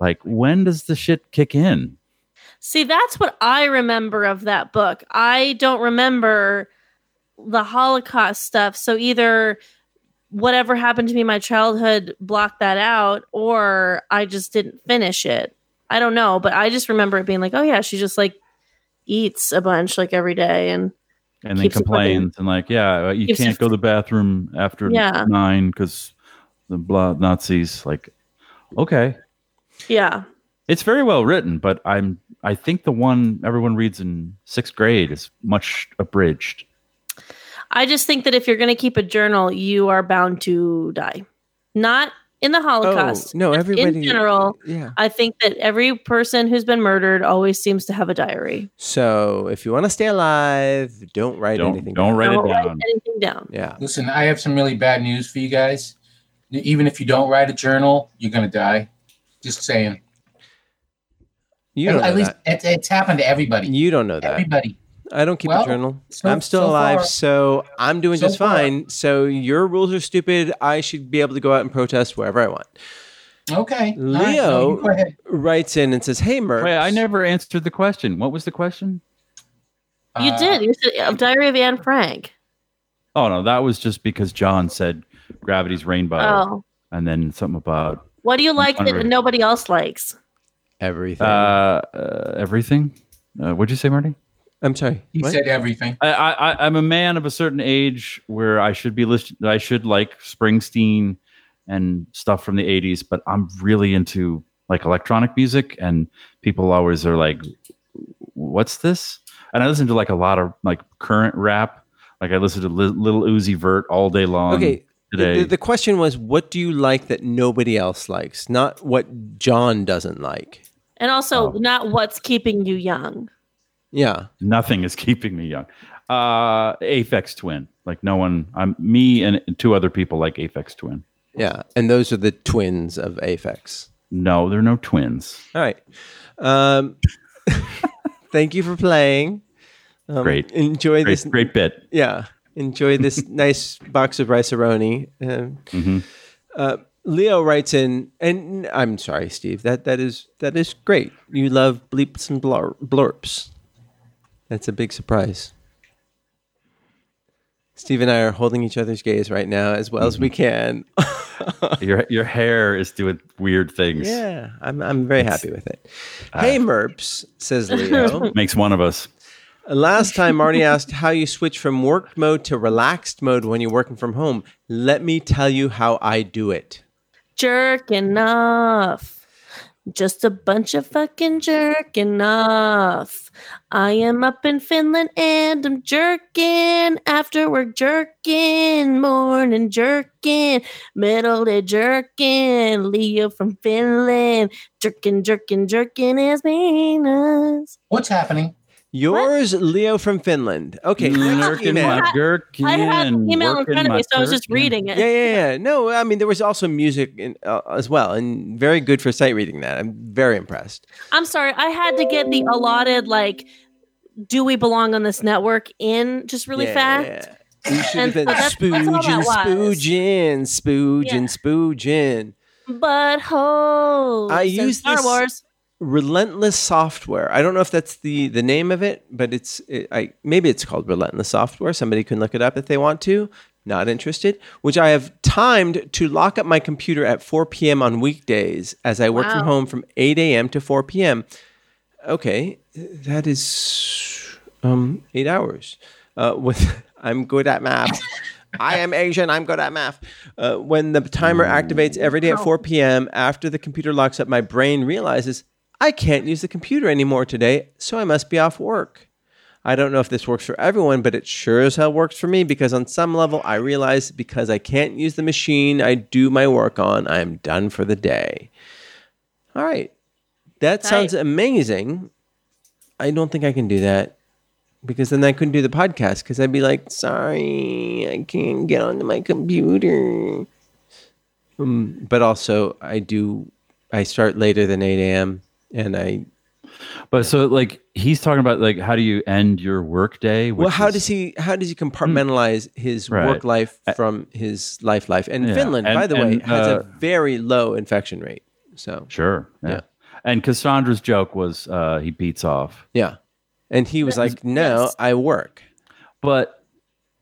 S3: like when does the shit kick in
S6: See, that's what I remember of that book. I don't remember the Holocaust stuff. So either whatever happened to me in my childhood blocked that out, or I just didn't finish it. I don't know, but I just remember it being like, oh yeah, she just like eats a bunch like every day, and
S3: and then
S6: Keeps it moving.
S3: complains and like, yeah, uh, you
S6: Keeps
S3: can't
S6: it-
S3: go to the bathroom after
S6: Yeah.
S3: nine because the blah Nazis. Like, okay,
S6: yeah,
S3: It's very well written, but I'm I think the one everyone reads in sixth grade is much abridged.
S6: I just think that if you're going to keep a journal, you are bound to die. Not in the Holocaust.
S2: Oh, no,
S6: just
S2: everybody-
S6: In general,
S2: Yeah.
S6: I think that every person who's been murdered always seems to have a diary.
S2: So if you want to stay alive, don't write
S3: Don't
S2: anything.
S3: don't
S2: down.
S3: write
S6: Don't
S3: it
S6: write
S3: down.
S6: anything down.
S2: Yeah.
S7: Listen, I have some really bad news for you guys. Even if you don't write a journal, you're gonna die. Just saying.
S2: You
S7: at
S2: don't know
S7: least
S2: that.
S7: it, it's happened to everybody.
S2: You don't know that.
S7: Everybody.
S2: I don't keep
S7: Well,
S2: a journal.
S7: so-
S2: I'm still
S7: so
S2: alive,
S7: far-
S2: so I'm doing
S7: so
S2: just fine. So your rules are stupid. I should be able to go out and protest wherever I want.
S7: Okay. All right,
S2: Leo-
S7: so you go ahead.
S2: Writes in and says, "Hey, Merck,
S3: Wait, I never answered the question. What was the question?
S6: You
S7: Uh,
S6: did. You said uh, Diary of Anne Frank.
S3: Oh no, that was just because John said gravity's rainbow,
S6: Oh.
S3: and then something about
S6: What do you like that
S3: Unreal.
S6: nobody else likes?
S2: everything."
S3: uh, uh, everything. Uh, what'd you say, Marty?
S2: I'm sorry.
S7: He
S2: What?
S7: said everything.
S3: I, I, I'm a man of a certain age where I should be list- I should like Springsteen and stuff from the 80s, but I'm really into like electronic music, and people always are like, "What's this?" And I listen to like a lot of like current rap. Like I listen to Li- Little Uzi Vert all day
S7: um,
S3: long.
S2: okay.
S3: today.
S2: The, the question was, what do you like that nobody else likes, not what John doesn't like?
S6: And also,
S3: Oh.
S6: not what's keeping you young.
S2: Yeah.
S3: nothing is keeping me young. Uh, Aphex Twin. Like no one. I'm me and two other people like Aphex Twin.
S2: Yeah. And those are the twins of Aphex.
S3: No, there are no twins.
S2: All right. Um, thank you for playing. Um,
S3: Great.
S2: Enjoy
S3: Great,
S2: this.
S3: great bit.
S2: Yeah. Enjoy this nice box of rice aroni. Um,
S3: Mhm.
S2: uh, Leo writes in, and I'm sorry, Steve. That that is that is great. You love bleeps and blur- blurps. That's a big surprise. Steve and I are holding each other's gaze right now as well as we can.
S3: Your your hair is doing weird things.
S2: yeah, I'm I'm very happy with it. hey, Merps, says Leo.
S3: Makes one of us.
S2: Last time, Marty asked how you switch from work mode to relaxed mode when you're working from home. Let me tell you how I do it.
S6: Jerking off. Just a bunch of fucking jerking off. I am up in Finland and I'm jerking. After work jerking, morning jerking, middle day jerking. Leo from Finland, jerking, jerking, jerking his penis.
S7: What's happening?
S2: Yours, Leo from Finland. Okay, next
S3: Lurking
S2: email.
S3: my gherkin.
S6: I had an email in
S3: working
S6: front of
S3: my
S6: me, so I was just
S3: gherkin.
S6: reading it.
S2: Yeah, yeah, yeah. No, I mean there was also music in, uh, as well, and very good for sight reading. That I'm very impressed.
S6: I'm sorry, I had to get the allotted like do we belong on this network in just really fast.
S2: You should have
S6: And
S2: been
S6: so that's- that's all
S2: spoogin',
S6: that was.
S2: spoogin', spoogin', spoogin'.
S6: But hoes.
S2: I
S6: and
S2: use
S6: Star
S2: this-
S6: Wars.
S2: Relentless Software. I don't know if that's the the name of it, but it's it, I maybe it's called Relentless Software. Somebody can look it up if they want to. Not interested. Which I have timed to lock up my computer at 4 p.m. on weekdays as I work from
S6: Wow.
S2: home from 8 a.m. to 4 p.m. Okay, that is um, eight hours. Uh, with I'm good at math. I am Asian. I'm good at math. Uh, when the timer activates every day at 4 p.m., after the computer locks up, my brain realizes I can't use the computer anymore today, so I must be off work. I don't know if this works for everyone, but it sure as hell works for me because on some level, I realize because I can't use the machine I do my work on, I am done for the day. All right. That
S6: Tight.
S2: sounds amazing. I don't think I can do that because then I couldn't do the podcast because I'd be like, sorry, I can't get onto my computer. Um, but also, I do, I start later than 8 a.m. and I,
S3: But so like he's talking about like how do you end your work day?
S2: well, how does he, how does he compartmentalize his
S3: Hmm. Right.
S2: work life
S3: A-
S2: from his life life? And
S3: Yeah.
S2: Finland,
S3: And-
S2: by the way,
S3: and,
S2: has
S3: uh,
S2: a very low infection rate. So,
S3: Sure. Yeah.
S2: Yeah.
S3: And Cassandra's joke was uh, he beats off.
S2: yeah. And he was like, no, I work.
S3: But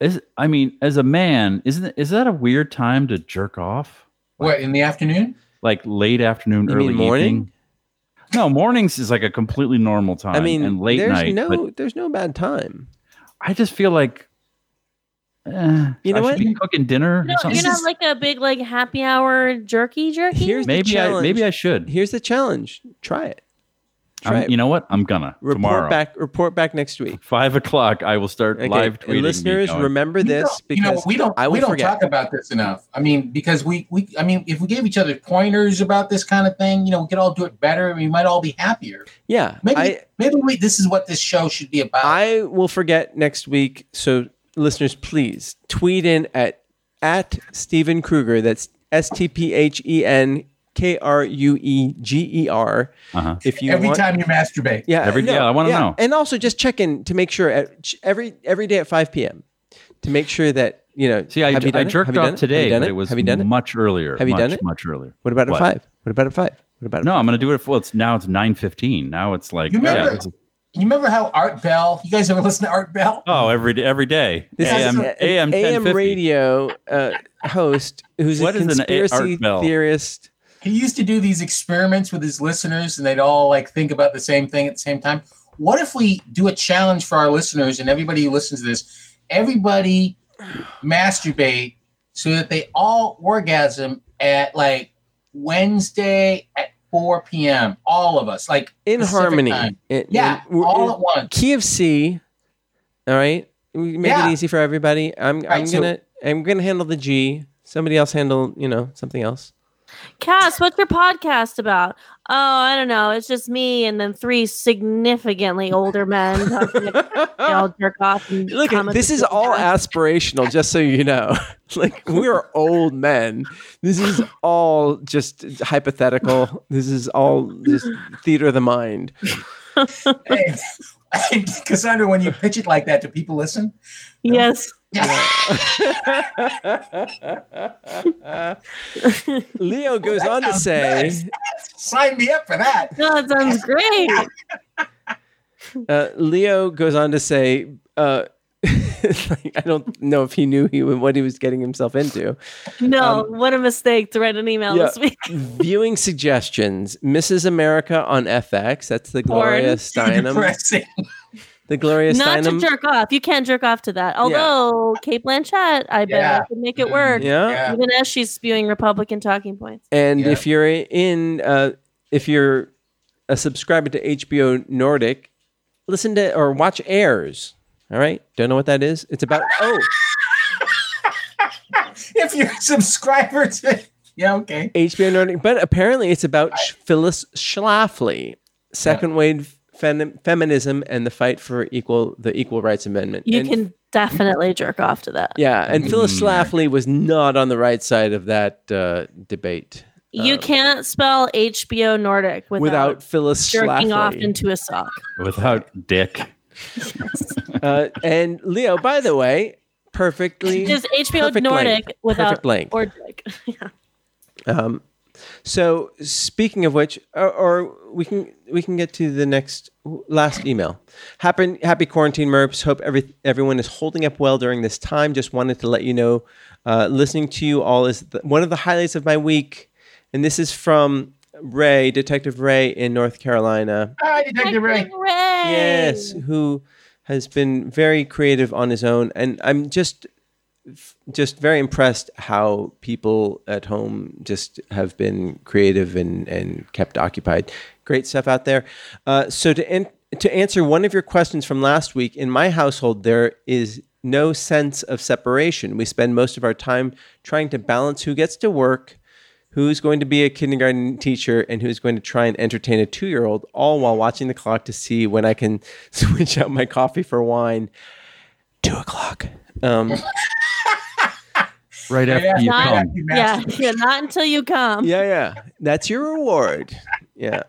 S3: is I mean, as a man, isn't it, is that a weird time to jerk off?
S7: What in the afternoon?
S3: Like late afternoon,
S2: You
S3: early
S2: mean morning?
S3: evening? No, mornings is like a completely normal time.
S2: I mean,
S3: and late
S2: there's
S3: night. but
S2: no, there's no bad time.
S3: I just feel like eh,
S2: You know
S3: I
S2: what?
S3: should be cooking dinner
S6: No,
S3: or something.
S6: you're not like a big like happy hour jerky jerky.
S2: Here's- the
S3: maybe I
S2: challenge.
S3: maybe I should.
S2: Here's the challenge. Try it. Try
S3: I'm-
S2: it.
S3: you know what? I'm gonna
S2: report
S3: tomorrow
S2: back. Report back next week.
S3: five o'clock. I will start
S2: Okay.
S3: live
S2: and
S3: tweeting. me
S2: listeners,
S3: going,
S2: remember
S7: You know-
S2: this
S7: you know,
S2: because
S7: we don't
S2: I will
S7: we don't
S2: forget.
S7: talk about this enough. I mean, because we we I mean, if we gave each other pointers about this kind of thing, you know, we could all do it better. and We might all be happier.
S2: yeah,
S7: Maybe
S2: I
S7: maybe we, this is what this show should be about.
S2: I will forget next week. So listeners, please tweet in at at Stephen Kruger. That's S T P H E N K R U E G E R.
S3: Uh-huh.
S2: If you
S7: Every
S2: want,
S7: time you masturbate.
S2: yeah,
S3: Every- yeah, I wanna know.
S2: And also just check in to make sure at ch- every every day at five p.m. to make sure that you know.
S3: See, I,
S2: have you
S3: I
S2: done it?
S3: jerked
S2: Have you
S3: off
S2: done it?
S3: today,
S2: Have you done
S3: but
S2: it?
S3: it was
S2: Have you done it?
S3: much earlier.
S2: Have you
S3: much,
S2: done it?
S3: Much earlier.
S2: What about at
S3: What?
S2: five? What about at five? What about at
S3: No,
S2: five?
S3: I'm gonna do it. Well, it's now it's nine fifteen. Now it's like
S7: You remember-
S3: this is-
S7: You remember how Art Bell? You guys ever listen to Art Bell?
S3: oh every day every day.
S2: This
S3: AM,
S2: is a-
S3: AM,
S2: an AM
S3: 10:50.
S2: radio uh, host who's
S3: What
S2: a
S3: is an A- Art
S2: conspiracy
S3: Bell?
S2: theorist.
S7: He used to do these experiments with his listeners, and they'd all like think about the same thing at the same time. What if we do a challenge for our listeners and everybody who listens to this? Everybody masturbate so that they all orgasm at like Wednesday at 4 p.m. All of us, like
S2: in
S7: Pacific
S2: harmony.
S7: time.
S2: In-
S7: yeah,
S2: in- we're-
S7: all
S2: in
S7: at once.
S2: Key of C. All right, we make
S7: Yeah.
S2: it easy for everybody. I'm I'm
S7: Right, so-
S2: gonna I'm gonna handle the G. Somebody else handle you know something else.
S6: Cass, what's your podcast about? Oh, I don't know. It's just me and then three significantly older men talking about they all jerk off. And
S2: Look,
S6: comment
S2: this is
S6: between
S2: all
S6: them.
S2: aspirational, just so you know. like we're old men. This is all just hypothetical. This is all just theater of the mind.
S7: Hey, Cassandra, when you pitch it like that, do people listen?
S6: yes.
S2: Leo goes on to
S7: sounds
S2: say.
S7: nice. Sign me up for that.
S6: No, it sounds great.
S2: Uh, Leo goes on to say, uh, like, I don't know if he knew he what he was getting himself into.
S6: No, what a mistake to write an email
S2: Um, yeah.
S6: this week.
S2: Viewing suggestions: Mrs. America on FX. That's the Gloria Steinem.
S7: Depressing.
S2: The Gloria
S6: Not to
S2: Steinem.
S6: jerk off. You can jerk off to that. Although Kate Blanchett, I bet
S7: Yeah.
S6: I could make it work.
S2: Yeah.
S7: Yeah.
S6: Even as she's spewing Republican talking points.
S2: And
S7: Yeah.
S2: if you're in, uh, if you're a subscriber to HBO Nordic, listen to or watch Airs. All right, don't know what that is. It's about oh
S7: If you're a subscriber to, yeah, okay.
S2: HBO Nordic, but apparently it's about Sh- Phyllis Schlafly, second wave fem- feminism and the fight for equal the Equal Rights Amendment.
S6: You
S2: And-
S6: can definitely jerk off to that.
S2: yeah, and Phyllis Schlafly was not on the right side of that uh, debate
S6: You can't spell HBO Nordic without,
S2: without Phyllis
S6: jerking off
S2: Schlafly.
S6: into a sock.
S3: without dick.
S2: uh, and Leo, by the way, perfectly.
S6: Just HBO
S2: Perfect
S6: Nordic
S2: length.
S6: without
S2: Perfect length.
S6: or jerk. Yeah.
S2: Um, so speaking of which, or, or we can we can get to the next last email. Happen, happy quarantine, Merps. Hope every everyone is holding up well during this time. Just wanted to let you know, uh, listening to you all is the, one of the highlights of my week, and this is from Ray, Detective Ray in North Carolina.
S7: Hi, Detective Ray.
S6: Hooray!
S2: Yes, who has been very creative on his own, and I'm just just very impressed how people at home just have been creative and and kept occupied. Great stuff out there. Uh, so to an- to answer one of your questions from last week, in my household there is no sense of separation. We spend most of our time trying to balance who gets to work, who's going to be a kindergarten teacher and who's going to try and entertain a two year old, all while watching the clock to see when I can switch out my coffee for wine. Two o'clock. Um,
S3: Right after you
S6: Not-
S3: come.
S6: Yeah, yeah, not until you come.
S2: yeah, yeah. That's your reward. Yeah.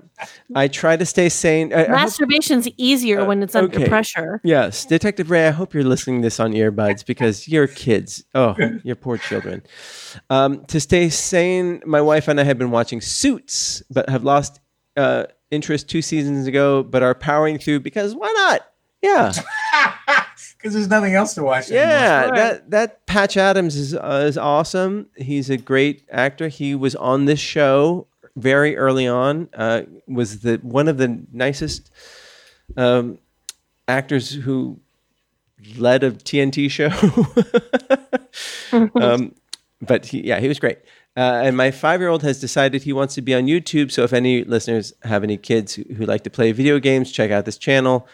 S2: I try to stay sane. I- I hope-
S6: Masturbation's easier when it's under
S2: Uh, okay.
S6: pressure.
S2: Yes, Detective Ray. I hope you're listening this on earbuds because your kids, oh, your poor children. Um, to stay sane, my wife and I have been watching Suits, but have lost uh, interest two seasons ago. But are powering through because why not? Yeah,
S7: Because there's nothing else to watch. anymore.
S2: yeah.
S6: Sure.
S2: That that Patch Adams is uh, is awesome. He's a great actor. He was on this show very early on. Uh, was the one of the nicest um, actors who lead of TNT show. um, but he, yeah, he was great. Uh, and my five year old has decided he wants to be on YouTube. So if any listeners have any kids who, who like to play video games, check out this channel.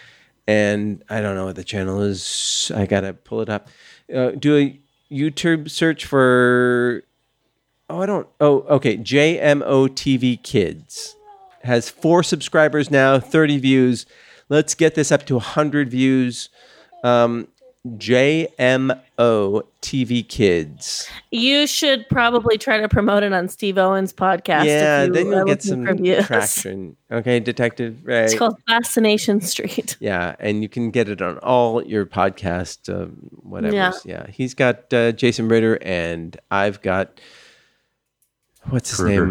S2: And I don't know what the channel is. I got to pull it up. Uh, do a YouTube search for, oh, I don't, oh, okay, JMOTV Kids. Has four subscribers now, 30 views. Let's get this up to 100 views. Um, JMO TV Kids.
S6: You should probably try to promote it on Steve Owen's podcast. if
S2: yeah,
S6: you
S2: then
S6: are
S2: you'll get some
S6: looking for views.
S2: traction. Okay, Detective Ray.
S6: It's called Fascination Street.
S2: yeah, and you can get it on all your podcast, um, whatever. Yeah.
S6: Yeah.
S2: he's got uh, Jason Ritter, and I've got what's his
S3: Kruger.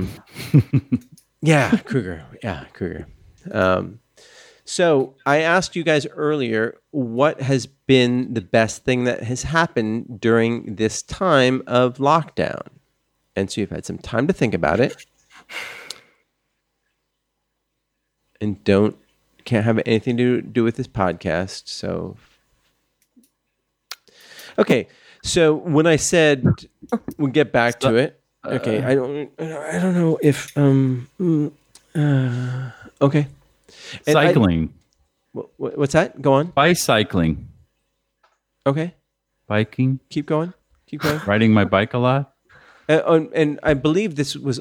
S2: name? yeah, Kruger. Yeah, Kruger. Um, so I asked you guys earlier what has been the best thing that has happened during this time of lockdown, and so you've had some time to think about it, and don't can't have anything to do with this podcast. So okay, so when I said we'll get back to it, okay, I don't I don't know if um mm, uh, okay. And I-
S3: Cycling,
S2: Wh- wh- What's that? Go on.
S3: bicycling,
S2: Okay,
S3: biking,
S2: keep going. Keep going.
S3: riding my bike a lot.
S2: and, and- and I believe this was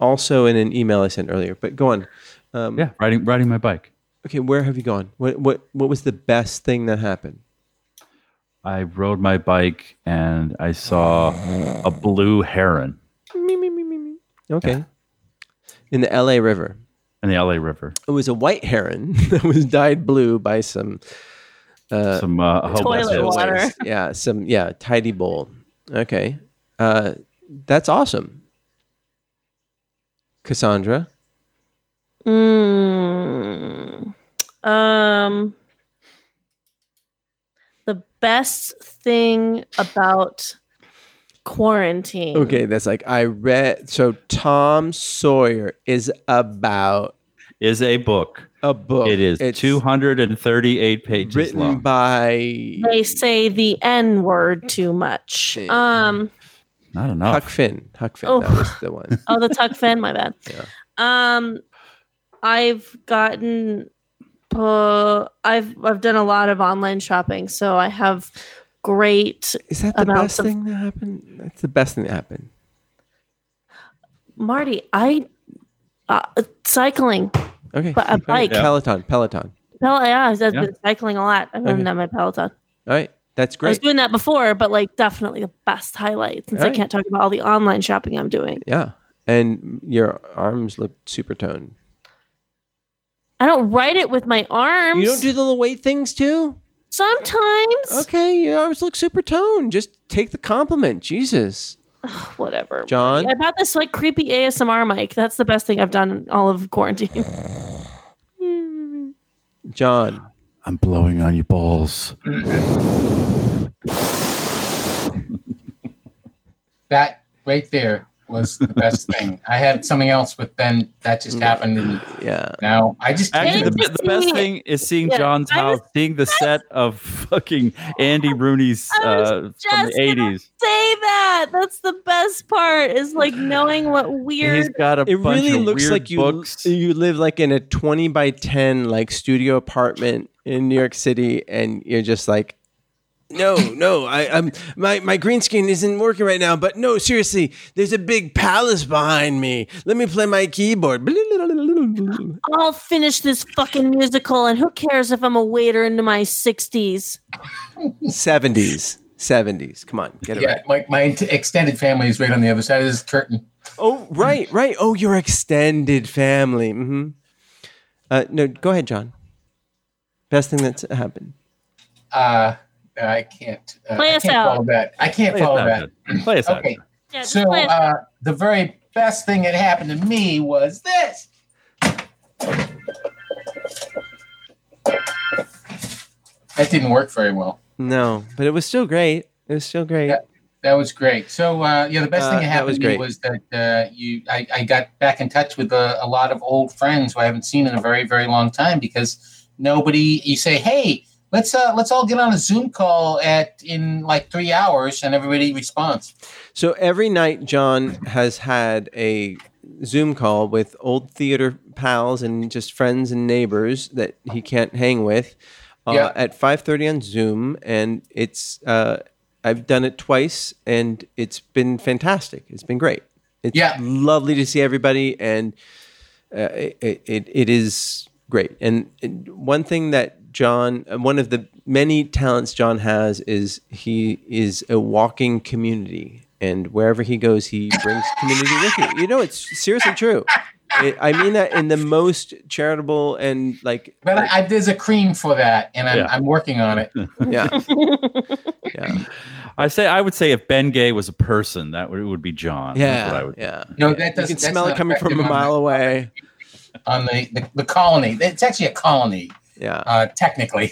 S2: also in an email I sent earlier. But go on. Um,
S3: Yeah, riding riding my bike.
S2: Okay, where have you gone? What what what was the best thing that happened?
S3: I rode my bike and I saw a blue heron
S2: Okay, in the L.A. River.
S3: in the LA River.
S2: It was a white heron that was dyed blue by some
S3: Some uh, a whole bunch
S6: Toilet
S3: of-
S6: water.
S2: yeah some yeah tidy bowl. Okay, uh, that's awesome. Cassandra,
S6: Mm, um, the best thing about quarantine.
S2: Okay, that's like I read. So Tom Sawyer is about
S3: is a book.
S2: a book.
S3: It is
S2: It's
S3: 238 pages
S2: written
S3: long.
S2: by
S6: They say the N word too much.
S2: Shit.
S6: Um,
S3: Not
S2: Huck
S3: enough.
S2: Finn. Huck Finn.
S6: Oh.
S2: That was the one.
S6: oh, the Tuck Finn, my bad.
S2: Yeah.
S6: Um, I've gotten, uh, I've I've done a lot of online shopping, so I have great
S2: Is that the
S6: About
S2: best
S6: the-
S2: thing that happened? That's the best thing that happened.
S6: Marty. I uh, cycling.
S2: Okay.
S6: But a
S2: keep going.
S6: bike. Yeah.
S2: Peloton. Peloton.
S6: Pel- yeah, I've
S3: Yeah.
S6: been cycling a lot. I've been
S2: Okay.
S6: on my Peloton.
S2: All right. That's
S6: I was
S2: great.
S6: doing that before, but like definitely the best highlight since I
S2: Alright.
S6: can't talk about all the online shopping I'm doing.
S2: Yeah. And your arms look super toned.
S6: I don't write it with my arms.
S2: You don't do the little weight things too?
S6: sometimes.
S2: Okay. Your arms look super toned. Just take the compliment. Jesus.
S6: Whatever.
S2: John?
S6: I bought this like creepy ASMR mic. That's the best thing I've done in all of quarantine.
S2: John.
S3: I'm blowing on your balls.
S7: That right there was the best thing. I had something else, but then that just happened. And
S2: Yeah.
S7: now I just can't.
S3: Actually, Mm. the,
S6: Didn't
S3: be-
S6: you
S3: the
S6: see
S3: best
S6: it?
S3: thing is seeing
S6: Yeah,
S3: John's
S6: I was-
S3: house, seeing the set of fucking Andy Rooney's
S6: I was
S3: uh, from the
S6: just gonna
S3: 80s.
S6: Say that. That's the best part is like knowing what
S3: He's
S6: weird.
S3: got a
S2: It
S3: bunch
S2: really
S3: of
S2: looks
S3: weird
S2: like you
S3: books.
S2: you live like in a 20 by 10 like studio apartment in New York City and you're just like no, no, I, I'm my, my green screen isn't working right now, but no, seriously, there's a big palace behind me. Let me play my keyboard.
S6: I'll finish this fucking musical, and who cares if I'm a waiter into my 60s?
S2: 70s. 70s. Come on, get it
S7: Yeah,
S2: right.
S7: my, my ent- extended family is right on the other side of this curtain.
S2: Oh, right, right. Oh, your extended family. hmm Uh, no, go ahead, John. Best thing that's happened.
S7: Uh, I can't. Uh,
S6: Play
S7: I
S6: us
S7: can't
S6: out.
S7: follow that. I can't
S3: Play us
S7: follow
S3: out,
S7: that.
S3: John. Play us out.
S7: Okay,
S6: Yeah, just
S7: so
S6: play it.
S7: uh, the very best thing that happened to me was this. That didn't work very well.
S2: No, but it was still great. It was still great.
S7: Yeah. That was great. So uh, yeah, the best
S2: Uh,
S7: thing that
S2: that
S7: happened
S2: was
S7: to me
S2: great.
S7: was that uh, you, I, I got back in touch with a, a lot of old friends who I haven't seen in a very, very long time because nobody. You say, "Hey, Let's uh let's all get on a Zoom call at in like three hours and everybody responds.
S2: So every night, John has had a Zoom call with old theater pals and just friends and neighbors that he can't hang with uh,
S7: Yeah.
S2: at 5:30 on Zoom, and it's uh, I've done it twice, and it's been fantastic. It's been great. It's
S7: Yeah.
S2: lovely to see everybody, and uh, it, it it is great. And, and one thing that John, uh, one of the many talents John has, is he is a walking community, and wherever he goes, he brings community with him. You know, it's seriously true. It, I mean that in the most charitable and like,
S7: But I, I there's a cream for that and I'm
S3: Yeah.
S7: I'm working on it.
S2: yeah, yeah,
S3: I say I would say if Ben Gay was a person, that would, it would be John. That's what I
S2: yeah,
S3: would.
S2: yeah.
S7: No,
S2: yeah. you
S7: that doesn't
S2: can
S7: that's
S2: smell it
S7: not
S2: coming from a
S7: effective on
S2: mile
S7: the-
S2: away.
S7: On the, the, the colony. It's actually a colony,
S2: Yeah,
S7: uh technically.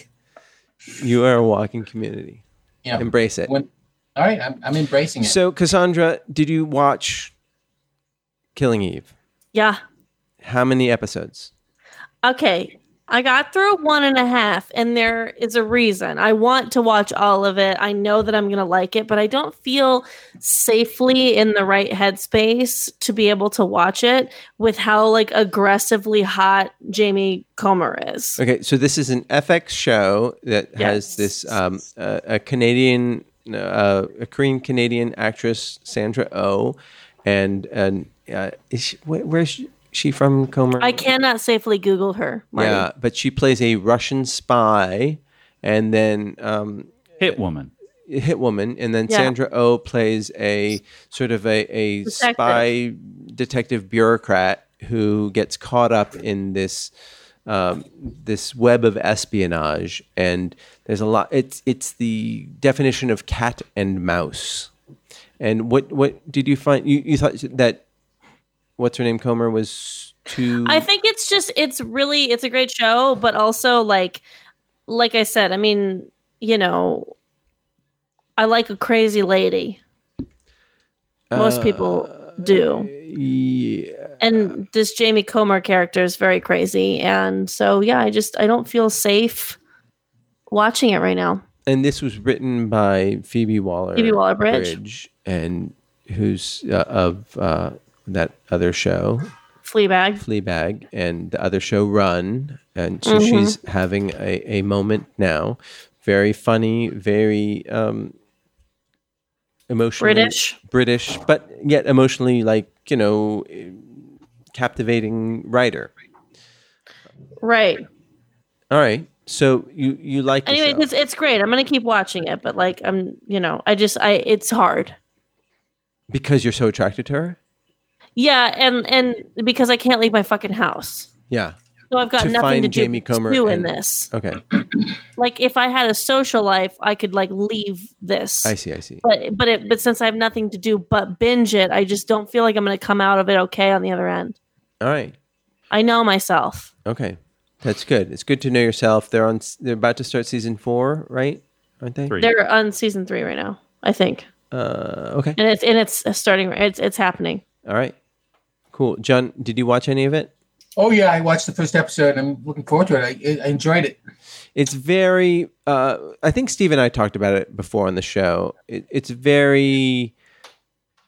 S2: you are a walking community.
S7: Yeah.
S2: Embrace it.
S7: When, all right, I'm I'm embracing it.
S2: So, Cassandra, did you watch Killing Eve?
S6: Yeah.
S2: How many episodes?
S6: Okay. I got through one and a half, and there is a reason. I want to watch all of it. I know that I'm going to like it, but I don't feel safely in the right headspace to be able to watch it with how like aggressively hot Jamie Comer is.
S2: Okay, so this is an FX show that has
S6: Yes.
S2: this um, uh, a Canadian, uh, a Korean Canadian actress Sandra Oh, and and uh, is she, where, where's she, she from? Comer.
S6: I cannot safely Google her. Marty.
S2: Yeah, but she plays a Russian spy, and then um,
S3: Hit woman.
S2: hit woman, and then
S6: Yeah.
S2: Sandra Oh plays a sort of a, a
S6: Detective.
S2: spy detective bureaucrat who gets caught up in this um, this web of espionage. And there's a lot. It's it's the definition of cat and mouse. And what what did you find? You, you thought that what's her name Comer was too.
S6: I think it's just it's really it's a great show, but also like like I said, I mean, you know, I like a crazy lady. Most people do.
S2: Yeah.
S6: And this Jamie Comer character is very crazy. And so yeah, I just I don't feel safe watching it right now.
S2: and this was written by Phoebe Waller
S6: Phoebe Waller-Bridge.
S2: and who's uh, of uh, that other show
S6: Fleabag.
S2: Fleabag and the other show Run, and so
S6: Mm-hmm.
S2: she's having a, a moment now. Very funny, very um, emotionally
S6: British.
S2: British, but yet emotionally like you know captivating writer.
S6: Right.
S2: All right, so you you like the
S6: Anyway,
S2: show.
S6: it's it's great. I'm gonna keep watching it, but like I'm you know, I just I it's hard.
S2: because you're so attracted to her.
S6: Yeah, and and because I can't leave my fucking house.
S2: Yeah.
S6: So I've got
S2: to
S6: nothing
S2: find
S6: to do,
S2: Jamie Comer
S6: do in
S2: and-
S6: this.
S2: Okay.
S6: Like if I had a social life, I could like leave this.
S2: I see. I see.
S6: But but it but since I have nothing to do but binge it, I just don't feel like I'm going to come out of it okay on the other end.
S2: All right.
S6: I know myself.
S2: Okay, that's good. It's good to know yourself. They're on. s- They're about to start season four, right? Aren't they?
S3: Three.
S6: They're on season three right now, I think,
S2: Uh, okay.
S6: and it's and it's starting. It's it's happening.
S2: All right. Cool. John, did you watch any of it?
S7: Oh yeah, I watched the first episode. I'm looking forward to it. I, I enjoyed it.
S2: It's very. Uh, I think Steve and I talked about it before on the show. It, it's very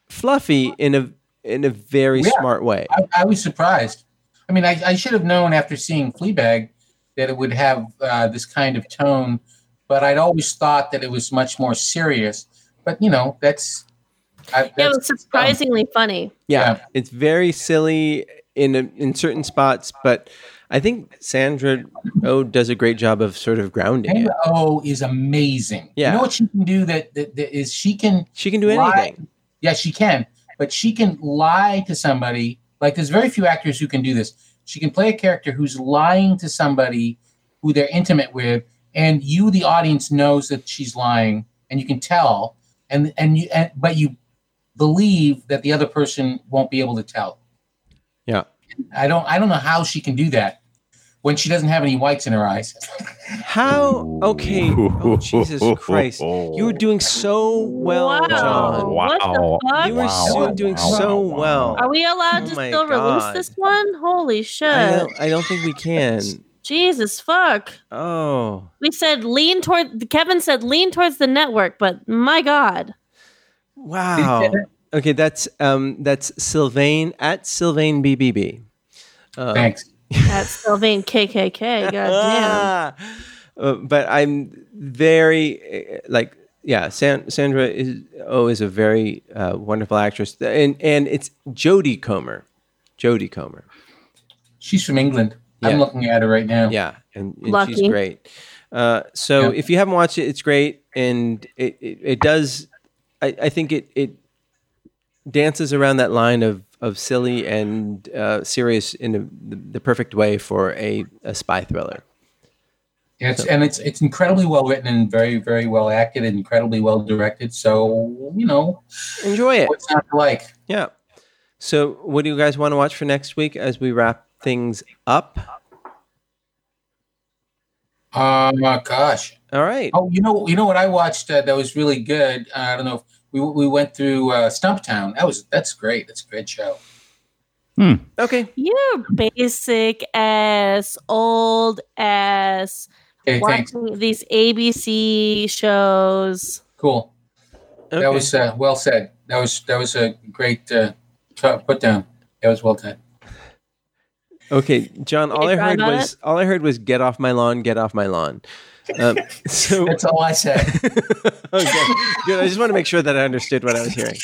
S2: fluffy in a in a very
S7: Yeah.
S2: smart way.
S7: I, I was surprised. I mean, I, I should have known after seeing Fleabag that it would have uh, this kind of tone, but I'd always thought that it was much more serious. But you know, that's, I,
S6: Yeah, it
S7: that's
S6: was surprisingly funny.
S2: Yeah,
S7: Yeah.
S2: it's very silly in a, in certain spots, but I think Sandra Oh does a great job of sort of grounding it.
S7: Sandra Oh is amazing.
S2: Yeah.
S7: you know what she can do that, that, that is she can
S2: She can do
S7: Why-
S2: anything.
S7: Yeah, she can, but she can lie to somebody. Like, there's very few actors who can do this. She can play a character who's lying to somebody who they're intimate with, and you, the audience, knows that she's lying, and you can tell, and and you, and, but you believe that the other person won't be able to tell.
S2: Yeah.
S7: I don't. I don't know how she can do that when she doesn't have any whites in her eyes.
S2: How? Okay. Oh, Jesus Christ. You were doing so well,
S6: wow,
S2: John.
S6: what the
S3: Wow.
S6: fuck?
S2: You were
S3: Wow,
S2: so
S3: wow,
S2: doing
S3: wow,
S2: so
S3: wow.
S2: well.
S6: Are we allowed
S2: Oh
S6: to
S2: my
S6: still
S2: God.
S6: release this one? Holy shit!
S2: I don't, I don't think we can.
S6: Jesus fuck.
S2: Oh,
S6: We said lean toward Kevin said lean towards the network, but my God.
S2: wow. Okay, that's um, that's Sylvain at Sylvain BBB. Uh,
S7: Thanks.
S6: That's Sylvain KKK. God
S2: Ah. Uh, but I'm very uh, like yeah. San- Sandra is, oh is a very uh, wonderful actress, and and it's Jodie Comer, Jodie Comer.
S7: She's from England.
S2: Yeah.
S7: I'm looking at her right now.
S2: Yeah, and, and
S6: Lucky.
S2: she's great. Uh, so
S7: Yeah.
S2: if you haven't watched it, it's great, and it it, it does. I, I think it it dances around that line of of silly and uh, serious in a, the, the perfect way for a, a spy thriller.
S7: It's and it's it's incredibly well written and very very well acted and incredibly well directed. So you know
S2: Enjoy it.
S7: what's not to like.
S2: Yeah. So what do you guys want to watch for next week as we wrap things up?
S7: Oh my gosh!
S2: All right.
S7: Oh, you know you know what I watched uh, that was really good. Uh, I don't know if we we went through uh, Stumptown. That was that's great. That's a great show.
S2: Okay.
S6: damn. You basic ass, old ass,
S7: Okay, thanks.
S6: watching these ABC shows.
S7: Cool.
S2: okay.
S7: That was uh, well said. That was that was a great uh, t- put down. That was well done.
S2: Okay, John. All I
S6: Brian,
S2: heard
S6: on
S2: was all I heard was "Get off my lawn, get off my lawn." Um, so
S7: That's all I said.
S2: okay. Good. I just want to make sure that I understood what I was hearing.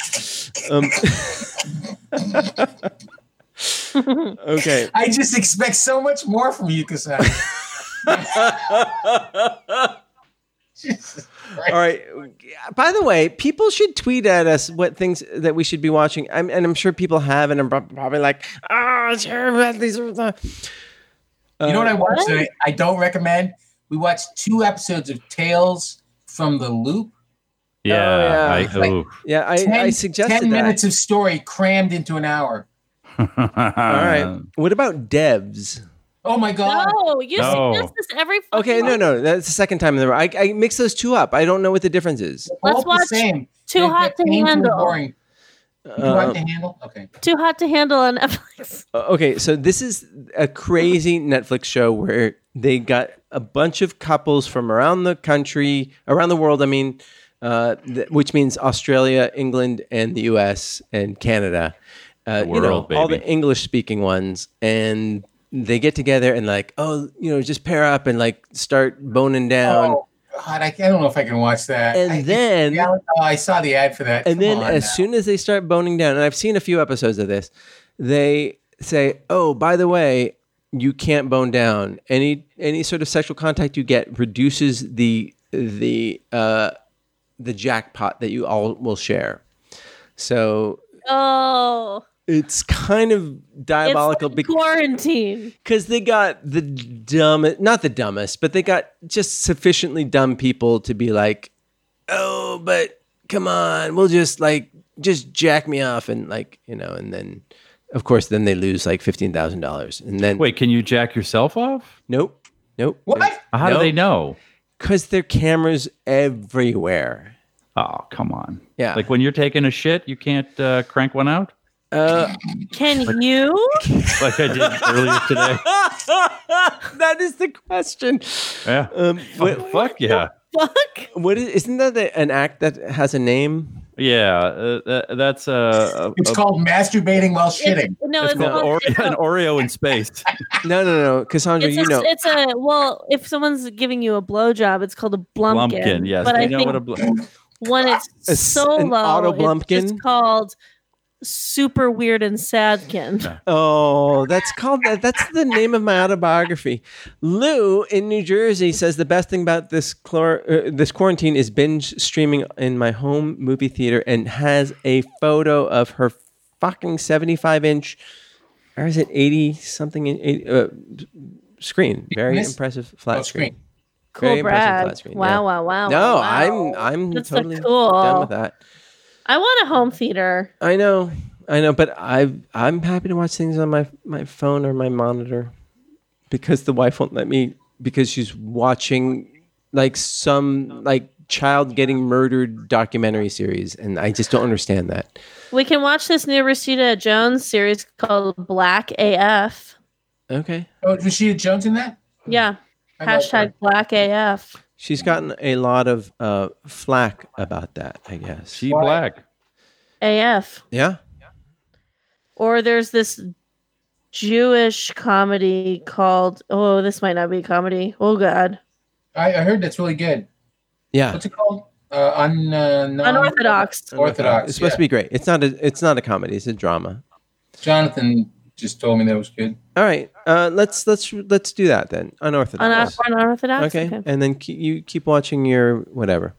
S2: Um, okay.
S7: I just expect so much more from you, Cassandra.
S2: All right. By the way, people should tweet at us what things that we should be watching. I'm, and I'm sure people have, and I'm prob- probably like, oh, sure, but these are the. Uh,
S7: you know what I watched
S6: What?
S7: that I, I don't recommend? We watched two episodes of Tales from the Loop.
S3: Yeah.
S2: Oh, yeah. Yeah, I, I suggested
S7: 10
S2: that.
S7: minutes of story crammed into an hour.
S3: I,
S2: All right. What about devs?
S7: Oh my God.
S6: No, you
S3: No.
S6: suggest this every fucking
S2: Okay, no, no, that's the second time in the row. I, I mix those two up. I don't know what the difference is.
S6: Let's
S7: Both the
S6: watch
S7: same.
S6: Too
S7: They're-
S6: hot
S7: they're
S6: to
S7: painfully
S6: handle.
S7: boring. Too
S2: Um,
S7: hot to handle? Okay.
S6: Too hot to handle on Netflix.
S2: Uh, Okay, so this is a crazy Netflix show where they got a bunch of couples from around the country, around the world. I mean, uh, th- which means Australia, England, and the U.S. and Canada. Uh, you know,
S3: world,
S2: all the
S3: baby.
S2: English-speaking ones, and they get together and like, oh, you know, just pair up and like start boning down.
S7: Oh, God. I, I don't know if I can watch that.
S2: And
S7: I,
S2: then-
S7: Yeah, oh, I saw the ad for that.
S2: And
S7: Come
S2: then
S7: on
S2: as
S7: now.
S2: soon as they start boning down, and I've seen a few episodes of this, they say, "Oh, by the way, you can't bone down. Any any sort of sexual contact you get reduces the the uh, the jackpot that you all will share." So
S6: Oh,
S2: it's kind of diabolical
S6: it's like
S2: because
S6: quarantine.
S2: because they got the dumbest, not the dumbest, but they got just sufficiently dumb people to be like, oh, but come on, we'll just like, just jack me off. And like, you know, and then, of course, then they lose like $15,000. And then,
S3: Wait, can you jack yourself off?
S2: nope, nope.
S7: What?
S3: How do
S2: Nope.
S3: they know?
S2: Because there are cameras everywhere.
S3: Oh, come on.
S2: Yeah.
S3: Like when you're taking a shit, you can't uh, crank one out
S2: Uh,
S6: Can you?
S3: like I did earlier today.
S2: that is the question.
S3: Yeah.
S2: Um,
S3: Fuck-
S2: what,
S3: fuck yeah.
S6: Fuck.
S2: what is, isn't that the- an act that has a name?
S3: Yeah. Uh, that, that's uh, a,
S2: Oh.
S7: It's called masturbating while shitting.
S6: It's- no,
S3: It's
S6: it's,
S3: called
S6: called-
S3: Ore-
S6: it's
S3: an
S6: a-
S3: Oreo in space.
S2: No, no, no. Cassandra,
S6: it's
S2: you
S6: a,
S2: know.
S6: it's a well. If someone's giving you a blowjob, it's called a blumpkin.
S3: Blumpkin. yes.
S6: but
S3: they
S6: I
S3: know
S6: think
S3: what a bl-
S6: when it's
S2: A s-
S6: so
S2: an
S6: low,
S2: auto
S6: it's
S2: blumpkin?
S6: just called super weird and sadkin.
S2: Oh, that's called that. That's the name of my autobiography. Lou in New Jersey says the best thing about this chlor- uh, this quarantine is binge streaming in my home movie theater and has a photo of her fucking 75 inch or is it 80 something in, eight- uh, screen. Very
S7: Yes.
S2: impressive flat
S7: Oh,
S2: screen.
S7: screen.
S6: Cool,
S2: Very impressive
S6: Brad.
S2: flat screen,
S6: Wow,
S2: yeah.
S6: wow, wow.
S2: No,
S6: Oh, wow.
S2: I'm I'm
S6: That's so
S2: totally
S6: cool.
S2: done with that.
S6: I want a home theater.
S2: I know, I know, but I I'm happy to watch things on my my phone or my monitor because the wife won't let me because she's watching like some like child getting murdered documentary series and I just don't understand that.
S6: We can watch this new Rashida Jones series called Black AF.
S2: Okay.
S7: Oh, was she Jones in that?
S6: Yeah.
S3: Hmm.
S7: I like
S6: Hashtag black AF.
S2: She's gotten a lot of uh, flack about that, I guess.
S3: She
S7: Why?
S3: black.
S6: AF.
S2: yeah.
S6: Or there's this Jewish comedy called, oh, this might not be a comedy. Oh, God.
S7: I, I heard that's really good.
S2: Yeah.
S7: What's it called? Uh, un, uh, non-
S6: Unorthodox.
S7: Orthodox.
S2: It's supposed to be great. It's not a it's not a comedy, it's a drama.
S7: Jonathan just told me that was good.
S2: All right. Uh, let's let's let's do that then. Unorthodox.
S6: Unor- Unorthodox.
S2: okay. Uh, And then keep, you keep watching your whatever.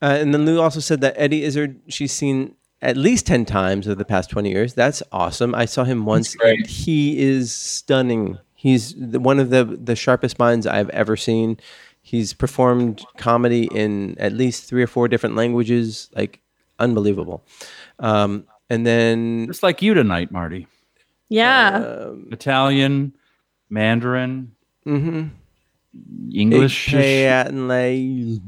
S2: Uh, and then Lou also said that Eddie Izzard she's seen at least 10 times over the past 20 years. That's awesome. I saw him once.
S7: great.
S2: He is stunning. He's the, one of the the sharpest minds I've ever seen. He's performed comedy in at least 3 or 4 different languages, like unbelievable. Um, and then
S3: Just like you tonight, Marty.
S6: Yeah.
S3: Italian, Mandarin,
S2: mhm.
S3: English.
S2: English.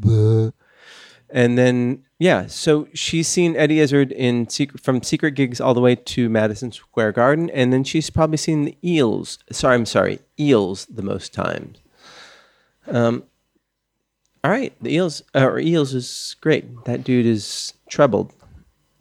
S2: And then yeah, so she's seen Eddie Izzard in secret, from secret gigs all the way to Madison Square Garden, and then she's probably seen the Eels. Sorry, I'm sorry, Eels the most times. Um, all right, the Eels or Eels is great. That dude is troubled.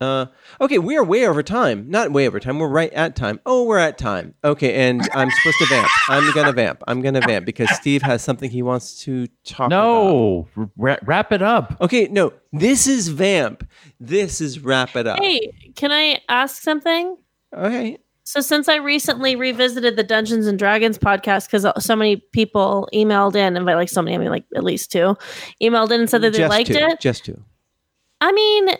S2: Uh, okay, we are way over time. Not way over time. We're right at time. Oh, we're at time. Okay, and I'm supposed to vamp. I'm gonna vamp. I'm gonna vamp because Steve has something he wants to talk. about.
S3: No, ra- wrap it up.
S2: Okay, no. This is vamp. This is wrap it up.
S6: Hey, can I ask something?
S2: Okay.
S6: So since I recently revisited the Dungeons and Dragons podcast because so many people emailed in, and by like so many, I mean like at least two, emailed in and said that they
S2: just
S6: liked
S2: two,
S6: it.
S2: Just two.
S6: I mean, eh,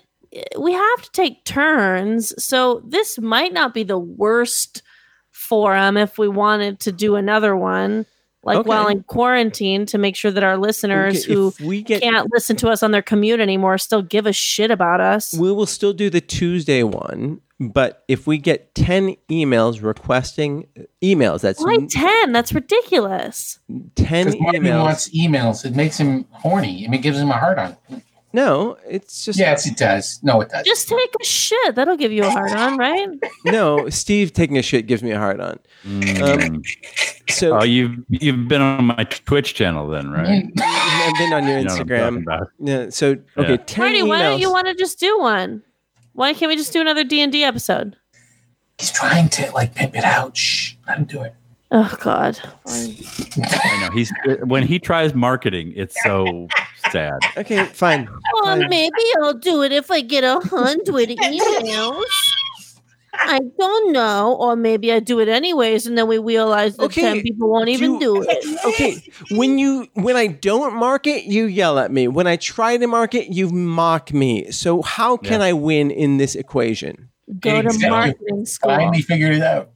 S6: we have to take turns, so this might not be the worst forum if we wanted to do another one, like
S2: Okay.
S6: while in quarantine, to make sure that our listeners
S2: Okay,
S6: who
S2: if we get
S6: can't listen to us on their commute anymore still give a shit about us.
S2: We will still do the Tuesday one, but if we get 10 emails requesting emails, that's
S6: Why ten? That's ridiculous.
S2: 10
S7: Because Martin
S2: emails.
S7: wants emails. It makes him horny. It gives him a heart on.
S2: no, it's just
S7: Yes, it does. No, it does.
S6: Just take a shit. That'll give you a hard on, right?
S2: no, Steve taking a shit gives me a hard on. Um,
S3: Mm.
S2: So
S3: oh, you've you've been on my Twitch channel then, right?
S7: Mm,
S2: I've been on your
S3: You know what I'm talking
S2: Instagram.
S3: about.
S2: Yeah, so okay,
S3: Yeah.
S2: 10
S6: Marty,
S2: emails.
S6: why don't you want to just do one? Why can't we just do another D and D episode?
S7: He's trying to like pimp it out. Shh, let him do it.
S6: Oh God,
S3: I know he's when he tries marketing, it's so sad.
S2: okay, fine.
S6: Well,
S2: Fine.
S6: maybe I'll do it if I get a hundred emails. I don't know, or maybe I do it anyways, and then we realize that
S2: Okay,
S6: ten people won't even
S2: you-
S6: do it.
S2: Okay, when you when I don't market, you yell at me. When I try to market, you mock me. So how can
S3: Yeah.
S2: I win in this equation?
S6: Go
S7: Exactly.
S6: to marketing school.
S7: Finally figured it out.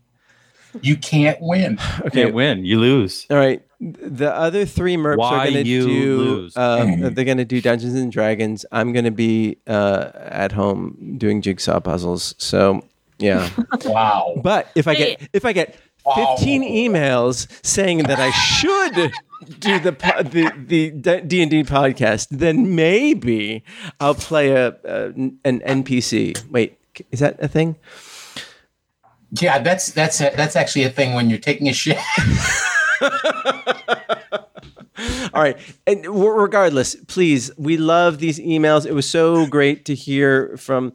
S7: You can't win.
S2: Okay,
S3: Can't win, you lose.
S2: All right. The other three merps
S3: Why
S2: are going to
S3: you
S2: do.
S3: lose?
S2: Uh, they're going to do Dungeons and Dragons. I'm going to be uh, at home doing jigsaw puzzles. So yeah.
S7: Wow.
S2: but if I get
S6: Hey.
S2: if I get 15 emails saying that I should do the po- the the D and D podcast, then maybe I'll play a, a an NPC. Wait, is that a thing?
S7: Yeah, that's that's a, that's actually a thing when you're taking a shit.
S2: All right. And w- regardless, please, we love these emails. It was so great to hear from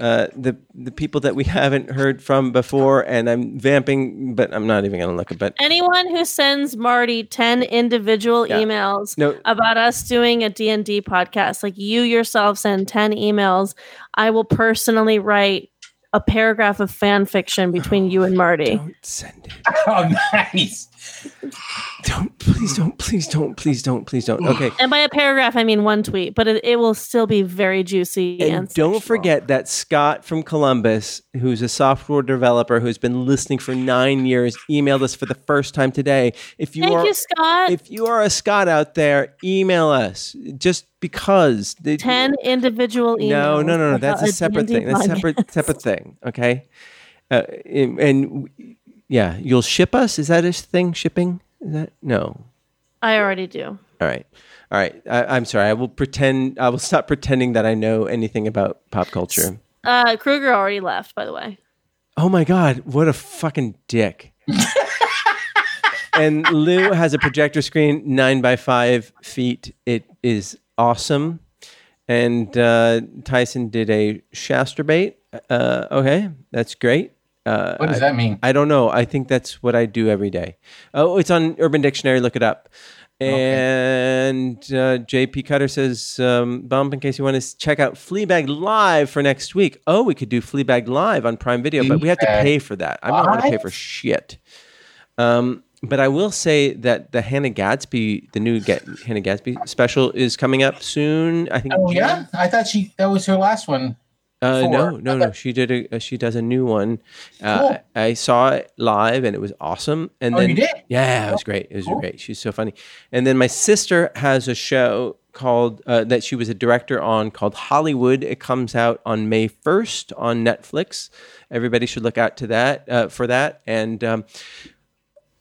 S2: uh, the the people that we haven't heard from before. And I'm vamping, but I'm not even going to look at. But
S6: Anyone who sends Marty ten individual
S2: Yeah.
S6: emails
S2: no,
S6: about us doing a D&D podcast. Like you yourself send 10 emails. I will personally write a paragraph of fan fiction between you and Marty.
S2: don't send it.
S7: oh, nice.
S2: Don't please, don't please, don't please, don't please, don't. Okay.
S6: And by a paragraph, I mean one tweet, but it, it will still be very juicy. And,
S2: And don't forget that Scott from Columbus, who's a software developer who's been listening for nine years, emailed us for the first time today. If you
S6: Thank
S2: are
S6: you, Scott.
S2: if you are a Scott out there, email us just because. The-
S6: 10 individual emails.
S2: No, no, no, no. That's a
S6: about
S2: separate
S6: D&D
S2: thing. That's a
S6: podcast.
S2: separate, separate thing. Okay. Uh, and, and w- yeah, you'll ship us. Is that a thing? Shipping? Is that no?
S6: I already do.
S2: All right. All right. I, I'm sorry. I will pretend. I will stop pretending that I know anything about pop culture.
S6: Uh, Kruger already left, by the way.
S2: Oh my God. What a fucking dick. and Lou has a projector screen nine by five feet. It is awesome. And uh, Tyson did a Shasterbait. Uh, okay, that's great. Uh,
S7: What does
S2: I-
S7: that mean?
S2: I don't know. I think that's what I do every day. Oh, it's on Urban Dictionary. Look it up. And uh, JP Cutter says, um, "Bump." In case you want to check out Fleabag live for next week. Oh, we could do Fleabag live on Prime Video, but we have to
S7: Fleabag
S2: pay for that. I'm not going to pay for shit. Um, but I will say that the Hannah Gadsby, the new Ga- Hannah Gadsby special, is coming up soon. I think.
S7: Oh
S2: June.
S7: yeah, I thought she that was her last one.
S2: Uh, no,
S7: Four.
S2: no, no. She did a uh, she does a new one. Uh,
S7: Cool.
S2: I saw it live and it was awesome. And
S7: Oh,
S2: then
S7: you did?
S2: yeah, it was great. It was
S7: Cool.
S2: great. She's so funny. And then my sister has a show called uh, that she was a director on called Hollywood. It comes out on May first on Netflix. Everybody should look out to that uh, for that. And um,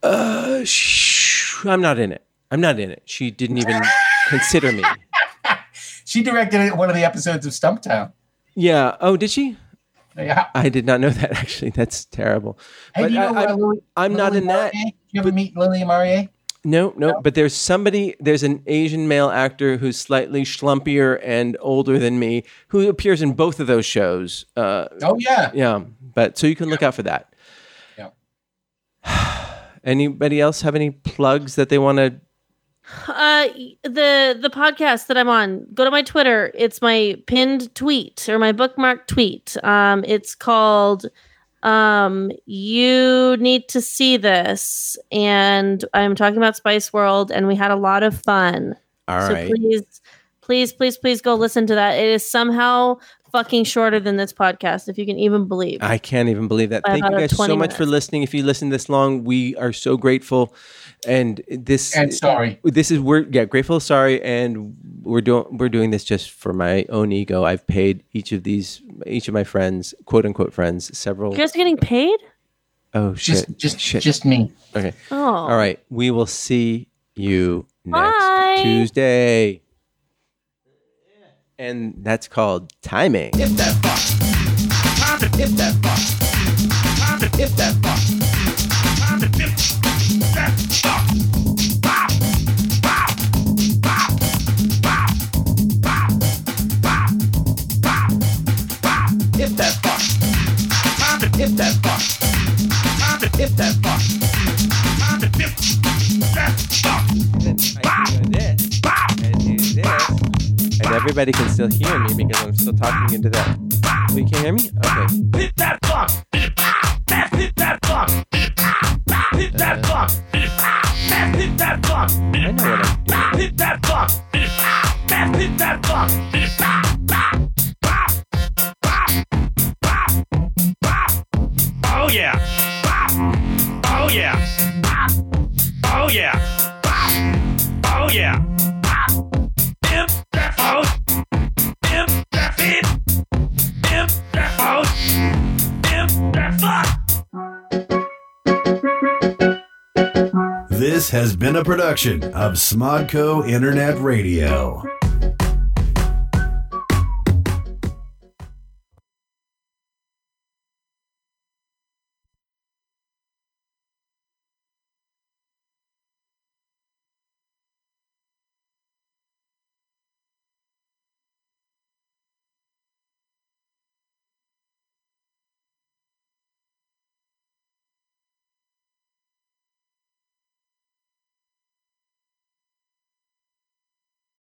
S2: uh, sh- I'm not in it. I'm not in it. She didn't even consider me.
S7: She directed one of the episodes of Stumptown.
S2: Yeah. Oh, did she?
S7: Yeah.
S2: I did not know that actually. That's terrible.
S7: Hey,
S2: But
S7: do you know
S2: I-
S7: uh, Lily-
S2: I'm not
S7: Lily
S2: in that.
S7: Marie? You ever meet Lily Marie?
S2: No, no, but there's somebody, there's an Asian male actor who's slightly schlumpier and older than me who appears in both of those shows. Uh,
S7: Oh yeah.
S2: yeah, but so you can look out for that.
S7: Yeah.
S2: Anybody else have any plugs that they want to?
S6: Uh, the the podcast that I'm on. Go to my Twitter. It's my pinned tweet or my bookmarked tweet. Um, it's called um you need to see this and i'm talking about spice world and we had a lot of fun
S2: All
S6: so
S2: right.
S6: please please please please go listen to that it is somehow fucking shorter than this podcast if you can even believe
S2: I can't even believe that.
S6: By
S2: Thank you
S6: about
S2: guys so
S6: 20
S2: much for
S6: minutes.
S2: listening. If you listened this long, we are so grateful. And this
S7: And sorry.
S2: this is we're yeah grateful sorry and we're doing we're doing this just for my own ego i've paid each of these each of my friends quote unquote friends several
S6: you guys are getting paid
S2: oh shit
S7: Just just
S2: shit
S7: just me.
S2: okay
S6: oh
S2: all right we will see you next
S6: Bye.
S2: tuesday and that's called timing
S1: If that box. Pop it. If that box. Pop it. If that box. Pop it. If that box. Pop. Pop. Pop. Pop. Pop. Pop. Pop. Pop. If that box. Pop it. If that box. Pop it. If that box. Pop it. If that box. Pop.
S2: and everybody can still hear me because i'm still talking into that oh, you can't hear me okay
S5: Hit that fuck. That's hit that fuck. Hit that fuck. That's hit that fuck.
S2: i know what i'm doing
S5: Hit that fuck. That's hit that fuck. Oh yeah. Oh yeah. Oh yeah. Oh yeah. Imp that out. Imp that fit. Imp that out. Imp that fuck.
S8: This has been a production of Smodco Internet Radio.